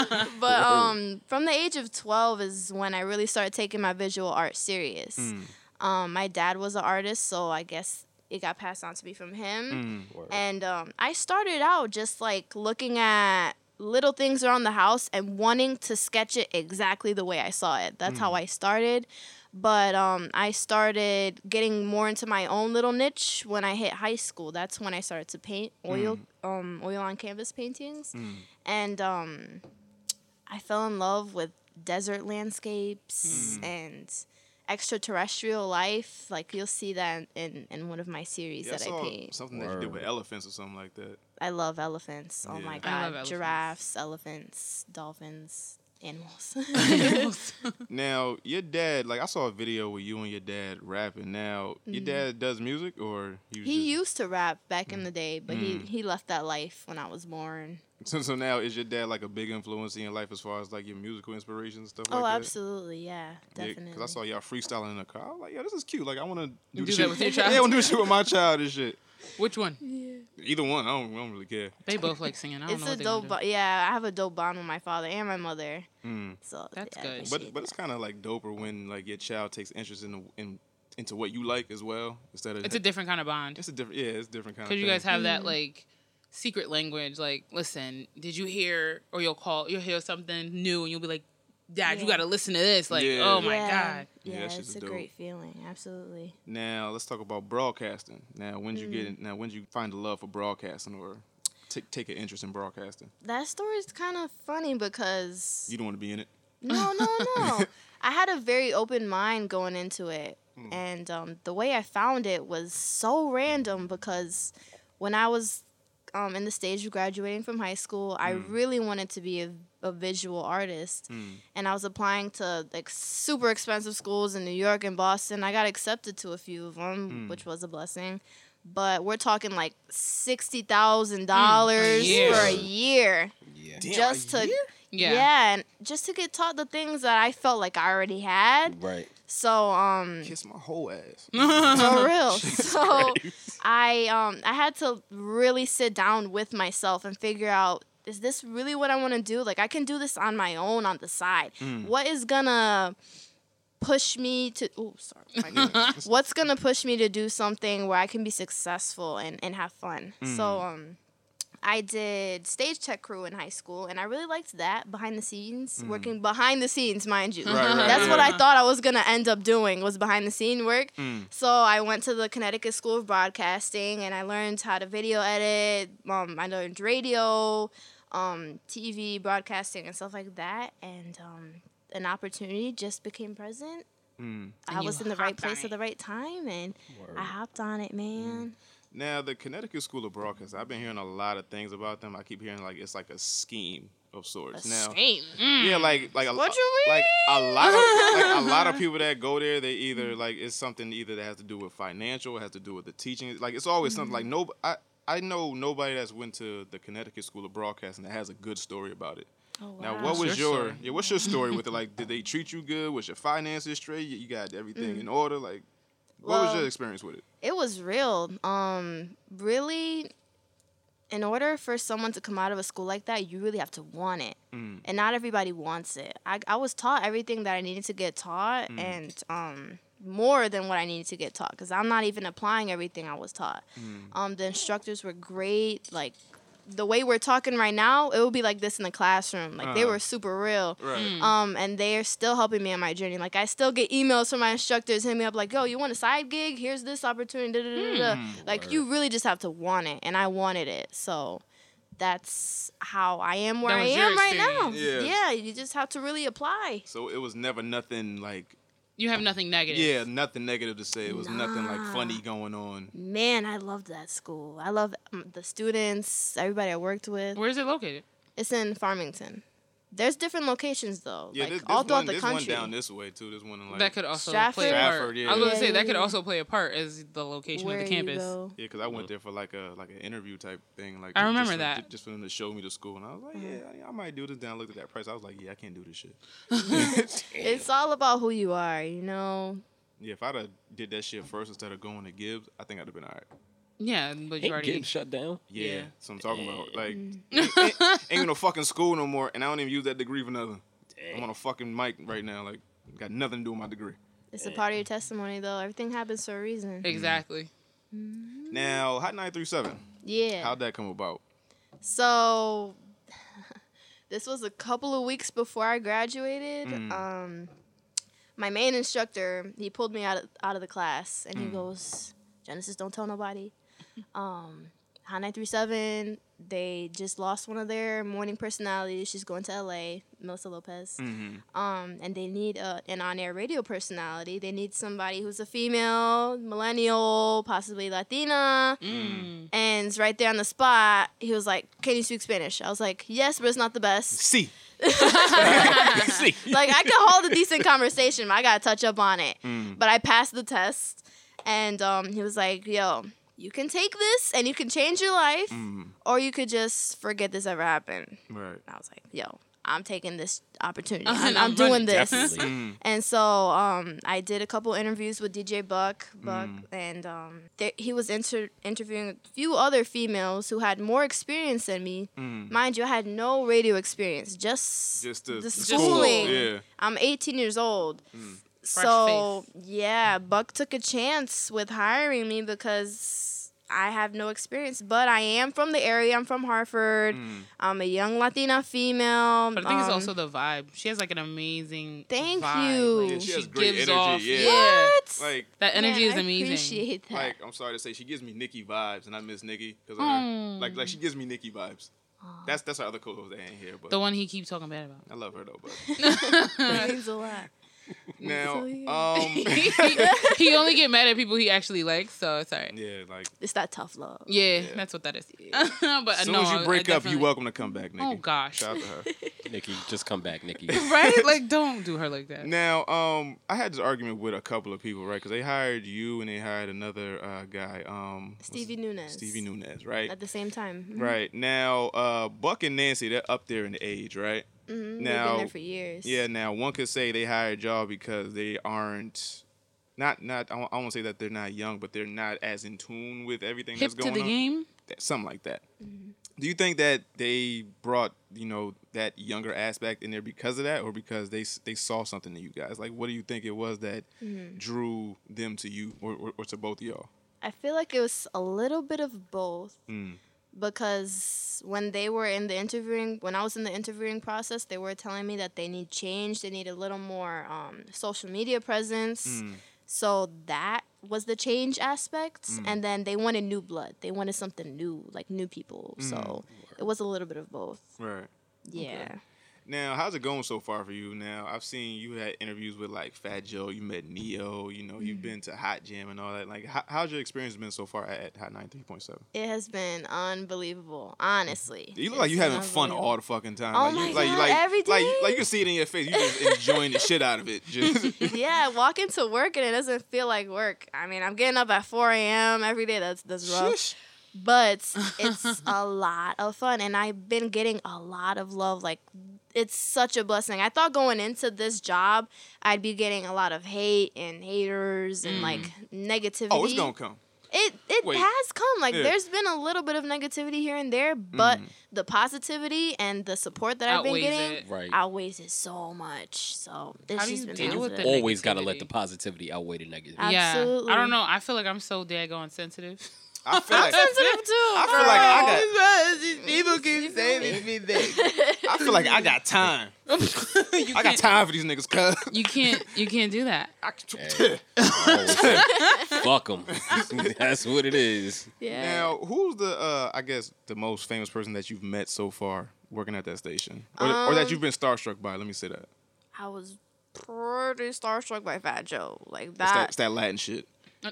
[SPEAKER 10] but um, from the age of 12 is when I really started taking my visual art serious.
[SPEAKER 9] Hmm.
[SPEAKER 10] Um, my dad was an artist, so I guess it got passed on to me from
[SPEAKER 9] Hmm.
[SPEAKER 10] him.
[SPEAKER 20] Mm. Word.
[SPEAKER 10] And um, I started out just like looking at little things around the house and wanting to sketch it exactly the way I saw it. That's how
[SPEAKER 7] Hmm.
[SPEAKER 20] Mm.
[SPEAKER 10] I started. But um, I started getting more into my own little niche when I hit high school. That's when I started to paint oil,
[SPEAKER 7] Hmm.
[SPEAKER 10] um, oil on canvas paintings, and um, I fell in love with desert
[SPEAKER 7] Hmm.
[SPEAKER 10] landscapes and extraterrestrial life. Like you'll see that in, in one of my series
[SPEAKER 7] yeah, I
[SPEAKER 10] that I,
[SPEAKER 7] saw
[SPEAKER 10] paint.
[SPEAKER 7] something that you did with elephants or something like that.
[SPEAKER 10] I love elephants. Oh
[SPEAKER 7] Yeah. I
[SPEAKER 10] my
[SPEAKER 7] love
[SPEAKER 10] god,
[SPEAKER 7] elephants.
[SPEAKER 10] giraffes, elephants, dolphins, animals.
[SPEAKER 7] Now, your dad, like I saw a video with you and your dad rapping. Now, your
[SPEAKER 9] Mm-hmm.
[SPEAKER 10] Mhm.
[SPEAKER 7] dad does music or he was
[SPEAKER 10] he used to rap back in the day, but he,
[SPEAKER 7] Mm.
[SPEAKER 10] he left that life when I was born.
[SPEAKER 7] just, so, so now is your dad like a big influence in your life as far as like your musical inspiration and stuff
[SPEAKER 10] oh,
[SPEAKER 7] like that?
[SPEAKER 10] absolutely, yeah, definitely.
[SPEAKER 7] Because I saw y'all freestyling in the car. I was like, yeah, this is cute. Like I want to do,
[SPEAKER 9] Do
[SPEAKER 7] the
[SPEAKER 9] that
[SPEAKER 7] shit
[SPEAKER 9] with your
[SPEAKER 7] Yeah, I
[SPEAKER 9] child?
[SPEAKER 7] want to do shit with my child and shit.
[SPEAKER 9] Which one?
[SPEAKER 7] Either one, I don't, I don't really care.
[SPEAKER 9] They both like singing. I don't
[SPEAKER 10] it's
[SPEAKER 9] know
[SPEAKER 10] a
[SPEAKER 9] what they gonna
[SPEAKER 10] dope, bo- yeah. I have a dope bond with my father and my mother.
[SPEAKER 7] Mm.
[SPEAKER 10] So
[SPEAKER 9] That's
[SPEAKER 10] yeah, I
[SPEAKER 9] good.
[SPEAKER 10] appreciate
[SPEAKER 7] But but it's kind of like doper when like your child takes interest in the, in into what you like as well instead of
[SPEAKER 9] It's a different kind of bond.
[SPEAKER 7] It's a different yeah, it's a different kind.
[SPEAKER 9] Because
[SPEAKER 7] of
[SPEAKER 9] you guys
[SPEAKER 7] thing.
[SPEAKER 9] have
[SPEAKER 10] Mm.
[SPEAKER 9] that like secret language. Like, listen, did you hear? Or you'll call. You'll hear something new, and you'll be like, Dad, you
[SPEAKER 10] Yeah.
[SPEAKER 9] got to listen to this. Like,
[SPEAKER 7] Yeah.
[SPEAKER 9] oh my
[SPEAKER 10] Yeah.
[SPEAKER 9] god.
[SPEAKER 7] Yeah,
[SPEAKER 10] Yeah,
[SPEAKER 7] that shit's
[SPEAKER 10] it's a
[SPEAKER 7] dope.
[SPEAKER 10] great feeling. Absolutely.
[SPEAKER 7] Now let's talk about broadcasting. Now when would you get
[SPEAKER 10] Mm.
[SPEAKER 7] in, now when would you find a love for broadcasting or take take an interest in broadcasting?
[SPEAKER 10] That story's kind of funny because
[SPEAKER 7] You don't want to be in it.
[SPEAKER 10] No, no, no. I had a very open mind going into it.
[SPEAKER 20] Hmm.
[SPEAKER 7] Mm.
[SPEAKER 10] And um, the way I found it was so random because when I was um, in the stage of graduating from high school, I
[SPEAKER 20] Mm.
[SPEAKER 10] really wanted to be a, a visual artist.
[SPEAKER 20] Hmm.
[SPEAKER 10] And I was applying to like super expensive schools in New York and Boston. I got accepted to a few of them,
[SPEAKER 20] Mm.
[SPEAKER 10] which was a blessing. But we're talking like
[SPEAKER 20] Hmm.
[SPEAKER 10] $60,000
[SPEAKER 20] Mm.
[SPEAKER 10] for a
[SPEAKER 20] Yeah.
[SPEAKER 10] year
[SPEAKER 20] Damn, a
[SPEAKER 10] just to
[SPEAKER 20] year?
[SPEAKER 10] yeah.
[SPEAKER 20] Yeah.
[SPEAKER 10] and just to get taught the things that I felt like I already had.
[SPEAKER 8] Right.
[SPEAKER 10] So um
[SPEAKER 7] kiss my whole ass.
[SPEAKER 9] oh.
[SPEAKER 10] for real.
[SPEAKER 7] Jesus
[SPEAKER 10] so I um I had to really sit down with myself and figure out is this really what I want to do? Like I can do this on my own on the side.
[SPEAKER 20] Mm.
[SPEAKER 10] What is gonna push me to oh sorry my goodness. what's gonna push me to do something where i can be successful and, and have fun so
[SPEAKER 20] Mm.
[SPEAKER 10] um I did stage tech crew in high school, and I really liked that behind the scenes,
[SPEAKER 20] Mm.
[SPEAKER 10] working behind the scenes, mind you.
[SPEAKER 20] Right, right,
[SPEAKER 10] Mm-hmm. That's what
[SPEAKER 20] yeah.
[SPEAKER 10] I thought I was gonna end up doing was behind the scene work.
[SPEAKER 20] Mm.
[SPEAKER 10] So I went to the Connecticut School of Broadcasting, and I learned how to video edit. Um, I learned radio, um, TV broadcasting, and stuff like that. And um, an opportunity just became present. I
[SPEAKER 20] And
[SPEAKER 10] was
[SPEAKER 20] you
[SPEAKER 10] in the right
[SPEAKER 20] hopped on
[SPEAKER 10] place at the right time, and
[SPEAKER 7] Word.
[SPEAKER 10] I hopped on it, man.
[SPEAKER 7] Now the Connecticut School of Broadcast, I've been hearing a lot of things about them. I keep hearing like it's like a scheme of sorts.
[SPEAKER 10] A
[SPEAKER 7] now
[SPEAKER 10] scheme?
[SPEAKER 7] Yeah, like like a
[SPEAKER 10] What you
[SPEAKER 7] like a lot of like a lot of people that go there, they
[SPEAKER 10] Mm.
[SPEAKER 7] either like it's something either that has to do with financial, it has to do with the teaching. Like it's always something
[SPEAKER 10] Mm-hmm.
[SPEAKER 7] like no I I know nobody that's went to the Connecticut School of Broadcasting that has a good story about it.
[SPEAKER 10] Oh,
[SPEAKER 7] Now,
[SPEAKER 10] wow.
[SPEAKER 7] what was
[SPEAKER 10] What's your
[SPEAKER 7] your
[SPEAKER 10] story?
[SPEAKER 7] yeah? What's your story with it? Like, did they treat you good? Was your finances straight? You you got everything
[SPEAKER 10] Mm.
[SPEAKER 7] in order? Like, what was
[SPEAKER 10] Well,
[SPEAKER 7] your experience with it?
[SPEAKER 10] It was real. Um, really, in order for someone to come out of a school like that, you really have to want it.
[SPEAKER 20] Mm.
[SPEAKER 10] And not everybody wants it. I, I was taught everything that I needed to get taught
[SPEAKER 20] Mm.
[SPEAKER 10] and um, more than what I needed to get taught because I'm not even applying everything I was taught.
[SPEAKER 20] Mm.
[SPEAKER 10] Um, the instructors were great. Like the way we're talking right now, it would be like this in the classroom. Like they
[SPEAKER 20] Uh-huh.
[SPEAKER 10] were super real.
[SPEAKER 20] Right. Mm.
[SPEAKER 10] Um, and they are still helping me on my journey. Like I still get emails from my instructors hitting me up like, "Yo, you want a side gig? Here's this opportunity." Da, da, da, da, da.
[SPEAKER 9] Hmm.
[SPEAKER 20] Mm.
[SPEAKER 10] Like you really just have to want it, and I wanted it. So that's how I am where
[SPEAKER 20] That
[SPEAKER 10] I
[SPEAKER 20] was your
[SPEAKER 10] am right now.
[SPEAKER 7] experience. Yeah.
[SPEAKER 10] yeah, you just have to really apply.
[SPEAKER 7] So it was never nothing like
[SPEAKER 9] You have nothing negative.
[SPEAKER 7] yeah, nothing negative to say. It was nothing like
[SPEAKER 10] Nah.
[SPEAKER 7] funny going on.
[SPEAKER 10] Man, I loved that school. I love um, the students, everybody I worked with.
[SPEAKER 9] Where's it located?
[SPEAKER 10] It's in Farmington. There's different locations though,
[SPEAKER 7] Yeah,
[SPEAKER 10] like
[SPEAKER 7] there's, there's
[SPEAKER 10] all throughout
[SPEAKER 7] one,
[SPEAKER 10] the
[SPEAKER 7] there's
[SPEAKER 10] country.
[SPEAKER 7] one down this way too. There's one in like
[SPEAKER 9] that could also
[SPEAKER 10] Stratford?
[SPEAKER 9] play a part.
[SPEAKER 7] Stratford, yeah.
[SPEAKER 9] I was gonna
[SPEAKER 7] Yeah,
[SPEAKER 9] say
[SPEAKER 7] yeah,
[SPEAKER 9] that could
[SPEAKER 7] yeah.
[SPEAKER 9] also play a part as the location
[SPEAKER 10] Where
[SPEAKER 9] of
[SPEAKER 10] you
[SPEAKER 9] the campus.
[SPEAKER 10] go.
[SPEAKER 7] Yeah, because I went there for like a like an interview type thing. Like
[SPEAKER 9] I
[SPEAKER 7] just
[SPEAKER 9] remember
[SPEAKER 7] for-
[SPEAKER 9] that. Uh-huh.
[SPEAKER 7] just for them to show me the school, and I was like, yeah, I, I might do this. Then I looked at that price. I was like, yeah, I can't do this shit.
[SPEAKER 10] It's all about who you are, you know.
[SPEAKER 7] Yeah, if I'd have did that shit first instead of going to Gibbs, I think I'd have been all right.
[SPEAKER 9] Yeah, but you
[SPEAKER 8] Ain't
[SPEAKER 9] already
[SPEAKER 8] Gibbs shut down.
[SPEAKER 7] Yeah,
[SPEAKER 9] Yeah. Mm.
[SPEAKER 7] so I'm talking about like ain't, ain't no fucking school no more, and I don't even use that degree for nothing. I'm on a fucking mic right now, like got nothing to do with my degree.
[SPEAKER 10] It's a part of your testimony though. Everything happens for a reason.
[SPEAKER 9] Exactly.
[SPEAKER 7] Now, Hot 937.
[SPEAKER 10] Yeah.
[SPEAKER 7] How'd that come about?
[SPEAKER 10] So this was a couple of weeks before I graduated.
[SPEAKER 20] Mm.
[SPEAKER 10] Um, my main instructor, he pulled me out of, out of the class and he
[SPEAKER 20] Mm.
[SPEAKER 10] goes, Genesis, don't tell nobody. Um, High 937, they just lost one of their morning personalities. She's going to LA, Melissa Lopez.
[SPEAKER 20] Mm-hmm.
[SPEAKER 10] Um, and they need a, an on air radio personality. They need somebody who's a female, millennial, possibly Latina. And it's right there on the spot, he was like, Can you speak Spanish? I was like, Yes, but it's not the best.
[SPEAKER 7] See.
[SPEAKER 10] Like, I can hold a decent conversation, but I got to touch up on it. But I passed the test, and um, he was like, Yo, you can take this and you can change your life, or you could just forget this ever happened.
[SPEAKER 7] Right.
[SPEAKER 10] I was like, Yo, I'm taking this opportunity.
[SPEAKER 20] And
[SPEAKER 10] I'm,
[SPEAKER 20] I'm
[SPEAKER 10] I'm doing
[SPEAKER 20] running.
[SPEAKER 10] this.
[SPEAKER 20] Definitely. Mm.
[SPEAKER 10] And so um, I did a couple interviews with DJ Buck, Buck,
[SPEAKER 20] Mm.
[SPEAKER 10] and um, th- he was inter- interviewing a few other females who had more experience than me.
[SPEAKER 20] Mm.
[SPEAKER 10] Mind you, I had no radio experience, just,
[SPEAKER 20] Just the-
[SPEAKER 10] the,
[SPEAKER 20] the school,
[SPEAKER 10] schooling.
[SPEAKER 20] yeah. Mm.
[SPEAKER 10] I'm 18 years old.
[SPEAKER 20] Fresh
[SPEAKER 10] so yeah, Buck took a chance with hiring me because I have no experience, but I am from the area. I'm from Hartford.
[SPEAKER 9] Mm.
[SPEAKER 10] I'm a young Latina female.
[SPEAKER 9] But I think it's
[SPEAKER 10] um,
[SPEAKER 9] also the vibe. She has like an amazing.
[SPEAKER 10] Thank
[SPEAKER 9] vibe.
[SPEAKER 10] you.
[SPEAKER 9] Like,
[SPEAKER 10] Yeah,
[SPEAKER 7] she has great energy, yeah.
[SPEAKER 10] What?
[SPEAKER 7] Like
[SPEAKER 9] That energy Man, is I amazing. appreciate that.
[SPEAKER 7] Like I'm sorry to say, she gives me Nikki vibes, and I miss Nikki because her.
[SPEAKER 9] Mm.
[SPEAKER 7] like like she gives me Nikki vibes. That's that's our other co-host that ain't here, but
[SPEAKER 9] the one he keeps talking bad about.
[SPEAKER 7] I love her though. But
[SPEAKER 10] a lot.
[SPEAKER 7] now, um,
[SPEAKER 9] he, he only get mad at people he actually likes, so it's alright.
[SPEAKER 7] Yeah, like
[SPEAKER 10] It's that tough love.
[SPEAKER 9] yeah, that's what that is. but
[SPEAKER 7] as soon
[SPEAKER 9] no,
[SPEAKER 7] as
[SPEAKER 9] I-
[SPEAKER 7] you
[SPEAKER 9] I
[SPEAKER 7] break up, you
[SPEAKER 9] definitely-
[SPEAKER 7] welcome to come back, Nikki.
[SPEAKER 9] Oh, gosh.
[SPEAKER 7] shout out to her.
[SPEAKER 8] Nikki, just come back, Nikki.
[SPEAKER 9] right? Like, don't do her like that.
[SPEAKER 7] Now, um, I had this argument with a couple of people, right? Because they hired you and they hired another uh, guy, um, what's-
[SPEAKER 10] Stevie Nunes.
[SPEAKER 7] Stevie Nunes, right?
[SPEAKER 10] At the same time.
[SPEAKER 9] Mm-hmm.
[SPEAKER 10] Mhm.
[SPEAKER 7] Right now, uh, Buck and Nancy, they're up there in age, right?
[SPEAKER 10] Mhm, they've been
[SPEAKER 7] Now,
[SPEAKER 10] there for years.
[SPEAKER 7] Yeah, now one could say they hired y'all because they aren't not not. I won't- I won't say that they're not young, but they're not as in tune with everything
[SPEAKER 9] Hip
[SPEAKER 7] that's
[SPEAKER 9] to
[SPEAKER 7] going
[SPEAKER 9] the
[SPEAKER 7] on.
[SPEAKER 9] game? Mm-hmm.
[SPEAKER 7] Th- something like that. Do you think that they brought you know that younger aspect in there because of that, or because they s- they saw something in you guys? Like, what do you think it was that
[SPEAKER 9] Mm-hmm.
[SPEAKER 10] Mhm.
[SPEAKER 7] drew them to you, or, or, or to both of y'all?
[SPEAKER 10] I feel like it was a little bit of both.
[SPEAKER 7] Mm.
[SPEAKER 10] because when they were in the interviewing when i was in the interviewing process they were telling me that they need change they need a little more um, social media presence
[SPEAKER 3] Mm.
[SPEAKER 10] so that was the change aspect
[SPEAKER 3] Mm.
[SPEAKER 10] and then they wanted new blood they wanted something new like new people so
[SPEAKER 7] Mm.
[SPEAKER 10] it was a little bit of both
[SPEAKER 7] Right.
[SPEAKER 10] yeah
[SPEAKER 7] Now, how's it going so far for you? Now, I've seen you had interviews with like Fat Joe, you met Neo, you know, you've
[SPEAKER 10] Mhm.
[SPEAKER 7] been to Hot Jam and all that. Like, how, how's your experience been so far at Hot 93.7?
[SPEAKER 10] it has been unbelievable honestly
[SPEAKER 7] You look like
[SPEAKER 10] It's
[SPEAKER 7] you
[SPEAKER 10] been
[SPEAKER 7] having fun all the fucking time.
[SPEAKER 10] Oh
[SPEAKER 7] like,
[SPEAKER 10] my
[SPEAKER 7] you, like,
[SPEAKER 10] God,
[SPEAKER 7] like,
[SPEAKER 10] every
[SPEAKER 7] Like,
[SPEAKER 10] day?
[SPEAKER 7] like you can see it in your face. You just enjoying the shit out of it. Just,
[SPEAKER 10] yeah, walking to work and it doesn't feel like work. I mean, I'm getting up at 4 a.m. every day. That's that's rough.
[SPEAKER 3] Sheesh.
[SPEAKER 10] But it's a lot of fun, and I've been getting a lot of love. Like, it's such a blessing. I thought going into this job, I'd be getting a lot of hate and haters and
[SPEAKER 7] Mm.
[SPEAKER 10] like negativity.
[SPEAKER 7] oh, it's gonna come.
[SPEAKER 10] It it
[SPEAKER 7] Wait.
[SPEAKER 10] has come. Like,
[SPEAKER 7] Yeah. Mm.
[SPEAKER 10] there's been a little bit of negativity here and there, but the positivity and the support that I've been
[SPEAKER 8] Outweighs
[SPEAKER 10] getting
[SPEAKER 8] it. Right.
[SPEAKER 10] outweighs it so much. So it's
[SPEAKER 9] How do
[SPEAKER 10] just
[SPEAKER 9] you
[SPEAKER 10] been
[SPEAKER 9] deal with
[SPEAKER 10] positive.
[SPEAKER 9] the
[SPEAKER 7] Oh,
[SPEAKER 8] Always got to let the positivity outweigh the negative.
[SPEAKER 9] Yeah. I don't know. I feel like I'm so daggone sensitive.
[SPEAKER 7] I
[SPEAKER 8] feel I'm like-
[SPEAKER 10] sensitive too. Oh,
[SPEAKER 9] I
[SPEAKER 7] feel like I got-
[SPEAKER 9] People keep saying me
[SPEAKER 7] I feel like I got time. I got time for these niggas, cuz.
[SPEAKER 9] You can't. You can't do that.
[SPEAKER 8] Fuck them. That's what it is.
[SPEAKER 10] Yeah.
[SPEAKER 7] Now, who's the uh I guess the most famous person that you've met so far working at that station, or, or that
[SPEAKER 10] Um,
[SPEAKER 7] you've been starstruck by? Let me say that.
[SPEAKER 10] I was pretty starstruck by Fat Joe. Like
[SPEAKER 7] It's that,
[SPEAKER 10] that.
[SPEAKER 7] it's that Latin shit.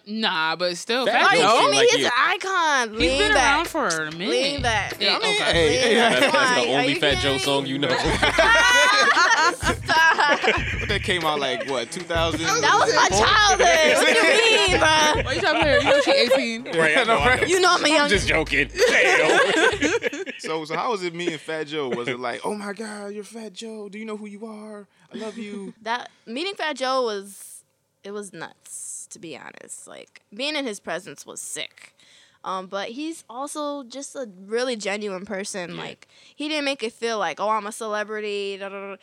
[SPEAKER 9] Nah, but still,
[SPEAKER 7] Fat
[SPEAKER 9] Fat
[SPEAKER 7] Joe
[SPEAKER 9] Joe.
[SPEAKER 7] seem like
[SPEAKER 10] He's
[SPEAKER 7] you-
[SPEAKER 10] an icon.
[SPEAKER 9] He's
[SPEAKER 10] Lean
[SPEAKER 9] been
[SPEAKER 10] back.
[SPEAKER 9] around for a minute.
[SPEAKER 10] Lean back.
[SPEAKER 9] Yeah, okay.
[SPEAKER 8] Hey, hey,
[SPEAKER 9] Yeah.
[SPEAKER 8] that's, that's the
[SPEAKER 9] Why? Are
[SPEAKER 8] only
[SPEAKER 9] you
[SPEAKER 8] Fat Joe song you know.
[SPEAKER 7] But that came out like what 2000.
[SPEAKER 10] That was my childhood. What do you mean, bro?
[SPEAKER 9] Why you trying to play her? You know she 18.
[SPEAKER 7] Right, I know, I know.
[SPEAKER 10] You know I'm a young.
[SPEAKER 7] just joking. so, so how was it meeting Fat Joe? Was it like, oh my god, you're Fat Joe? Do you know who you are? I love you.
[SPEAKER 10] That meeting Fat Joe was, it was nuts to be honest. Like being in his presence was sick. Um, but he's also just a really genuine person. Like he didn't make it feel like, oh, I'm a celebrity. Da, da, da.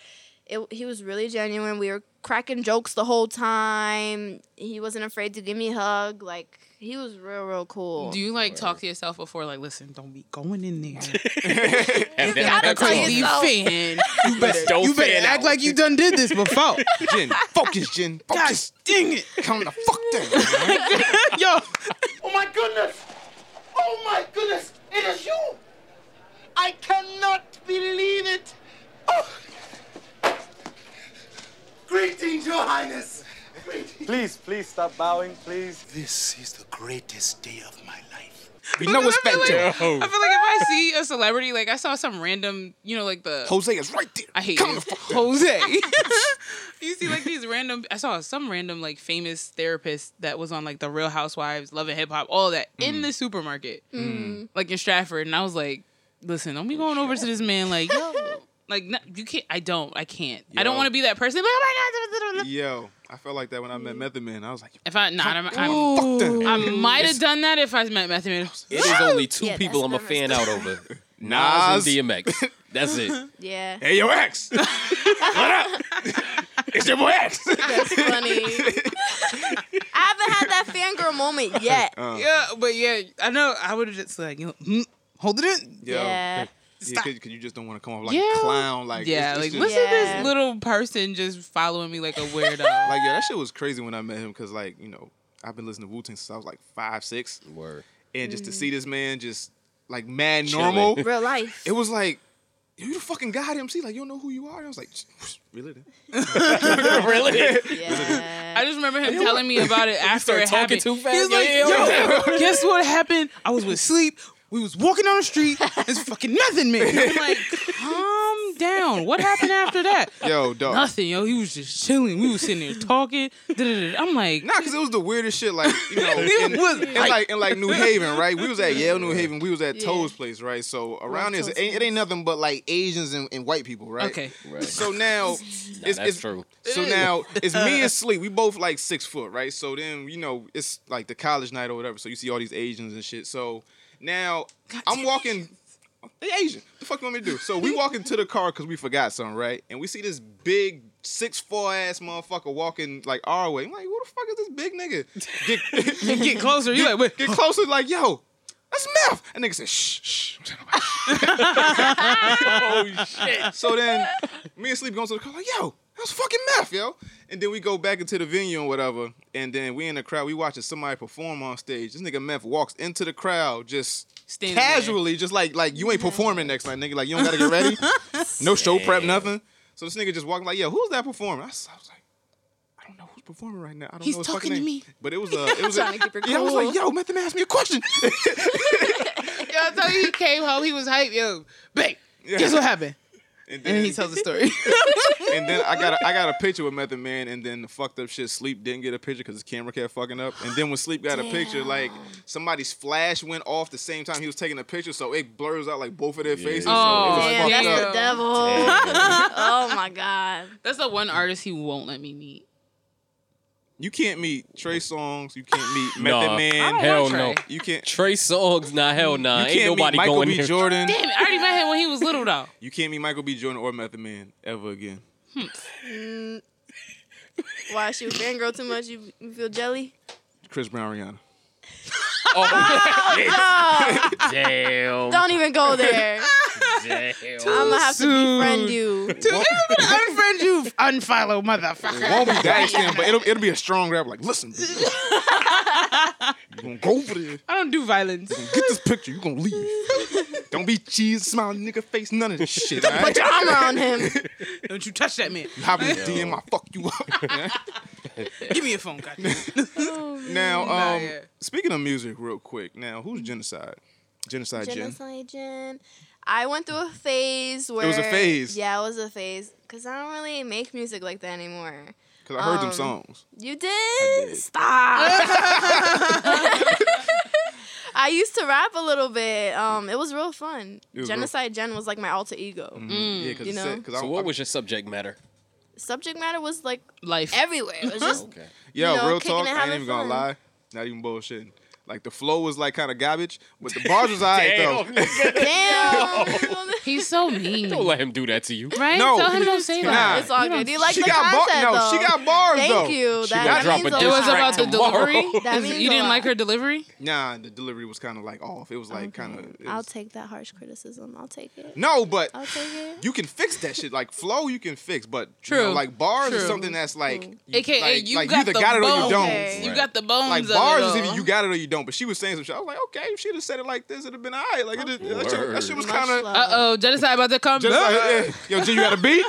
[SPEAKER 10] It, he was really genuine. We were cracking jokes the whole time. He wasn't afraid to give me a hug. Like he was real, real cool.
[SPEAKER 9] Do you like talk to yourself before? Like, listen, don't be going in there.
[SPEAKER 10] You gotta tell
[SPEAKER 9] Crazy
[SPEAKER 10] yourself.
[SPEAKER 9] fan.
[SPEAKER 7] You better,
[SPEAKER 9] Don't
[SPEAKER 7] you better
[SPEAKER 9] fan
[SPEAKER 7] act
[SPEAKER 9] out.
[SPEAKER 7] like you done did this before. Jen, focus, Jen. Focus.
[SPEAKER 9] dang it.
[SPEAKER 7] Come the fuck down.
[SPEAKER 9] Yo.
[SPEAKER 11] Oh my goodness! Oh my goodness! It is you! I cannot believe it! Oh. Greetings, Your Highness!
[SPEAKER 20] Please, please stop bowing, please.
[SPEAKER 11] This is the greatest day of my life.
[SPEAKER 7] We know it's Fat Joe.
[SPEAKER 9] I feel like if I see a celebrity, like I saw some random, you know, like the
[SPEAKER 7] Jose is right there.
[SPEAKER 9] I hate
[SPEAKER 7] Come
[SPEAKER 9] you.
[SPEAKER 7] the fuck down.
[SPEAKER 9] Jose. you see like these random. I saw some random like famous therapist that was on like the Real Housewives, Love and Hip Hop, all that in the supermarket,
[SPEAKER 10] Mm.
[SPEAKER 9] like in Stratford, and I was like, listen, don't be going over to this man like yo. Like no, you can't. I don't. I can't. I don't
[SPEAKER 7] Yo.
[SPEAKER 9] want to be that person. Like, oh my god.
[SPEAKER 7] Yo, I felt like that when I met Method Man. I was like,
[SPEAKER 9] If I not, I'm,
[SPEAKER 7] Fuck
[SPEAKER 9] I'm,
[SPEAKER 7] them.
[SPEAKER 9] I might have done that if I met Matthew. Meadows.
[SPEAKER 8] It is only two people I'm a fan out over. Nas and DMX. That's it.
[SPEAKER 10] Yeah.
[SPEAKER 7] Hey, yo, X. what up? It's your boy X.
[SPEAKER 10] That's funny. I haven't had that fangirl moment yet.
[SPEAKER 9] yeah, but yeah, I know. I would have just like, you know, mm, hold it in.
[SPEAKER 7] Yo,
[SPEAKER 10] Yeah.
[SPEAKER 9] Stop.
[SPEAKER 7] Because you just don't want to come off like
[SPEAKER 9] Yeah.
[SPEAKER 7] a clown. Like
[SPEAKER 9] yeah,
[SPEAKER 7] it's- it's
[SPEAKER 9] like
[SPEAKER 7] just-
[SPEAKER 9] listen to this little person just following me like a
[SPEAKER 7] Like
[SPEAKER 9] weirdo.
[SPEAKER 7] yeah, that shit was crazy when I met him because like you know I've been listening to Wu Tang since I was like five six.
[SPEAKER 8] Word.
[SPEAKER 7] And just to
[SPEAKER 10] Mhm.
[SPEAKER 9] Mm.
[SPEAKER 7] see this man just like mad
[SPEAKER 8] Chilling.
[SPEAKER 7] normal
[SPEAKER 10] Real life.
[SPEAKER 7] It was like. You the fucking God MC, like you don't know who you are. And I was like, really? then?"
[SPEAKER 9] I just remember him telling me about it
[SPEAKER 7] You
[SPEAKER 9] after
[SPEAKER 7] start
[SPEAKER 9] it
[SPEAKER 7] talking
[SPEAKER 9] happened.
[SPEAKER 7] too fast.
[SPEAKER 9] He's
[SPEAKER 7] Yeah,
[SPEAKER 9] like,
[SPEAKER 7] yeah,
[SPEAKER 9] yo,
[SPEAKER 7] yeah.
[SPEAKER 9] guess what happened? I was with sleep. We was walking down the street. It's fucking nothing, man. I'm like, calm down. What happened after that?
[SPEAKER 7] Yo, dog.
[SPEAKER 9] Nothing, yo. He was just chilling. We was sitting there talking. Da-da-da-da. I'm like,
[SPEAKER 7] Nah, because it was the weirdest shit. Like you know, in,
[SPEAKER 9] It was
[SPEAKER 7] in
[SPEAKER 9] like-
[SPEAKER 7] like in like New Haven, right? We was at Yale, New Haven. We was at
[SPEAKER 9] Yeah.
[SPEAKER 7] Toad's place, right? So around
[SPEAKER 9] Love
[SPEAKER 7] this, it
[SPEAKER 9] Toad's
[SPEAKER 7] ain't, it ain't nothing but like Asians and, and white people, right?
[SPEAKER 9] Okay.
[SPEAKER 8] Right.
[SPEAKER 7] So now, it's,
[SPEAKER 8] that's
[SPEAKER 7] it's-
[SPEAKER 8] true.
[SPEAKER 7] So
[SPEAKER 8] It is.
[SPEAKER 7] now it's me and Sleep. We both like six foot, right? So then you know it's like the college night or whatever. So you see all these Asians and shit. So now I'm walking. They Asian. The fuck you want me to do? So we walk into the car because we forgot something, right? And we see this big six four ass motherfucker walking like our way. I'm like, who the fuck is this big nigga? Get,
[SPEAKER 9] Get closer. You like, wait.
[SPEAKER 7] get closer. Like, yo, that's meth. And nigga said, shh, shh. oh shit. So then me and Sleep going to the car like, yo, that was fucking meth, yo. And then we go back into the venue and whatever. And then we in the crowd, we watching somebody perform on stage. This nigga meth walks into the crowd just
[SPEAKER 9] Standing there.
[SPEAKER 7] casually, just like like you ain't performing next night, nigga. Like you don't gotta get ready. no show prep,
[SPEAKER 9] Damn.
[SPEAKER 7] nothing. So this nigga just walking like, yo, who's that performing? I s- I was like, I don't know who's performing right now. I don't
[SPEAKER 9] He's
[SPEAKER 7] know his fucking
[SPEAKER 9] talking to
[SPEAKER 7] name.
[SPEAKER 9] me.
[SPEAKER 7] But it was a, it was
[SPEAKER 9] Trying
[SPEAKER 7] a,
[SPEAKER 9] to keep it
[SPEAKER 7] yeah. I was like,
[SPEAKER 9] cool.
[SPEAKER 7] yo, Method Man asked me a question.
[SPEAKER 9] yo, I tell you, he came home. He was hype, yo, babe. Guess what happened?
[SPEAKER 7] And,
[SPEAKER 9] then, he tells the story.
[SPEAKER 7] and then I got a, I got a picture with Method Man, and then the fucked up shit. Sleep didn't get a picture because his camera kept fucking up. And then when Sleep got a picture, like somebody's flash went off the same time he was taking a picture, so it blurs out like both of their faces.
[SPEAKER 9] Oh,
[SPEAKER 7] so it was
[SPEAKER 9] damn,
[SPEAKER 7] fucked
[SPEAKER 9] that's
[SPEAKER 7] up.
[SPEAKER 9] the devil.
[SPEAKER 10] oh my god.
[SPEAKER 9] That's the one artist he won't let me meet.
[SPEAKER 7] You can't meet Trey Songs. You can't meet Method
[SPEAKER 8] Nah,
[SPEAKER 7] Man.
[SPEAKER 8] hell no.
[SPEAKER 7] You can't.
[SPEAKER 8] Trey Songz, nah, hell nah.
[SPEAKER 7] You
[SPEAKER 8] Ain't
[SPEAKER 7] can't meet
[SPEAKER 8] nobody
[SPEAKER 7] Michael
[SPEAKER 8] going
[SPEAKER 7] B.
[SPEAKER 8] there.
[SPEAKER 7] Jordan.
[SPEAKER 9] Damn it, I already met him when he was little though.
[SPEAKER 7] You can't meet Michael B. Jordan or Method Man ever again.
[SPEAKER 10] Mm. Why she was fangirl too much? You, you feel jelly?
[SPEAKER 7] Chris Brown, Rihanna.
[SPEAKER 10] Oh,
[SPEAKER 7] Damn.
[SPEAKER 10] no. Don't even go there. I'm gonna have to befriend you.
[SPEAKER 9] unfriend you, unfollow, motherfucker.
[SPEAKER 7] It won't be that extent, but it'll, it'll be a strong rap. Like, listen, bitch, you gonna go over there.
[SPEAKER 9] I don't do violence.
[SPEAKER 7] Get this picture. You gonna leave. Don't be cheese, smiling nigga face, none of this shit.
[SPEAKER 9] Don't
[SPEAKER 7] alright?
[SPEAKER 9] put your arm around him. Don't you touch that man.
[SPEAKER 7] Hop in the DM, I fuck you up.
[SPEAKER 9] Give me your phone, goddamn.
[SPEAKER 7] now,
[SPEAKER 9] Nah,
[SPEAKER 7] um,
[SPEAKER 9] yeah.
[SPEAKER 7] speaking of music, real quick. Now, who's genocide? Genocide, Jen.
[SPEAKER 10] Genocide Jen. I went through a phase where
[SPEAKER 7] a phase.
[SPEAKER 10] Yeah, it was a phase because I don't really make music like that anymore.
[SPEAKER 7] Because I heard them
[SPEAKER 10] Um,
[SPEAKER 7] songs.
[SPEAKER 10] You did? Stop. I used to rap a little bit. Um, it was real fun.
[SPEAKER 8] It was real-
[SPEAKER 10] Genocide Jen was like my alter ego.
[SPEAKER 7] Mm-hmm.
[SPEAKER 10] you know,
[SPEAKER 8] so what was your subject matter?
[SPEAKER 10] subject matter was like
[SPEAKER 9] life
[SPEAKER 10] everywhere. It was just
[SPEAKER 8] Okay.
[SPEAKER 7] Yo,
[SPEAKER 10] you know,
[SPEAKER 7] real
[SPEAKER 10] kicking
[SPEAKER 7] talk,
[SPEAKER 10] and
[SPEAKER 7] I ain't
[SPEAKER 10] having
[SPEAKER 7] even gonna
[SPEAKER 10] fun.
[SPEAKER 7] lie. Not even bullshitting. Like the flow was like kind of garbage, but the bars was alright though.
[SPEAKER 9] He's so mean.
[SPEAKER 8] Don't let him do that to you.
[SPEAKER 9] Right?
[SPEAKER 7] No.
[SPEAKER 9] Tell him don't say
[SPEAKER 7] Nah.
[SPEAKER 9] that.
[SPEAKER 10] It's all
[SPEAKER 9] You
[SPEAKER 10] good.
[SPEAKER 9] don't-
[SPEAKER 10] You like
[SPEAKER 9] She
[SPEAKER 10] the
[SPEAKER 9] got bar-
[SPEAKER 10] content
[SPEAKER 9] no,
[SPEAKER 10] though.
[SPEAKER 9] she got bars,
[SPEAKER 10] Thank
[SPEAKER 9] though.
[SPEAKER 10] you.
[SPEAKER 7] She
[SPEAKER 10] That
[SPEAKER 7] gonna drop
[SPEAKER 10] means
[SPEAKER 7] a
[SPEAKER 10] a
[SPEAKER 7] diss
[SPEAKER 9] It was
[SPEAKER 10] lot.
[SPEAKER 9] about the delivery.
[SPEAKER 10] That means
[SPEAKER 9] you
[SPEAKER 10] a
[SPEAKER 9] didn't
[SPEAKER 10] lot.
[SPEAKER 9] like her delivery?
[SPEAKER 7] Nah, the delivery was kind of like off. It was like kind of.
[SPEAKER 10] I'll take that harsh criticism. I'll take it.
[SPEAKER 7] No, but
[SPEAKER 10] I'll take it.
[SPEAKER 7] you can fix that shit. Like flow, you can fix, but true,
[SPEAKER 9] True.
[SPEAKER 7] like bars is
[SPEAKER 9] True.
[SPEAKER 7] something that's like, you,
[SPEAKER 9] AKA,
[SPEAKER 7] like,
[SPEAKER 9] you
[SPEAKER 7] like,
[SPEAKER 9] got
[SPEAKER 7] either
[SPEAKER 9] the
[SPEAKER 7] got it or you
[SPEAKER 9] bones.
[SPEAKER 7] don't.
[SPEAKER 9] You Right. got the bones
[SPEAKER 7] Like
[SPEAKER 9] of it
[SPEAKER 7] bars is
[SPEAKER 9] all.
[SPEAKER 7] either you got it or you don't. But she was saying some shit. I was like, okay, if she'd have said it like this, it'd have been alright. Like it, that, shit, that shit was kind of.
[SPEAKER 9] Uh oh, genocide about to come
[SPEAKER 7] Just
[SPEAKER 9] back.
[SPEAKER 7] like, eh, yo, G, you got a beat?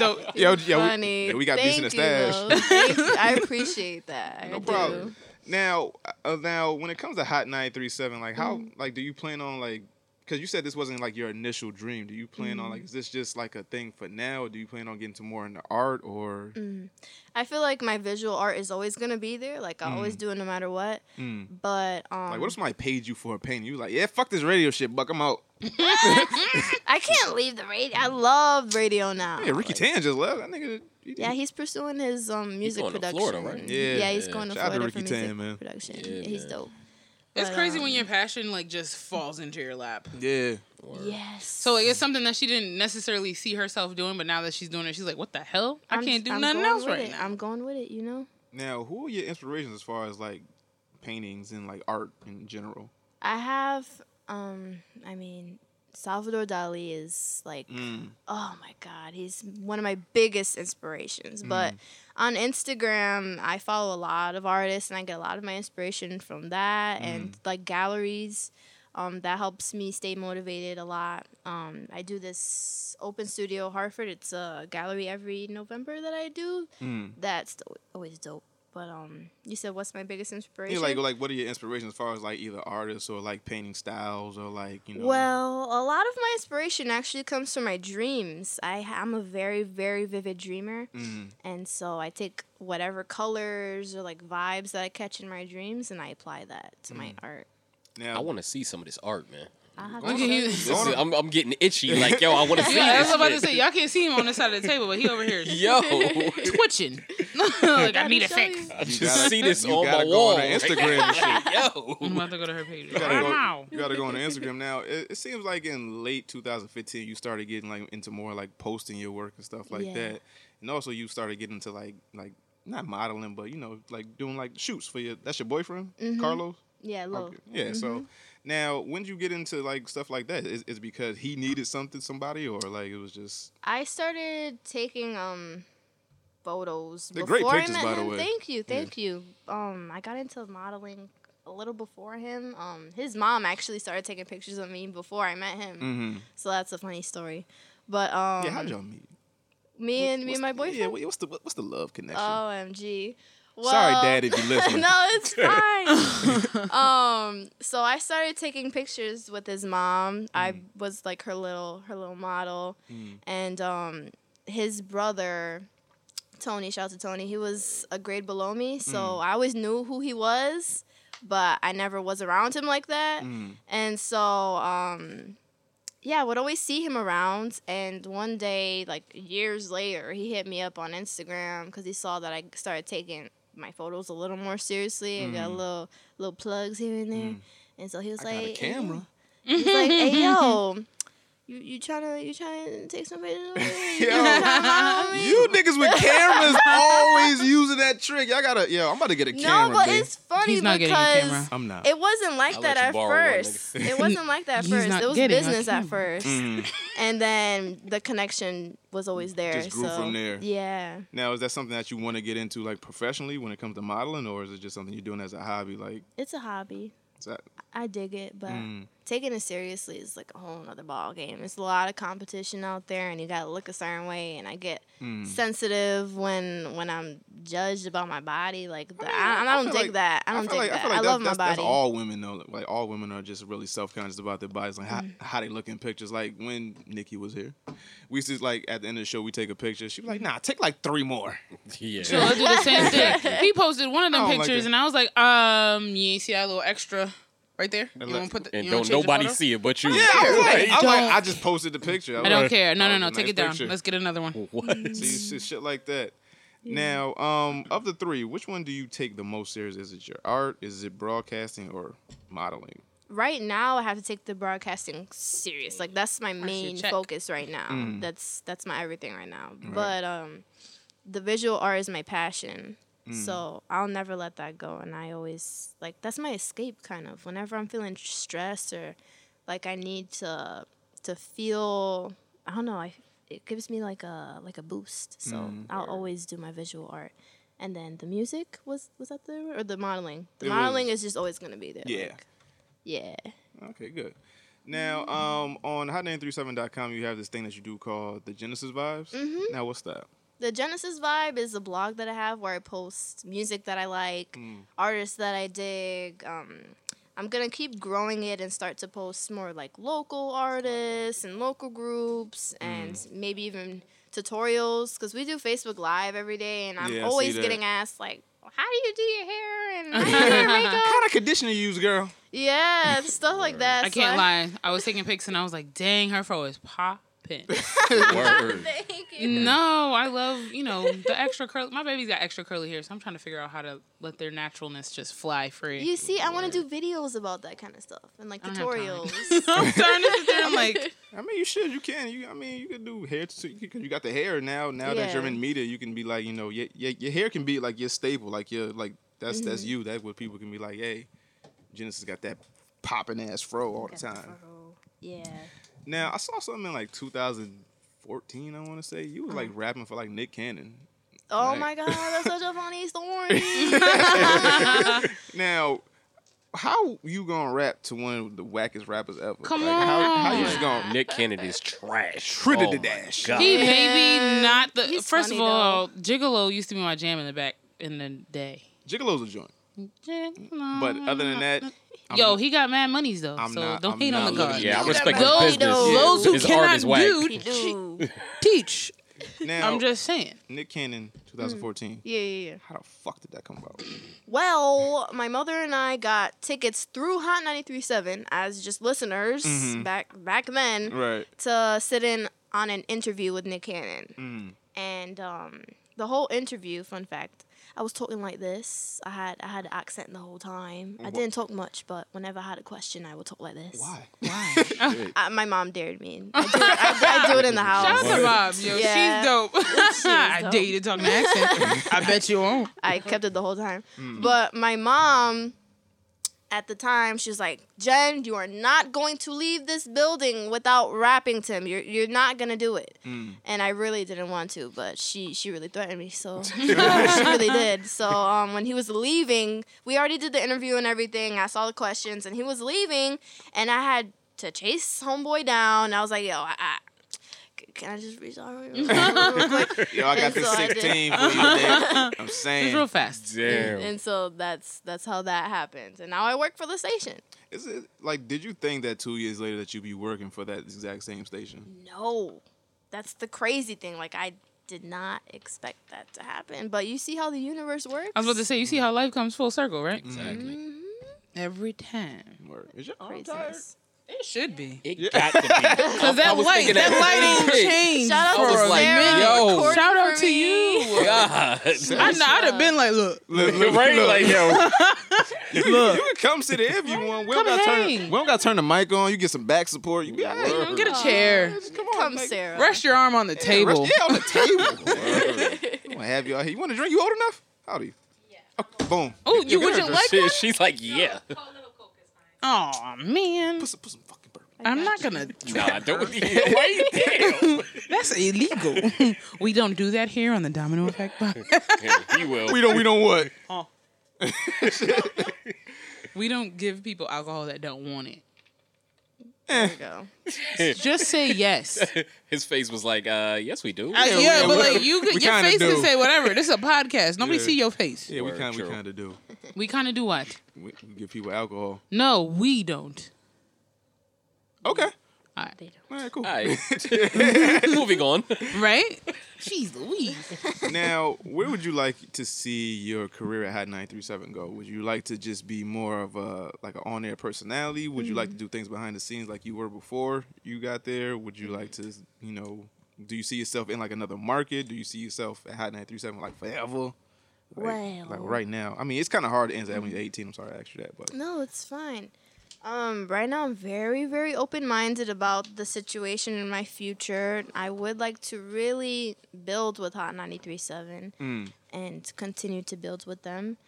[SPEAKER 7] yo, yo,
[SPEAKER 10] Funny.
[SPEAKER 7] We, yeah, we got
[SPEAKER 10] Thank
[SPEAKER 7] beats in the
[SPEAKER 10] you,
[SPEAKER 7] stash.
[SPEAKER 10] though. Thank you. I appreciate that.
[SPEAKER 7] No
[SPEAKER 10] I
[SPEAKER 7] problem.
[SPEAKER 10] do.
[SPEAKER 7] Now, uh, now, when it comes to Hot 937, like how,
[SPEAKER 10] Mm.
[SPEAKER 7] like, do you plan on like, because you said this wasn't like your initial dream. Do you plan on
[SPEAKER 10] Mhm.
[SPEAKER 7] like, is this just like a thing for now? Or do you plan on getting to more into art or?
[SPEAKER 10] Mm. I feel like my visual art is always gonna be there. Like I always
[SPEAKER 7] Mm.
[SPEAKER 10] do, it no matter what.
[SPEAKER 7] Mm.
[SPEAKER 10] But um,
[SPEAKER 7] Like, what if somebody paid you for a painting? You like, yeah, fuck this radio shit, Buck. I'm out.
[SPEAKER 10] I can't leave the radio. I love radio now.
[SPEAKER 7] Yeah, Ricky Tan just left. That nigga.
[SPEAKER 10] Yeah, he's pursuing his um music
[SPEAKER 7] going to
[SPEAKER 10] production.
[SPEAKER 7] Florida, right? Yeah.
[SPEAKER 10] yeah, he's
[SPEAKER 7] Yeah.
[SPEAKER 10] going to
[SPEAKER 7] Shout out to
[SPEAKER 10] Florida for
[SPEAKER 7] Ricky
[SPEAKER 10] music
[SPEAKER 7] Tan, man.
[SPEAKER 10] production.
[SPEAKER 7] Yeah,
[SPEAKER 10] he's
[SPEAKER 7] man.
[SPEAKER 10] dope.
[SPEAKER 9] It's
[SPEAKER 10] But,
[SPEAKER 9] crazy
[SPEAKER 10] um,
[SPEAKER 9] when your passion like just falls into your lap.
[SPEAKER 7] Yeah.
[SPEAKER 10] Yes.
[SPEAKER 9] So like, it's something that she didn't necessarily see herself doing, but now that she's doing it, she's like, "What the hell? I
[SPEAKER 10] I'm-
[SPEAKER 9] can't do
[SPEAKER 10] I'm
[SPEAKER 9] nothing
[SPEAKER 10] going
[SPEAKER 9] else
[SPEAKER 10] with
[SPEAKER 9] right
[SPEAKER 10] it.
[SPEAKER 9] now."
[SPEAKER 10] I'm going with it, you know.
[SPEAKER 7] Now, who are your inspirations as far as like paintings and like art in general?
[SPEAKER 10] I have, um, I mean, Salvador Dali is like,
[SPEAKER 7] Mm.
[SPEAKER 10] oh my God, he's one of my biggest inspirations.
[SPEAKER 7] Mm.
[SPEAKER 10] But on Instagram, I follow a lot of artists and I get a lot of my inspiration from that
[SPEAKER 7] Mm.
[SPEAKER 10] and like galleries. Um, that helps me stay motivated a lot. Um, I do this open studio Hartford. It's a gallery every November that I do.
[SPEAKER 7] Mm.
[SPEAKER 10] That's always dope. But um, you said what's my biggest inspiration?
[SPEAKER 7] Yeah, like like what are your inspirations as far as like either artists or like painting styles or like you know?
[SPEAKER 10] Well, a lot of my inspiration actually comes from my dreams. I ha- I'm a very very vivid dreamer,
[SPEAKER 7] Mhm.
[SPEAKER 10] and so I take whatever colors or like vibes that I catch in my dreams and I apply that to
[SPEAKER 7] Mm.
[SPEAKER 10] my art.
[SPEAKER 7] Now,
[SPEAKER 8] I want to see some of this art, man.
[SPEAKER 10] I have
[SPEAKER 9] Look at you.
[SPEAKER 8] This is- I'm, I'm getting itchy. Like, yo, I want to see
[SPEAKER 9] Yeah, I was
[SPEAKER 8] this.
[SPEAKER 9] about to
[SPEAKER 8] shit.
[SPEAKER 9] say y'all can't see him on the side of the table, but he over here,
[SPEAKER 8] Yo.
[SPEAKER 9] twitching. like I need a fix.
[SPEAKER 8] I just
[SPEAKER 7] gotta-
[SPEAKER 8] see this
[SPEAKER 7] you
[SPEAKER 8] on
[SPEAKER 7] gotta
[SPEAKER 8] my
[SPEAKER 7] go
[SPEAKER 8] wall.
[SPEAKER 7] on her Instagram and shit.
[SPEAKER 8] Yo,
[SPEAKER 9] I'm about to go to her page.
[SPEAKER 7] You gotta, go,
[SPEAKER 9] Wow.
[SPEAKER 7] you gotta go on Instagram now. It, it seems like in late 2015, you started getting like into more like posting your work and stuff like
[SPEAKER 9] Yeah.
[SPEAKER 7] that, and also you started getting into like like not modeling, but you know like doing like shoots for your that's your boyfriend
[SPEAKER 10] Mhm.
[SPEAKER 7] Carlos.
[SPEAKER 10] Yeah, low.
[SPEAKER 7] Okay. Yeah.
[SPEAKER 10] Mm-hmm.
[SPEAKER 7] So now, when did you get into like stuff like that? Is is it because he needed something, somebody, or like it was just
[SPEAKER 10] I started taking um photos
[SPEAKER 7] They're
[SPEAKER 10] before
[SPEAKER 7] great pictures,
[SPEAKER 10] I met
[SPEAKER 7] by the
[SPEAKER 10] him.
[SPEAKER 7] way.
[SPEAKER 10] Thank you,
[SPEAKER 7] Yeah.
[SPEAKER 10] thank you. Um, I got into modeling a little before him. Um, his mom actually started taking pictures of me before I met him.
[SPEAKER 7] Mhm.
[SPEAKER 10] So that's a funny story. But um,
[SPEAKER 7] yeah? How'd y'all meet?
[SPEAKER 10] Me
[SPEAKER 7] What-
[SPEAKER 10] and me
[SPEAKER 7] what's
[SPEAKER 10] and my
[SPEAKER 7] the- Yeah.
[SPEAKER 10] boyfriend. Uh,
[SPEAKER 7] what- What's the what- what's the love connection?
[SPEAKER 10] OMG.
[SPEAKER 7] Sorry, Dad, if you listen.
[SPEAKER 10] no, it's fine. um, so I started taking pictures with his mom.
[SPEAKER 7] Mm.
[SPEAKER 10] I was like her little her little model,
[SPEAKER 4] Mm.
[SPEAKER 10] and um, his brother. Tony, shout out to Tony. He was a grade below me, so
[SPEAKER 4] Mm.
[SPEAKER 10] I always knew who he was, but I never was around him like that.
[SPEAKER 4] Mm.
[SPEAKER 10] And so, um, yeah, I would always see him around. And one day, like years later, he hit me up on Instagram because he saw that I started taking my photos a little more seriously. and got
[SPEAKER 4] Mm.
[SPEAKER 10] little little plugs here and there.
[SPEAKER 7] Mm.
[SPEAKER 10] And so he was
[SPEAKER 4] I
[SPEAKER 10] like,
[SPEAKER 4] got a
[SPEAKER 10] "Hey, yo."
[SPEAKER 4] camera.
[SPEAKER 10] He's like, "Hey yo, you you trying to you trying to take some pictures?" of me?
[SPEAKER 7] Yo, you niggas with cameras always using that trick. Y'all gotta, yo, I'm about to get a
[SPEAKER 10] No,
[SPEAKER 7] camera.
[SPEAKER 10] but
[SPEAKER 7] B.
[SPEAKER 10] it's funny He's not getting a because camera.
[SPEAKER 7] I'm not.
[SPEAKER 10] It wasn't like
[SPEAKER 7] I'll
[SPEAKER 10] that
[SPEAKER 7] let you
[SPEAKER 10] at
[SPEAKER 7] borrow one,
[SPEAKER 10] first.
[SPEAKER 7] nigga.
[SPEAKER 10] It wasn't like that at
[SPEAKER 7] He's
[SPEAKER 10] first.
[SPEAKER 7] not
[SPEAKER 10] It was
[SPEAKER 7] getting a
[SPEAKER 10] business at
[SPEAKER 7] camera.
[SPEAKER 10] first,
[SPEAKER 7] Mm.
[SPEAKER 10] and then the connection was always there.
[SPEAKER 7] Just grew
[SPEAKER 10] so
[SPEAKER 7] from there.
[SPEAKER 10] yeah.
[SPEAKER 7] Now, is that something that you want to get into, like professionally, when it comes to modeling, or is it just something you're doing as a hobby? Like,
[SPEAKER 10] It's a hobby.
[SPEAKER 7] is that?
[SPEAKER 10] I dig it, but
[SPEAKER 7] Mm.
[SPEAKER 10] taking it seriously is like a whole nother ball game. It's a lot of competition out there, and you gotta look a certain way. And I get
[SPEAKER 4] Mm.
[SPEAKER 10] sensitive when when I'm judged about my body. Like the, I, I,
[SPEAKER 4] I
[SPEAKER 10] don't
[SPEAKER 4] feel
[SPEAKER 10] dig
[SPEAKER 4] like-
[SPEAKER 10] that. I don't dig
[SPEAKER 7] feel like,
[SPEAKER 10] that. I,
[SPEAKER 7] feel like that's,
[SPEAKER 10] love my
[SPEAKER 7] that's,
[SPEAKER 10] body.
[SPEAKER 7] that's all women though. Like, Like all women are just really self conscious about their bodies, like how,
[SPEAKER 10] Mm.
[SPEAKER 7] how they look in pictures. Like when Nikki was here, we used to like at the end of the show we take a picture. She was like, "Nah, take like three more."
[SPEAKER 8] Yeah,
[SPEAKER 9] So I do the same thing. He posted one of them
[SPEAKER 7] I don't like
[SPEAKER 9] pictures,
[SPEAKER 7] that.
[SPEAKER 9] and I was like, um, you ain't see that little extra right there? You wanna put the,
[SPEAKER 8] and
[SPEAKER 9] you wanna
[SPEAKER 8] don't
[SPEAKER 9] change the
[SPEAKER 8] nobody
[SPEAKER 9] photo?
[SPEAKER 8] see it but you.
[SPEAKER 7] Yeah, I was like, I, was like,
[SPEAKER 9] Don't.
[SPEAKER 7] I just posted the picture.
[SPEAKER 9] I don't care. No, no, no.
[SPEAKER 7] Oh, Nice
[SPEAKER 9] Take it down.
[SPEAKER 7] picture.
[SPEAKER 9] Let's get another one.
[SPEAKER 7] What? See, shit, shit like that. Now, um, of the three, which one do you take the most serious? Is it your art? Is it broadcasting or modeling?
[SPEAKER 10] right now I have to take the broadcasting serious. Like that's my
[SPEAKER 9] your
[SPEAKER 10] main
[SPEAKER 9] check.
[SPEAKER 10] focus right now.
[SPEAKER 7] Mm.
[SPEAKER 10] That's that's my everything right now.
[SPEAKER 7] Right.
[SPEAKER 10] But um the visual art is my passion.
[SPEAKER 4] Mm.
[SPEAKER 10] So I'll never let that go and I always like that's my escape kind of. Whenever I'm feeling stressed or like I need to to feel I don't know, I it gives me like a like a boost. So
[SPEAKER 4] Mm.
[SPEAKER 10] I'll always do my visual art. And then the music was was that the or the modeling. The
[SPEAKER 7] It was-
[SPEAKER 10] modeling is just always gonna be there.
[SPEAKER 7] Yeah.
[SPEAKER 10] like, yeah.
[SPEAKER 7] Okay, good. Now, um, on hotname37.com, you have this thing that you do called the Genesis Vibes.
[SPEAKER 10] Mhm.
[SPEAKER 7] Now, what's that?
[SPEAKER 10] The Genesis Vibe is a blog that I have where I post music that I like,
[SPEAKER 7] Mm.
[SPEAKER 10] artists that I dig. Um, I'm gonna keep growing it and start to post more like local artists and local groups and
[SPEAKER 7] Mm.
[SPEAKER 10] maybe even tutorials because we do Facebook Live every day and I'm
[SPEAKER 7] Yeah, I see
[SPEAKER 10] always
[SPEAKER 7] that.
[SPEAKER 10] getting asked like, how do you do your hair and how do you do your makeup?
[SPEAKER 7] kind of conditioner you use, girl?
[SPEAKER 10] yeah, stuff like that.
[SPEAKER 9] I
[SPEAKER 10] So
[SPEAKER 9] can't lie. I was taking pics, and I was like, dang, her fro is popping.
[SPEAKER 10] Thank
[SPEAKER 19] it.
[SPEAKER 9] No, I love you know the extra curly. My baby's got extra curly hair, so I'm trying to figure out how to let their naturalness just fly free.
[SPEAKER 10] You see, I want to do videos about that kind of stuff and like
[SPEAKER 9] I don't have time.
[SPEAKER 10] tutorials.
[SPEAKER 9] I'm starting to sit there. I'm like,
[SPEAKER 7] I mean, you should, you can. You, I mean, you can do hair because you got the hair now. Now that you're
[SPEAKER 10] Yeah.
[SPEAKER 7] in media, you can be like, you know, your, your, your hair can be like your staple, like your like that's that's
[SPEAKER 9] Mm-hmm.
[SPEAKER 10] Mhm.
[SPEAKER 7] you. That's what people can be like. Hey, Genesis got that popping ass fro all the time.
[SPEAKER 10] yeah.
[SPEAKER 7] Now I saw something in like 2014. I want to say you was like
[SPEAKER 9] Uh-huh.
[SPEAKER 7] rapping for like Nick Cannon.
[SPEAKER 10] Oh
[SPEAKER 7] Like-
[SPEAKER 10] my god, that's such a funny story.
[SPEAKER 7] now, how you gonna rap to one of the wackest rappers ever?
[SPEAKER 9] Come
[SPEAKER 7] How, how you
[SPEAKER 9] on.
[SPEAKER 7] just gonna?
[SPEAKER 8] Nick Cannon is trash.
[SPEAKER 7] Trinity
[SPEAKER 8] Oh my
[SPEAKER 7] dash.
[SPEAKER 8] God.
[SPEAKER 9] he maybe not the. first of
[SPEAKER 10] funny,
[SPEAKER 9] all, Gigolo used to be my jam in the back in the day.
[SPEAKER 7] Gigolo's a joint.
[SPEAKER 9] Gigolo.
[SPEAKER 7] But other than that, I'm-
[SPEAKER 9] Yo, he got mad monies though,
[SPEAKER 7] I'm
[SPEAKER 9] so
[SPEAKER 7] not-
[SPEAKER 9] don't
[SPEAKER 7] I'm
[SPEAKER 9] hate on
[SPEAKER 7] not
[SPEAKER 9] the guard.
[SPEAKER 7] looking- Yeah, I respect his
[SPEAKER 9] those,
[SPEAKER 7] business.
[SPEAKER 9] Those who
[SPEAKER 7] His art
[SPEAKER 9] cannot
[SPEAKER 7] is whack.
[SPEAKER 9] do, teach.
[SPEAKER 7] Now,
[SPEAKER 9] I'm just Mm. saying.
[SPEAKER 7] Nick Cannon, 2014.
[SPEAKER 10] Yeah, yeah, yeah.
[SPEAKER 7] How the fuck did that come about?
[SPEAKER 10] Well, my mother and I got tickets through Hot 93.7 as just listeners
[SPEAKER 7] Mhm.
[SPEAKER 10] back back then
[SPEAKER 7] Right.
[SPEAKER 10] to sit in on an interview with Nick Cannon.
[SPEAKER 7] Mm.
[SPEAKER 10] And um, the whole interview, fun fact, I was talking like this. I had I had an accent the whole time. I
[SPEAKER 7] Wha-
[SPEAKER 10] didn't talk much, but whenever I had a question, I would talk like this.
[SPEAKER 7] Why?
[SPEAKER 10] Why? I, my mom dared me. I do, it, I, do- I do it in the house.
[SPEAKER 9] Shout out to mom, yo,
[SPEAKER 10] Yeah.
[SPEAKER 9] she's dope.
[SPEAKER 10] She is
[SPEAKER 9] I
[SPEAKER 10] dope.
[SPEAKER 9] dare you to talk in an accent. I bet you won't.
[SPEAKER 10] I kept it the whole time.
[SPEAKER 9] Mm.
[SPEAKER 10] But my mom, at the time, she was like, "Jen, you are not going to leave this building without rapping to him. You're you're not gonna do it." And I really didn't want to, but she she really threatened me, so she really did. So um, when he was leaving, we already did the interview and everything. I saw the questions, and he was leaving, and I had to chase homeboy down. I was like, "Yo, I." I can I just reach out? real quick?"
[SPEAKER 7] Yo, I got
[SPEAKER 10] And
[SPEAKER 7] this
[SPEAKER 10] so I did.
[SPEAKER 7] 16 for you, Nick. I'm saying.
[SPEAKER 9] It's real fast.
[SPEAKER 7] Damn.
[SPEAKER 10] And so that's that's how that happened. And now I work for the station.
[SPEAKER 7] Is it like? Did you think that two years later that you'd be working for that exact same
[SPEAKER 10] Mm-hmm.
[SPEAKER 7] station?
[SPEAKER 10] No. That's the crazy thing. Like I did not expect that to happen. But you see how the universe works?
[SPEAKER 9] I was about to say, you see how life comes full circle, right?
[SPEAKER 7] Mm.
[SPEAKER 10] Exactly.
[SPEAKER 9] Every time.
[SPEAKER 7] Is your
[SPEAKER 10] Craziness.
[SPEAKER 9] It should be.
[SPEAKER 8] It got to be.
[SPEAKER 9] Because that light, that, light ain't changed.
[SPEAKER 10] Shout out
[SPEAKER 9] for
[SPEAKER 10] to
[SPEAKER 9] a
[SPEAKER 10] Sarah
[SPEAKER 9] minute.
[SPEAKER 8] yo.
[SPEAKER 10] recording
[SPEAKER 9] Shout out
[SPEAKER 10] for
[SPEAKER 9] to
[SPEAKER 10] me.
[SPEAKER 9] you. I know, I'd have been like, look,
[SPEAKER 7] Look, look,
[SPEAKER 8] Right,
[SPEAKER 7] look.
[SPEAKER 8] like, yo.
[SPEAKER 7] You, you can come sit there if you want. We don't
[SPEAKER 9] Come
[SPEAKER 7] gotta turn.
[SPEAKER 9] hang.
[SPEAKER 7] We don't gotta turn the mic on. You get some back support. You be all right.
[SPEAKER 9] Mm-hmm. get a chair.
[SPEAKER 10] Come, Sarah.
[SPEAKER 9] Rest your arm on the
[SPEAKER 7] Yeah,
[SPEAKER 9] table.
[SPEAKER 7] rest- Yeah, on the table. I'm gonna have you out here. You want to drink? You old enough? How old are you? Yeah. boom.
[SPEAKER 9] Oh, you would you like one?
[SPEAKER 8] She's like, yeah.
[SPEAKER 9] Oh man. Put
[SPEAKER 7] some, put some fucking
[SPEAKER 9] bourbon. I'm not gonna.
[SPEAKER 8] Nah, don't.
[SPEAKER 9] That's illegal. we don't do that here on the Domino Effect. Podcast.
[SPEAKER 8] he will.
[SPEAKER 7] We don't. We don't what?
[SPEAKER 9] Oh. we don't give people alcohol that don't want it.
[SPEAKER 7] There
[SPEAKER 10] we go.
[SPEAKER 9] Just say yes.
[SPEAKER 8] His face was like, uh, yes, we do.
[SPEAKER 9] Uh, yeah, but like you,
[SPEAKER 8] We
[SPEAKER 9] could, your
[SPEAKER 8] kinda
[SPEAKER 9] face
[SPEAKER 8] do.
[SPEAKER 9] can say whatever. This is a podcast. Nobody
[SPEAKER 7] Yeah.
[SPEAKER 9] see your face.
[SPEAKER 7] Yeah, we
[SPEAKER 8] Word,
[SPEAKER 7] kind we
[SPEAKER 8] true.
[SPEAKER 7] kind of do.
[SPEAKER 9] We kind of do what?
[SPEAKER 7] We, we give people alcohol.
[SPEAKER 9] No, we don't.
[SPEAKER 7] Okay.
[SPEAKER 9] All right.
[SPEAKER 7] All right, cool.
[SPEAKER 8] Moving on.
[SPEAKER 9] Right? Jeez Louise.
[SPEAKER 7] now, where would you like to see your career at Hot 937 go? Would you like to just be more of a like an on-air personality? Would you like to do things behind the scenes like you were before you got there? Would you like to, you know, do you see yourself in like another market? Do you see yourself at Hot 937 like forever? Like, like
[SPEAKER 10] Well.
[SPEAKER 7] right now. I mean, it's kind of hard to answer that when you're 18. I'm sorry I asked you that, but
[SPEAKER 10] No, it's fine. Um, right now I'm very, very open minded about the situation in my future. I would like to really build with Hot 937.
[SPEAKER 4] Mm.
[SPEAKER 10] and continue to build with them.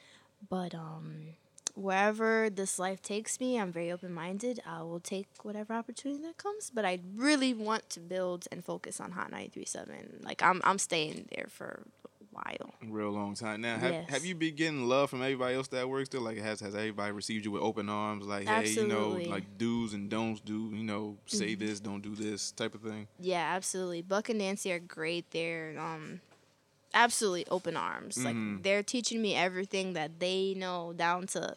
[SPEAKER 10] But um, wherever this life takes me, I'm very open minded. I will take whatever opportunity that comes. But I really want to build and focus on Hot 937. Like I'm, I'm staying there for a while.
[SPEAKER 7] a real long time now. Have,
[SPEAKER 10] Yes.
[SPEAKER 7] have you been getting love from everybody else that works there? Like, has has everybody received you with open arms? Like, hey,
[SPEAKER 10] Absolutely.
[SPEAKER 7] you know, like do's and don'ts. Do you know, say
[SPEAKER 10] Mhm.
[SPEAKER 7] this, don't do this, type of thing.
[SPEAKER 10] Yeah, absolutely. Buck and Nancy are great. They're um, absolutely open arms.
[SPEAKER 7] Mhm.
[SPEAKER 10] Like they're teaching me everything that they know down to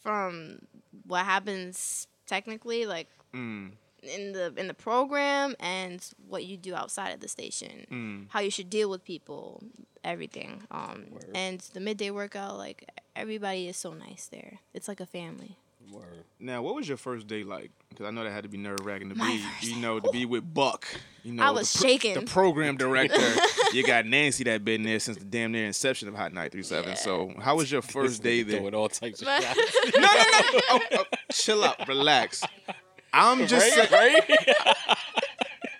[SPEAKER 10] from what happens technically, like
[SPEAKER 7] Mm.
[SPEAKER 10] in the in the program and what you do outside of the station,
[SPEAKER 7] Mm.
[SPEAKER 10] how you should deal with people, everything. Um, and the midday workout, like everybody is so nice there. It's like a family.
[SPEAKER 7] Now, what was your first day like? because I know that had to be nerve wracking to be, you know, to be with Buck. You know,
[SPEAKER 10] I was
[SPEAKER 7] the pro-
[SPEAKER 10] shaking.
[SPEAKER 7] The program director. you got Nancy that been there since the damn near inception of Hot 937. So, how was your first day there? Doing
[SPEAKER 8] all types
[SPEAKER 7] of no, no, no. Oh, oh, chill out, relax. I'm just
[SPEAKER 8] Right,
[SPEAKER 7] saying.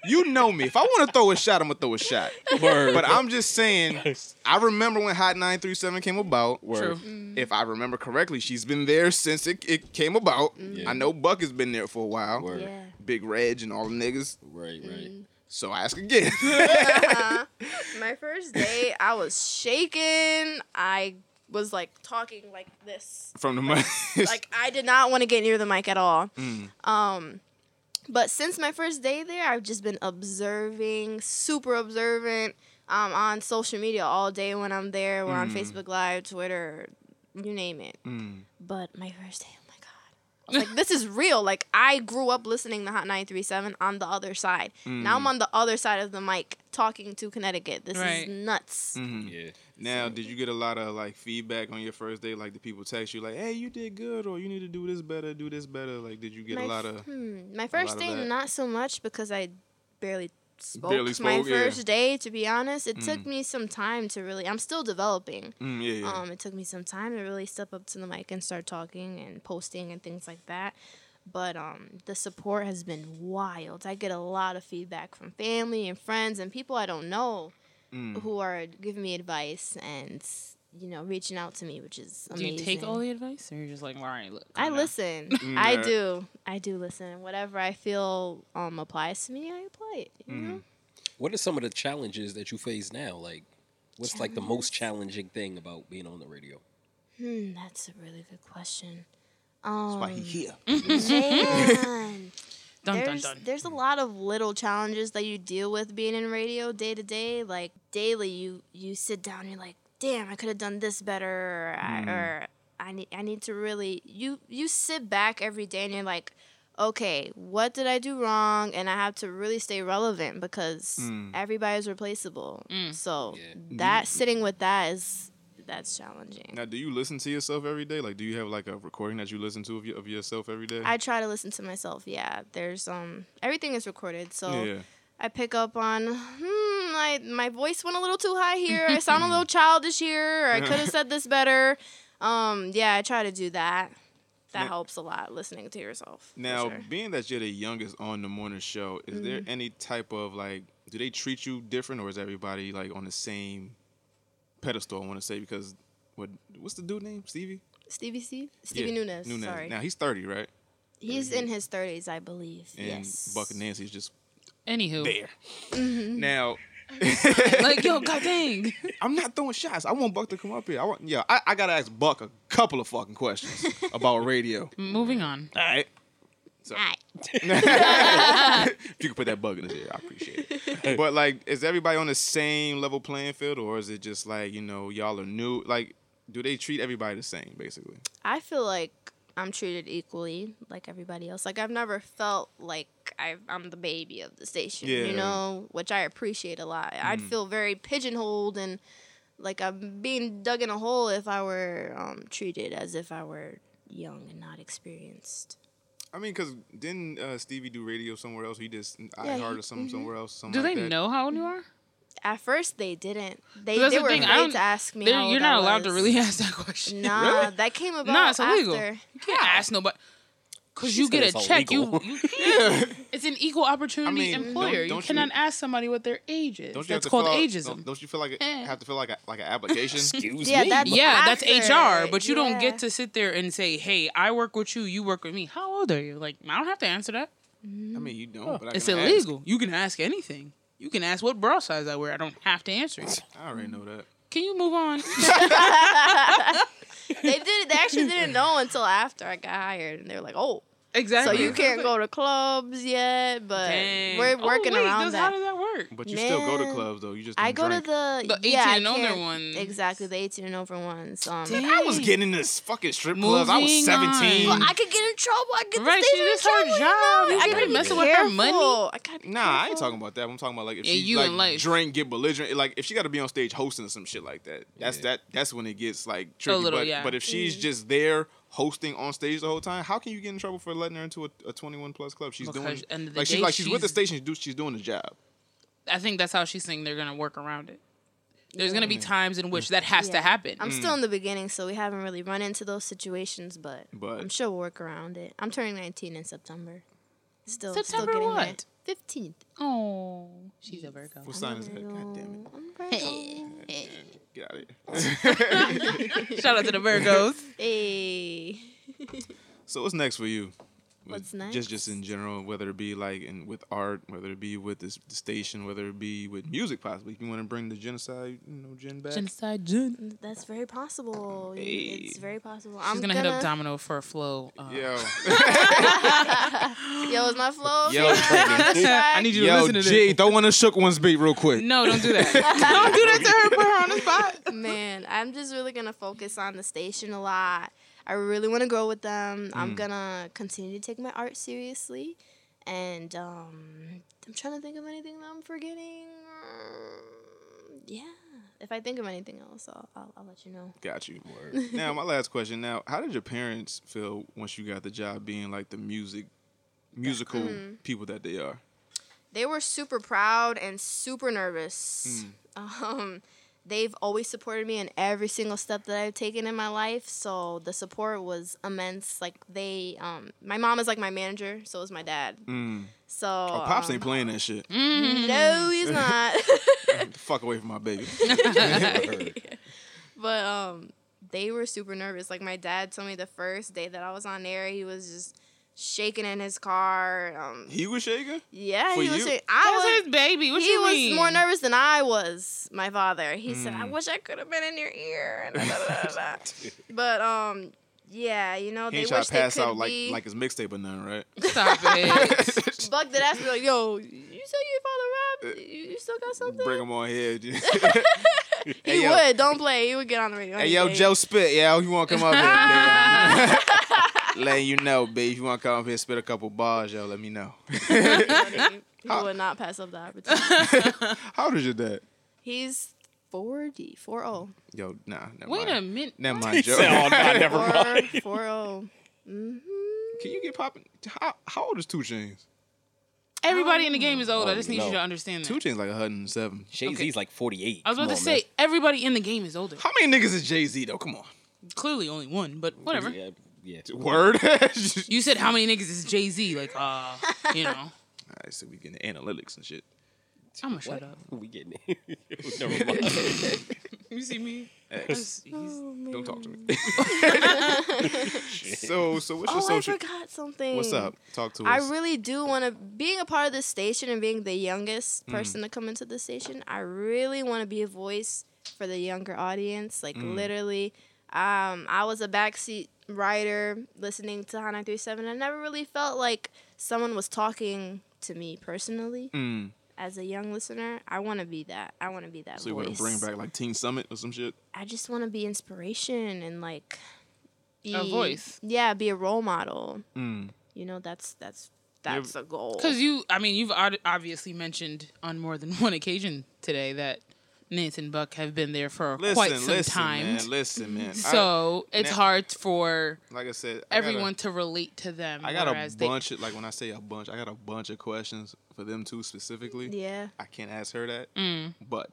[SPEAKER 7] You know me. If I want to throw a shot, I'm gonna throw a shot.
[SPEAKER 8] Word.
[SPEAKER 7] But I'm just saying. I remember when Hot 937 came about.
[SPEAKER 8] Word. True. Mm.
[SPEAKER 7] If I remember correctly, she's been there since it, it came about.
[SPEAKER 8] Mm.
[SPEAKER 7] I know Buck has been there for a while.
[SPEAKER 8] Word. Yeah.
[SPEAKER 7] Big Reg and all the niggas.
[SPEAKER 8] Right, right.
[SPEAKER 7] So I ask again.
[SPEAKER 10] My first day, I was shaking. I was like talking like this.
[SPEAKER 7] From the mic.
[SPEAKER 10] Like I did not want to get near the mic at all.
[SPEAKER 7] Mm.
[SPEAKER 10] Um, but since my first day there, I've just been observing, super observant. Um, on social media all day when I'm there. We're on
[SPEAKER 21] Mm.
[SPEAKER 10] Facebook Live, Twitter, you name it.
[SPEAKER 21] Mm.
[SPEAKER 10] But my first day, oh my god, I was like this is real. Like I grew up listening to Hot 937 on the other side. Now I'm
[SPEAKER 7] Mm.
[SPEAKER 10] on the other side of the mic talking to Connecticut. This
[SPEAKER 7] Right.
[SPEAKER 10] is nuts.
[SPEAKER 7] Yeah. Now, did you get a lot of like feedback on your first day? Like, did people text you like, "Hey, you did good," or "You need to do this better, do this better"? Like, did you get
[SPEAKER 10] my,
[SPEAKER 7] a lot
[SPEAKER 10] f-
[SPEAKER 7] of?
[SPEAKER 10] hmm, my
[SPEAKER 7] a lot
[SPEAKER 10] first
[SPEAKER 7] of
[SPEAKER 10] day,
[SPEAKER 7] that?
[SPEAKER 10] not so much because I barely spoke.
[SPEAKER 7] Barely
[SPEAKER 10] my
[SPEAKER 7] spoke, yeah.
[SPEAKER 10] first day, to be honest, it took
[SPEAKER 7] Mm.
[SPEAKER 10] me some time to really. I'm still developing.
[SPEAKER 7] Mm, yeah, yeah.
[SPEAKER 10] Um, it took me some time to really step up to the mic and start talking and posting and things like that. But um, the support has been wild. I get a lot of feedback from family and friends and people I don't know
[SPEAKER 7] Mm.
[SPEAKER 10] who are giving me advice and you know reaching out to me, which is
[SPEAKER 9] Do
[SPEAKER 10] amazing.
[SPEAKER 9] you take all the advice, or you're just like, all right, look.
[SPEAKER 10] I
[SPEAKER 9] calm down."
[SPEAKER 10] listen.
[SPEAKER 9] Mm,
[SPEAKER 10] I
[SPEAKER 9] alright.
[SPEAKER 10] do. I do listen. Whatever I feel um applies to me, I apply it. You know?
[SPEAKER 8] What are some of the challenges that you face now? Like, what's like the most challenging thing about being on the radio?
[SPEAKER 10] Hmm, that's a really good question. Um,
[SPEAKER 8] Mm-hmm. why he
[SPEAKER 9] here.
[SPEAKER 10] man.
[SPEAKER 9] Dun, dun,
[SPEAKER 10] there's,
[SPEAKER 9] dun.
[SPEAKER 10] there's a lot of little challenges that you deal with being in radio day to day. Like daily, you you sit down, and you're like, damn, I could have done this better, or, I,
[SPEAKER 21] Mm.
[SPEAKER 10] or I need I need to really you you sit back every day and you're like, okay, what did I do wrong? And I have to really stay relevant because
[SPEAKER 7] Mm.
[SPEAKER 10] everybody's replaceable. So that sitting with that is that's challenging.
[SPEAKER 7] Now, do you listen to yourself every day? Like, do you have like a recording that you listen to of, your, of yourself every day?
[SPEAKER 10] I try to listen to myself. Yeah, there's um everything is recorded, so
[SPEAKER 7] Yeah.
[SPEAKER 10] I pick up on hmm I my voice went a little too high here. I sound a little childish here. Or I could have said this better. Um yeah, I try to do that. That
[SPEAKER 7] Yeah.
[SPEAKER 10] helps a lot listening to yourself. for
[SPEAKER 7] Now,
[SPEAKER 10] sure.
[SPEAKER 7] being that you're the youngest on the morning show, is there
[SPEAKER 10] Mhm.
[SPEAKER 7] any type of like, do they treat you different, or is everybody like on the same pedestal? I want to say because what what's the dude name? Stevie.
[SPEAKER 10] Stevie C, Stevie
[SPEAKER 7] Yeah,
[SPEAKER 10] Nunes, Sorry,
[SPEAKER 7] Now he's thirty, right?
[SPEAKER 10] he's in his thirties, I believe.
[SPEAKER 7] And
[SPEAKER 10] yes.
[SPEAKER 7] Buck and Nancy's just
[SPEAKER 9] Anywho,
[SPEAKER 7] there.
[SPEAKER 10] Mhm.
[SPEAKER 7] Now,
[SPEAKER 9] like yo, god dang.
[SPEAKER 7] I'm not throwing shots. I want Buck to come up here. I want, yeah, I, I gotta ask Buck a couple of fucking questions about radio.
[SPEAKER 9] Moving on.
[SPEAKER 7] All right. So.
[SPEAKER 10] All
[SPEAKER 7] right. if you could put that bug in his ear, I appreciate it. But like, is everybody on the same level playing field, or is it just like you know y'all are new? Like, do they treat everybody the same basically?
[SPEAKER 10] I feel like I'm treated equally like everybody else. Like I've never felt like i I'm the baby of the station,
[SPEAKER 21] Yeah.
[SPEAKER 10] you know, which I appreciate a lot. I'd
[SPEAKER 21] Mm.
[SPEAKER 10] feel very pigeonholed and like I'm being dug in a hole if I were um, treated as if I were young and not experienced.
[SPEAKER 7] I mean, because didn't uh, Stevie do radio somewhere else? He did
[SPEAKER 10] Yeah,
[SPEAKER 7] I heard
[SPEAKER 10] he-
[SPEAKER 7] or something
[SPEAKER 10] mhm.
[SPEAKER 7] somewhere else. Something
[SPEAKER 9] mm-hmm. Do
[SPEAKER 7] like
[SPEAKER 9] they
[SPEAKER 7] that.
[SPEAKER 9] know how old you are?
[SPEAKER 10] At first, they didn't. They,
[SPEAKER 9] But that's
[SPEAKER 10] they
[SPEAKER 9] the
[SPEAKER 10] were
[SPEAKER 9] thing, I
[SPEAKER 10] afraid
[SPEAKER 9] don't-
[SPEAKER 10] to ask me.
[SPEAKER 9] they're-
[SPEAKER 10] how old
[SPEAKER 9] you're
[SPEAKER 10] I
[SPEAKER 9] not allowed to
[SPEAKER 10] was.
[SPEAKER 9] really ask that question.
[SPEAKER 10] Nah,
[SPEAKER 9] Really?
[SPEAKER 10] that came about.
[SPEAKER 9] Nah, it's illegal.
[SPEAKER 10] after.
[SPEAKER 9] You can't ask nobody. Cause
[SPEAKER 10] She
[SPEAKER 9] you
[SPEAKER 10] said
[SPEAKER 9] get a
[SPEAKER 10] it's
[SPEAKER 9] check. You,
[SPEAKER 10] illegal.
[SPEAKER 9] you it's an equal opportunity
[SPEAKER 7] I mean,
[SPEAKER 9] employer.
[SPEAKER 7] don't-
[SPEAKER 9] you
[SPEAKER 7] don't you-
[SPEAKER 9] cannot ask somebody what their age is.
[SPEAKER 7] Don't you have
[SPEAKER 9] That's
[SPEAKER 7] to
[SPEAKER 9] called
[SPEAKER 7] fill out-
[SPEAKER 9] ageism.
[SPEAKER 7] Don't, don't you feel like a,
[SPEAKER 9] Eh.
[SPEAKER 7] have to fill like a, like an application? Excuse
[SPEAKER 9] yeah, That's yeah, that's HR.
[SPEAKER 10] after,
[SPEAKER 9] But you
[SPEAKER 10] yeah.
[SPEAKER 9] don't get to sit there and say, "Hey, I work with you. You work with me. How old are you?" Like, I don't have to answer that.
[SPEAKER 7] I mean, you don't. But I
[SPEAKER 9] it's
[SPEAKER 7] can ask.
[SPEAKER 9] illegal. You can ask anything. You can ask what bra size I wear. I don't have to answer it.
[SPEAKER 7] I already know that.
[SPEAKER 9] Can you move on?
[SPEAKER 10] they did. They actually didn't know until after I got hired, and they were like, "Oh,
[SPEAKER 9] Exactly.
[SPEAKER 10] So you can't go to clubs yet, but
[SPEAKER 9] Dang.
[SPEAKER 10] we're
[SPEAKER 9] Oh,
[SPEAKER 10] working
[SPEAKER 9] wait,
[SPEAKER 10] around
[SPEAKER 9] does-
[SPEAKER 10] that.
[SPEAKER 9] how does that work?
[SPEAKER 7] But you still go to
[SPEAKER 10] Man,
[SPEAKER 7] clubs though. You just
[SPEAKER 10] I
[SPEAKER 7] don't
[SPEAKER 10] go
[SPEAKER 7] drink.
[SPEAKER 10] to the
[SPEAKER 9] The 18
[SPEAKER 10] yeah, I
[SPEAKER 9] and older
[SPEAKER 10] can't-
[SPEAKER 9] ones.
[SPEAKER 10] Exactly, the eighteen and over ones. Um,
[SPEAKER 7] Man, I was getting in this fucking strip clubs. I was
[SPEAKER 10] Moving
[SPEAKER 7] 17.
[SPEAKER 10] Well, I could get in trouble. I get
[SPEAKER 9] Right,
[SPEAKER 10] the
[SPEAKER 9] she
[SPEAKER 10] station
[SPEAKER 9] just
[SPEAKER 10] in
[SPEAKER 9] her
[SPEAKER 10] trouble,
[SPEAKER 9] job.
[SPEAKER 10] You know?
[SPEAKER 9] You
[SPEAKER 10] I
[SPEAKER 9] gotta
[SPEAKER 10] gotta
[SPEAKER 9] be
[SPEAKER 10] be
[SPEAKER 9] messing with her money.
[SPEAKER 10] careful. I gotta be
[SPEAKER 7] Nah, I ain't talking about that. I'm talking about like if
[SPEAKER 9] Yeah,
[SPEAKER 7] she
[SPEAKER 9] you in
[SPEAKER 7] like
[SPEAKER 9] life.
[SPEAKER 7] drink, get belligerent. Like if she got to be on stage hosting or some shit like that. That's that. That's when it gets like tricky.
[SPEAKER 9] little,
[SPEAKER 7] but,
[SPEAKER 9] yeah.
[SPEAKER 7] but if she's
[SPEAKER 9] Mhm.
[SPEAKER 7] just there hosting on stage the whole time. How can you get in trouble for letting her into a, a 21 plus club? She's
[SPEAKER 9] Because end
[SPEAKER 7] doing
[SPEAKER 9] of the
[SPEAKER 7] like she's
[SPEAKER 9] day,
[SPEAKER 7] like she's, with the
[SPEAKER 9] she's-
[SPEAKER 7] station. She's, do, she's doing the job.
[SPEAKER 9] I think that's how she's saying they're gonna work around it. There's gonna be
[SPEAKER 10] Mm.
[SPEAKER 9] times in which that has to
[SPEAKER 10] Yeah.
[SPEAKER 9] happen.
[SPEAKER 10] I'm still in the beginning, so we haven't really run into those situations, but,
[SPEAKER 9] But-
[SPEAKER 10] I'm sure we'll work around it. I'm turning 19 in September. Still,
[SPEAKER 9] September
[SPEAKER 10] still getting there.
[SPEAKER 9] what?
[SPEAKER 10] 15th.
[SPEAKER 9] Oh, she's a Virgo.
[SPEAKER 7] What sign is that? God damn it. Get out of here.
[SPEAKER 9] Shout out to the Virgos.
[SPEAKER 10] Hey.
[SPEAKER 7] So what's next for you?
[SPEAKER 10] What's
[SPEAKER 7] With- Just just in general, whether it be like in with art, whether it be with this the station, whether it be with music, possibly. If you want to bring the genocide, you know, gen back.
[SPEAKER 9] Genocide June.
[SPEAKER 10] That's very possible. You- It's very possible.
[SPEAKER 9] She's
[SPEAKER 10] I'm
[SPEAKER 9] gonna, hit up Domino for a flow. Uh,
[SPEAKER 7] Yo.
[SPEAKER 10] Yo, is my flow?
[SPEAKER 7] Yo,
[SPEAKER 9] I need you to
[SPEAKER 7] Yo,
[SPEAKER 9] listen to
[SPEAKER 7] G, throw one of shook ones beat real quick.
[SPEAKER 9] No, don't do that.
[SPEAKER 10] Don't
[SPEAKER 9] do that to her. Put her on the spot.
[SPEAKER 10] Man, I'm just really gonna focus on the station a lot. I really want to grow with them. I'm
[SPEAKER 9] Mm.
[SPEAKER 10] gonna continue to take my art seriously, and um, I'm trying to think of anything that I'm forgetting. Um, Yeah, if I think of anything else, I'll, I'll, I'll let you know.
[SPEAKER 7] Got you. now, my last question. Now, how did your parents feel once you got the job being like the music, musical
[SPEAKER 10] Mhm.
[SPEAKER 7] people that they are?
[SPEAKER 10] They were super proud and super nervous.
[SPEAKER 7] Mm.
[SPEAKER 10] Um, they've always supported me in every single step that I've taken in my life. So the support was immense. Like they, um, my mom is like my manager, so is my dad.
[SPEAKER 7] Mm.
[SPEAKER 10] So
[SPEAKER 7] Oh, pops
[SPEAKER 10] um,
[SPEAKER 7] ain't playing that shit.
[SPEAKER 9] Mm-hmm.
[SPEAKER 10] No, he's not.
[SPEAKER 7] Get the fuck away from my baby.
[SPEAKER 10] but um, they were super nervous. Like my dad told me the first day that I was on air, he was just shaking in his car. Um,
[SPEAKER 7] he was shaking.
[SPEAKER 10] Yeah,
[SPEAKER 7] For
[SPEAKER 10] he was.
[SPEAKER 7] you?
[SPEAKER 10] Saying,
[SPEAKER 9] That was
[SPEAKER 10] I was
[SPEAKER 9] his baby. What
[SPEAKER 10] he
[SPEAKER 9] you
[SPEAKER 10] was
[SPEAKER 9] mean?
[SPEAKER 10] more nervous than I was. My father. He said, "I
[SPEAKER 7] Hmm.
[SPEAKER 9] Mm.
[SPEAKER 10] wish I could have been in your ear." And da, da, da, da, da. but um, yeah, you know,
[SPEAKER 7] he
[SPEAKER 10] they
[SPEAKER 7] ain't trying
[SPEAKER 10] wish
[SPEAKER 7] to
[SPEAKER 10] they
[SPEAKER 7] pass
[SPEAKER 10] could
[SPEAKER 7] out like
[SPEAKER 10] be.
[SPEAKER 7] like his mixtape or nothing, right?
[SPEAKER 9] Stop
[SPEAKER 10] it. Bugged it ass be like, "Yo, you say your father rap? You, you still got something?"
[SPEAKER 7] Uh, Bring him on here. he
[SPEAKER 10] He would. Don't play. He would get on the radio.
[SPEAKER 7] Hey
[SPEAKER 10] any
[SPEAKER 7] yo,
[SPEAKER 10] day.
[SPEAKER 7] Joe Spit, yo, you wanna come up here? man? Letting you know, B. If you wanna come up here, spit a couple bars, yo, let me know.
[SPEAKER 10] He would not pass up the opportunity.
[SPEAKER 7] How old is your dad?
[SPEAKER 10] He's oh. 40, 40.
[SPEAKER 7] Yo, nah, never
[SPEAKER 10] Wait
[SPEAKER 7] mind.
[SPEAKER 10] a minute,
[SPEAKER 7] Never
[SPEAKER 10] what?
[SPEAKER 7] mind,
[SPEAKER 10] He
[SPEAKER 7] Joe.
[SPEAKER 10] said, oh, nah, never Or- mind. 40.
[SPEAKER 7] Can you get popping? How, how old is Two Chains?
[SPEAKER 9] Everybody in the game is old. I just need you to understand that.
[SPEAKER 7] Oh, Two Chains like 107. Jay
[SPEAKER 9] Okay. Z's
[SPEAKER 7] like 48.
[SPEAKER 9] I was about to say everybody in the game is older.
[SPEAKER 7] How many niggas is Jay Z though? Come on.
[SPEAKER 9] Clearly, only one, but whatever.
[SPEAKER 7] Yeah. Word.
[SPEAKER 9] you said how many niggas is Jay Z? Like, uh, you know.
[SPEAKER 7] I said we getting analytics and shit.
[SPEAKER 9] I'm gonna shut up.
[SPEAKER 7] We getting it. Never mind.
[SPEAKER 9] You see me?
[SPEAKER 7] X.
[SPEAKER 9] I'm s- he's-
[SPEAKER 7] Don't talk to me.
[SPEAKER 10] Shit.
[SPEAKER 7] so, so what's your
[SPEAKER 10] oh,
[SPEAKER 7] social?
[SPEAKER 10] I forgot something.
[SPEAKER 7] What's up? Talk to
[SPEAKER 10] I
[SPEAKER 7] us.
[SPEAKER 10] really do want to being a part of this station and being the youngest
[SPEAKER 7] Mm.
[SPEAKER 10] person to come into the station. I really want to be a voice for the younger audience. Like
[SPEAKER 9] Mm.
[SPEAKER 10] literally, um, I was a backseat rider listening to Hana 37. I never really felt like someone was talking to me personally.
[SPEAKER 7] Mm.
[SPEAKER 10] As a young listener, I want to be that. I want to be that
[SPEAKER 7] So you
[SPEAKER 10] voice.
[SPEAKER 7] want to bring back like Teen Summit or some shit?
[SPEAKER 10] I just want to be inspiration and like be
[SPEAKER 9] A voice.
[SPEAKER 10] Yeah, be a role model.
[SPEAKER 7] Mm.
[SPEAKER 10] You know, that's that's
[SPEAKER 9] You ever-
[SPEAKER 10] that's a goal.
[SPEAKER 9] Because you, I mean, you've ob- obviously mentioned on more than one occasion today that Nathan Buck have been there for
[SPEAKER 7] Listen,
[SPEAKER 9] quite some
[SPEAKER 7] listen,
[SPEAKER 9] time.
[SPEAKER 7] man. Listen, man. I-
[SPEAKER 9] So it's
[SPEAKER 7] now-
[SPEAKER 9] hard for
[SPEAKER 7] Like I said, I got a-
[SPEAKER 9] everyone to relate to them.
[SPEAKER 7] I got
[SPEAKER 9] whereas
[SPEAKER 7] a
[SPEAKER 9] they-
[SPEAKER 7] bunch of like when I say a bunch, I got a bunch of questions for them too specifically.
[SPEAKER 9] Yeah.
[SPEAKER 7] I can't ask her that,
[SPEAKER 9] Mm.
[SPEAKER 7] but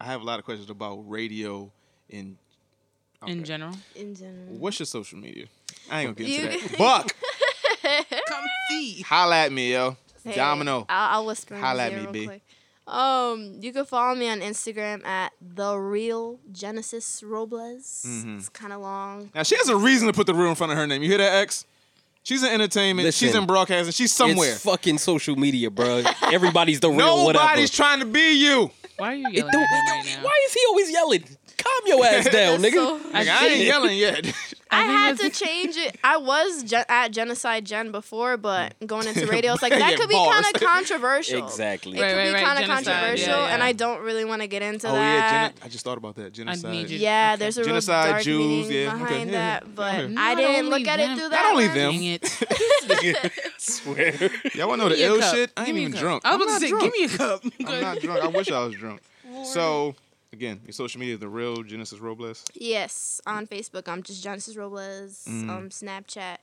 [SPEAKER 7] I have a lot of questions about radio in
[SPEAKER 9] in
[SPEAKER 7] okay.
[SPEAKER 9] general.
[SPEAKER 10] In general.
[SPEAKER 7] What's your social media? I ain't gonna get into
[SPEAKER 10] You-
[SPEAKER 7] that. Buck,
[SPEAKER 9] Come see.
[SPEAKER 7] holla at me, yo.
[SPEAKER 10] Hey,
[SPEAKER 7] Domino.
[SPEAKER 10] I'll, I'll whisper. in his
[SPEAKER 7] Holla at
[SPEAKER 10] ear
[SPEAKER 7] me,
[SPEAKER 10] real
[SPEAKER 7] B.
[SPEAKER 10] quick. Um, you can follow me on Instagram at the real Genesis Robles.
[SPEAKER 7] Mhm.
[SPEAKER 10] It's kind of long.
[SPEAKER 7] Now she has a reason to put the real in front of her name. You hear that, X? She's in entertainment. she's
[SPEAKER 8] Listen,
[SPEAKER 7] in broadcasting. She's somewhere.
[SPEAKER 8] It's fucking social media, bro. Everybody's the real whatever.
[SPEAKER 7] Nobody's trying to be you.
[SPEAKER 9] Why are you
[SPEAKER 8] yelling at him right now? Why is he always yelling? Calm your ass down, nigga.
[SPEAKER 7] Nigga, I ain't yelling yet.
[SPEAKER 10] I, had to change it. I was gen- at Genocide Gen before, but going into radio, it's like that
[SPEAKER 8] Yeah,
[SPEAKER 10] could be
[SPEAKER 8] bars.
[SPEAKER 10] kind of controversial.
[SPEAKER 7] Exactly.
[SPEAKER 10] It
[SPEAKER 7] Right,
[SPEAKER 10] could
[SPEAKER 7] right,
[SPEAKER 10] be
[SPEAKER 7] right,
[SPEAKER 10] kind of
[SPEAKER 7] genocide, yeah,
[SPEAKER 10] controversial,
[SPEAKER 7] yeah.
[SPEAKER 10] and I don't really want to get into
[SPEAKER 7] oh yeah,
[SPEAKER 10] that.
[SPEAKER 7] Gen- I just thought about that. Genocide.
[SPEAKER 10] you- Yeah, there's a real
[SPEAKER 7] genocide
[SPEAKER 10] dark
[SPEAKER 7] Jews.
[SPEAKER 10] meaning
[SPEAKER 7] yeah, okay,
[SPEAKER 10] behind
[SPEAKER 7] yeah,
[SPEAKER 10] that,
[SPEAKER 7] yeah,
[SPEAKER 10] but
[SPEAKER 7] okay.
[SPEAKER 10] I didn't look at it through that.
[SPEAKER 7] Not only
[SPEAKER 10] lens.
[SPEAKER 7] them. Swear. Y'all wanna know the
[SPEAKER 9] Give me a
[SPEAKER 7] ill
[SPEAKER 9] cup.
[SPEAKER 7] shit? I
[SPEAKER 9] Give
[SPEAKER 7] ain't
[SPEAKER 9] me a
[SPEAKER 7] even
[SPEAKER 9] cup.
[SPEAKER 7] drunk.
[SPEAKER 9] I was
[SPEAKER 7] I'm
[SPEAKER 9] about to
[SPEAKER 7] not
[SPEAKER 9] say,
[SPEAKER 7] drunk.
[SPEAKER 9] give me a cup.
[SPEAKER 7] I'm not drunk. I wish I was drunk. So Again, your social media, the real Genesis Robles.
[SPEAKER 10] Yes, on Facebook, I'm just Genesis Robles.
[SPEAKER 7] Mhm.
[SPEAKER 10] Um, Snapchat,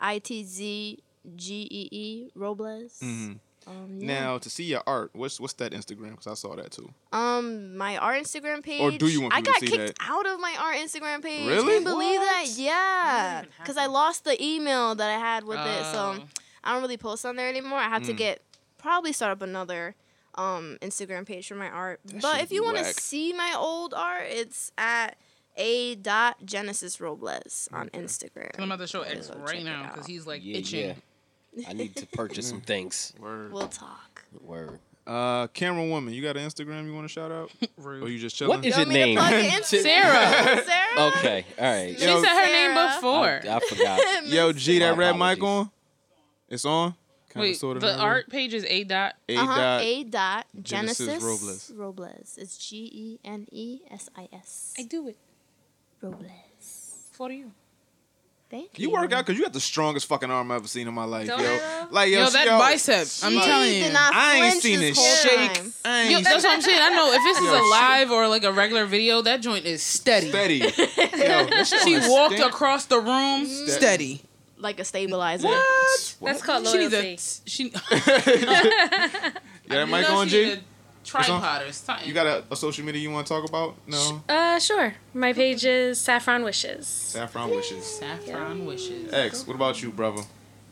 [SPEAKER 10] I T Z G E E Robles.
[SPEAKER 7] Mhm.
[SPEAKER 10] Um, yeah.
[SPEAKER 7] Now to see your art, what's what's that Instagram? Because I saw that too.
[SPEAKER 10] um, my art Instagram page.
[SPEAKER 7] Or do you want
[SPEAKER 10] I
[SPEAKER 7] people
[SPEAKER 10] got
[SPEAKER 7] to see
[SPEAKER 10] kicked
[SPEAKER 7] that?
[SPEAKER 10] out of my art Instagram page.
[SPEAKER 7] Really?
[SPEAKER 10] Can you believe that? Yeah, because I lost the email that I had with it, so
[SPEAKER 9] Oh.
[SPEAKER 10] I don't really post on there anymore. I have to
[SPEAKER 9] Mm.
[SPEAKER 10] get probably start up another um Instagram page for my art.
[SPEAKER 9] That
[SPEAKER 10] but
[SPEAKER 9] shit
[SPEAKER 10] if you want to
[SPEAKER 9] whack.
[SPEAKER 10] see my old art, it's at a dot Genesis Robles on Instagram.
[SPEAKER 9] I'm about to show X
[SPEAKER 10] So check
[SPEAKER 9] right
[SPEAKER 10] it
[SPEAKER 9] now
[SPEAKER 10] out.
[SPEAKER 9] because he's like
[SPEAKER 8] Yeah,
[SPEAKER 9] itching.
[SPEAKER 8] yeah. I need to purchase some things.
[SPEAKER 7] Word.
[SPEAKER 10] We'll talk.
[SPEAKER 8] Word.
[SPEAKER 7] Uh, camera woman, you got an Instagram you want to shout out? Or you just chilling?
[SPEAKER 8] What is your name?
[SPEAKER 9] Sarah.
[SPEAKER 8] Okay. All right.
[SPEAKER 9] She said her name before.
[SPEAKER 8] I, I forgot.
[SPEAKER 7] Yo, G, that red mic on? It's on? Kinda
[SPEAKER 9] Wait,
[SPEAKER 7] sorta,
[SPEAKER 9] the
[SPEAKER 7] maybe?
[SPEAKER 9] art page is a dot.
[SPEAKER 7] A
[SPEAKER 10] Uh-huh,
[SPEAKER 7] dot.
[SPEAKER 10] A dot
[SPEAKER 7] Genesis
[SPEAKER 10] Genesis
[SPEAKER 7] Robles.
[SPEAKER 10] Robles. It's G E N E S I S. I
[SPEAKER 9] do it.
[SPEAKER 10] Robles.
[SPEAKER 9] For you.
[SPEAKER 10] Thank you.
[SPEAKER 7] You work out because you got the strongest fucking arm I've ever seen in my life,
[SPEAKER 9] Don't
[SPEAKER 7] yo.
[SPEAKER 9] I?
[SPEAKER 7] Like yo,
[SPEAKER 9] Yo,
[SPEAKER 7] she-
[SPEAKER 9] that bicep, I'm She telling did you. not
[SPEAKER 7] I ain't
[SPEAKER 9] flinch
[SPEAKER 7] seen it
[SPEAKER 9] this whole
[SPEAKER 7] shake.
[SPEAKER 9] time.
[SPEAKER 7] I ain't
[SPEAKER 9] Yo, that's what I'm saying. I know if this is
[SPEAKER 7] Yo,
[SPEAKER 9] a
[SPEAKER 7] she-
[SPEAKER 9] live or like a regular video, that joint is steady.
[SPEAKER 7] Steady.
[SPEAKER 9] she walked
[SPEAKER 7] stand-
[SPEAKER 9] across the room
[SPEAKER 10] Steady.
[SPEAKER 9] steady.
[SPEAKER 10] Like a stabilizer.
[SPEAKER 9] What?
[SPEAKER 10] That's
[SPEAKER 9] called She needs a- loyalty. She.
[SPEAKER 7] Yeah, that
[SPEAKER 9] You
[SPEAKER 7] mic
[SPEAKER 9] know
[SPEAKER 7] on,
[SPEAKER 9] she
[SPEAKER 7] G.
[SPEAKER 9] need a
[SPEAKER 7] It's on?
[SPEAKER 9] tripod or something.
[SPEAKER 7] You got a, a social media you want to talk about? No.
[SPEAKER 21] Uh, sure. My page is Saffron Wishes.
[SPEAKER 7] Saffron wishes.
[SPEAKER 9] Saffron wishes.
[SPEAKER 7] X, what about you, brother?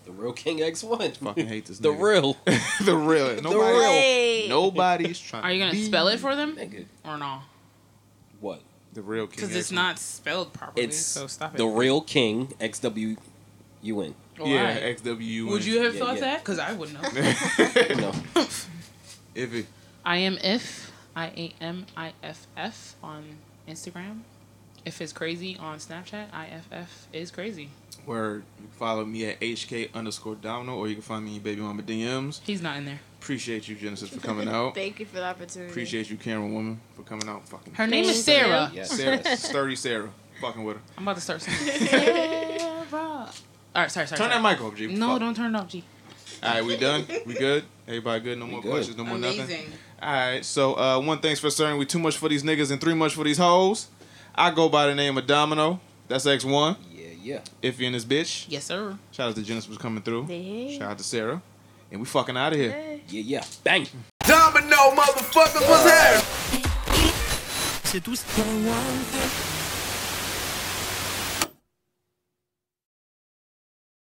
[SPEAKER 8] The real King X one.
[SPEAKER 7] Fucking hate this.
[SPEAKER 8] The real.
[SPEAKER 7] the real. Nobody,
[SPEAKER 9] real.
[SPEAKER 7] Nobody's trying.
[SPEAKER 9] Are you gonna
[SPEAKER 7] to be
[SPEAKER 9] spell it for them
[SPEAKER 8] Nigga.
[SPEAKER 9] or no?
[SPEAKER 8] What?
[SPEAKER 7] The real King.
[SPEAKER 9] Because it's not spelled properly.
[SPEAKER 8] It's
[SPEAKER 9] so stop it.
[SPEAKER 8] the real King X W U N.
[SPEAKER 9] Oh, Yeah, alright.
[SPEAKER 7] XW.
[SPEAKER 9] Would you have
[SPEAKER 8] Yeah,
[SPEAKER 9] thought
[SPEAKER 8] yeah.
[SPEAKER 9] that? Because I wouldn't have.
[SPEAKER 8] no.
[SPEAKER 7] If it.
[SPEAKER 9] I am if I A M I F F on Instagram. If it's crazy on Snapchat, I F F is crazy.
[SPEAKER 7] Where you can follow me at HK underscore Domino, or you can find me in Baby Mama DMs.
[SPEAKER 9] He's not in there.
[SPEAKER 7] Appreciate you, Genesis, for coming out.
[SPEAKER 10] Thank you for the opportunity.
[SPEAKER 7] Appreciate you, camera woman, for coming out. Fucking.
[SPEAKER 9] Her name is Sarah.
[SPEAKER 7] Yes. Sarah, sturdy Sarah. Fucking with her.
[SPEAKER 9] I'm about to start singing. Sarah. All right, sorry, sorry.
[SPEAKER 7] Turn that
[SPEAKER 9] sorry.
[SPEAKER 7] mic off, G.
[SPEAKER 9] No,
[SPEAKER 7] Fuck.
[SPEAKER 9] don't turn it off, G.
[SPEAKER 7] All right, we done. We good. Everybody good. No more
[SPEAKER 9] good.
[SPEAKER 7] questions. No more nothing.
[SPEAKER 9] Amazing.
[SPEAKER 7] All right. So uh, one thing's for certain: we too much for these niggas and three much for these hoes. I go by the name of Domino. That's X One.
[SPEAKER 8] Yeah, yeah.
[SPEAKER 7] If you in this bitch.
[SPEAKER 9] Yes, sir.
[SPEAKER 7] Shout out to Genesis for coming through.
[SPEAKER 10] Yeah.
[SPEAKER 7] Shout out to Sarah. And we fucking out of here.
[SPEAKER 8] Yeah, yeah. Bang.
[SPEAKER 5] Domino motherfuckers was here.
[SPEAKER 22] C'est tous.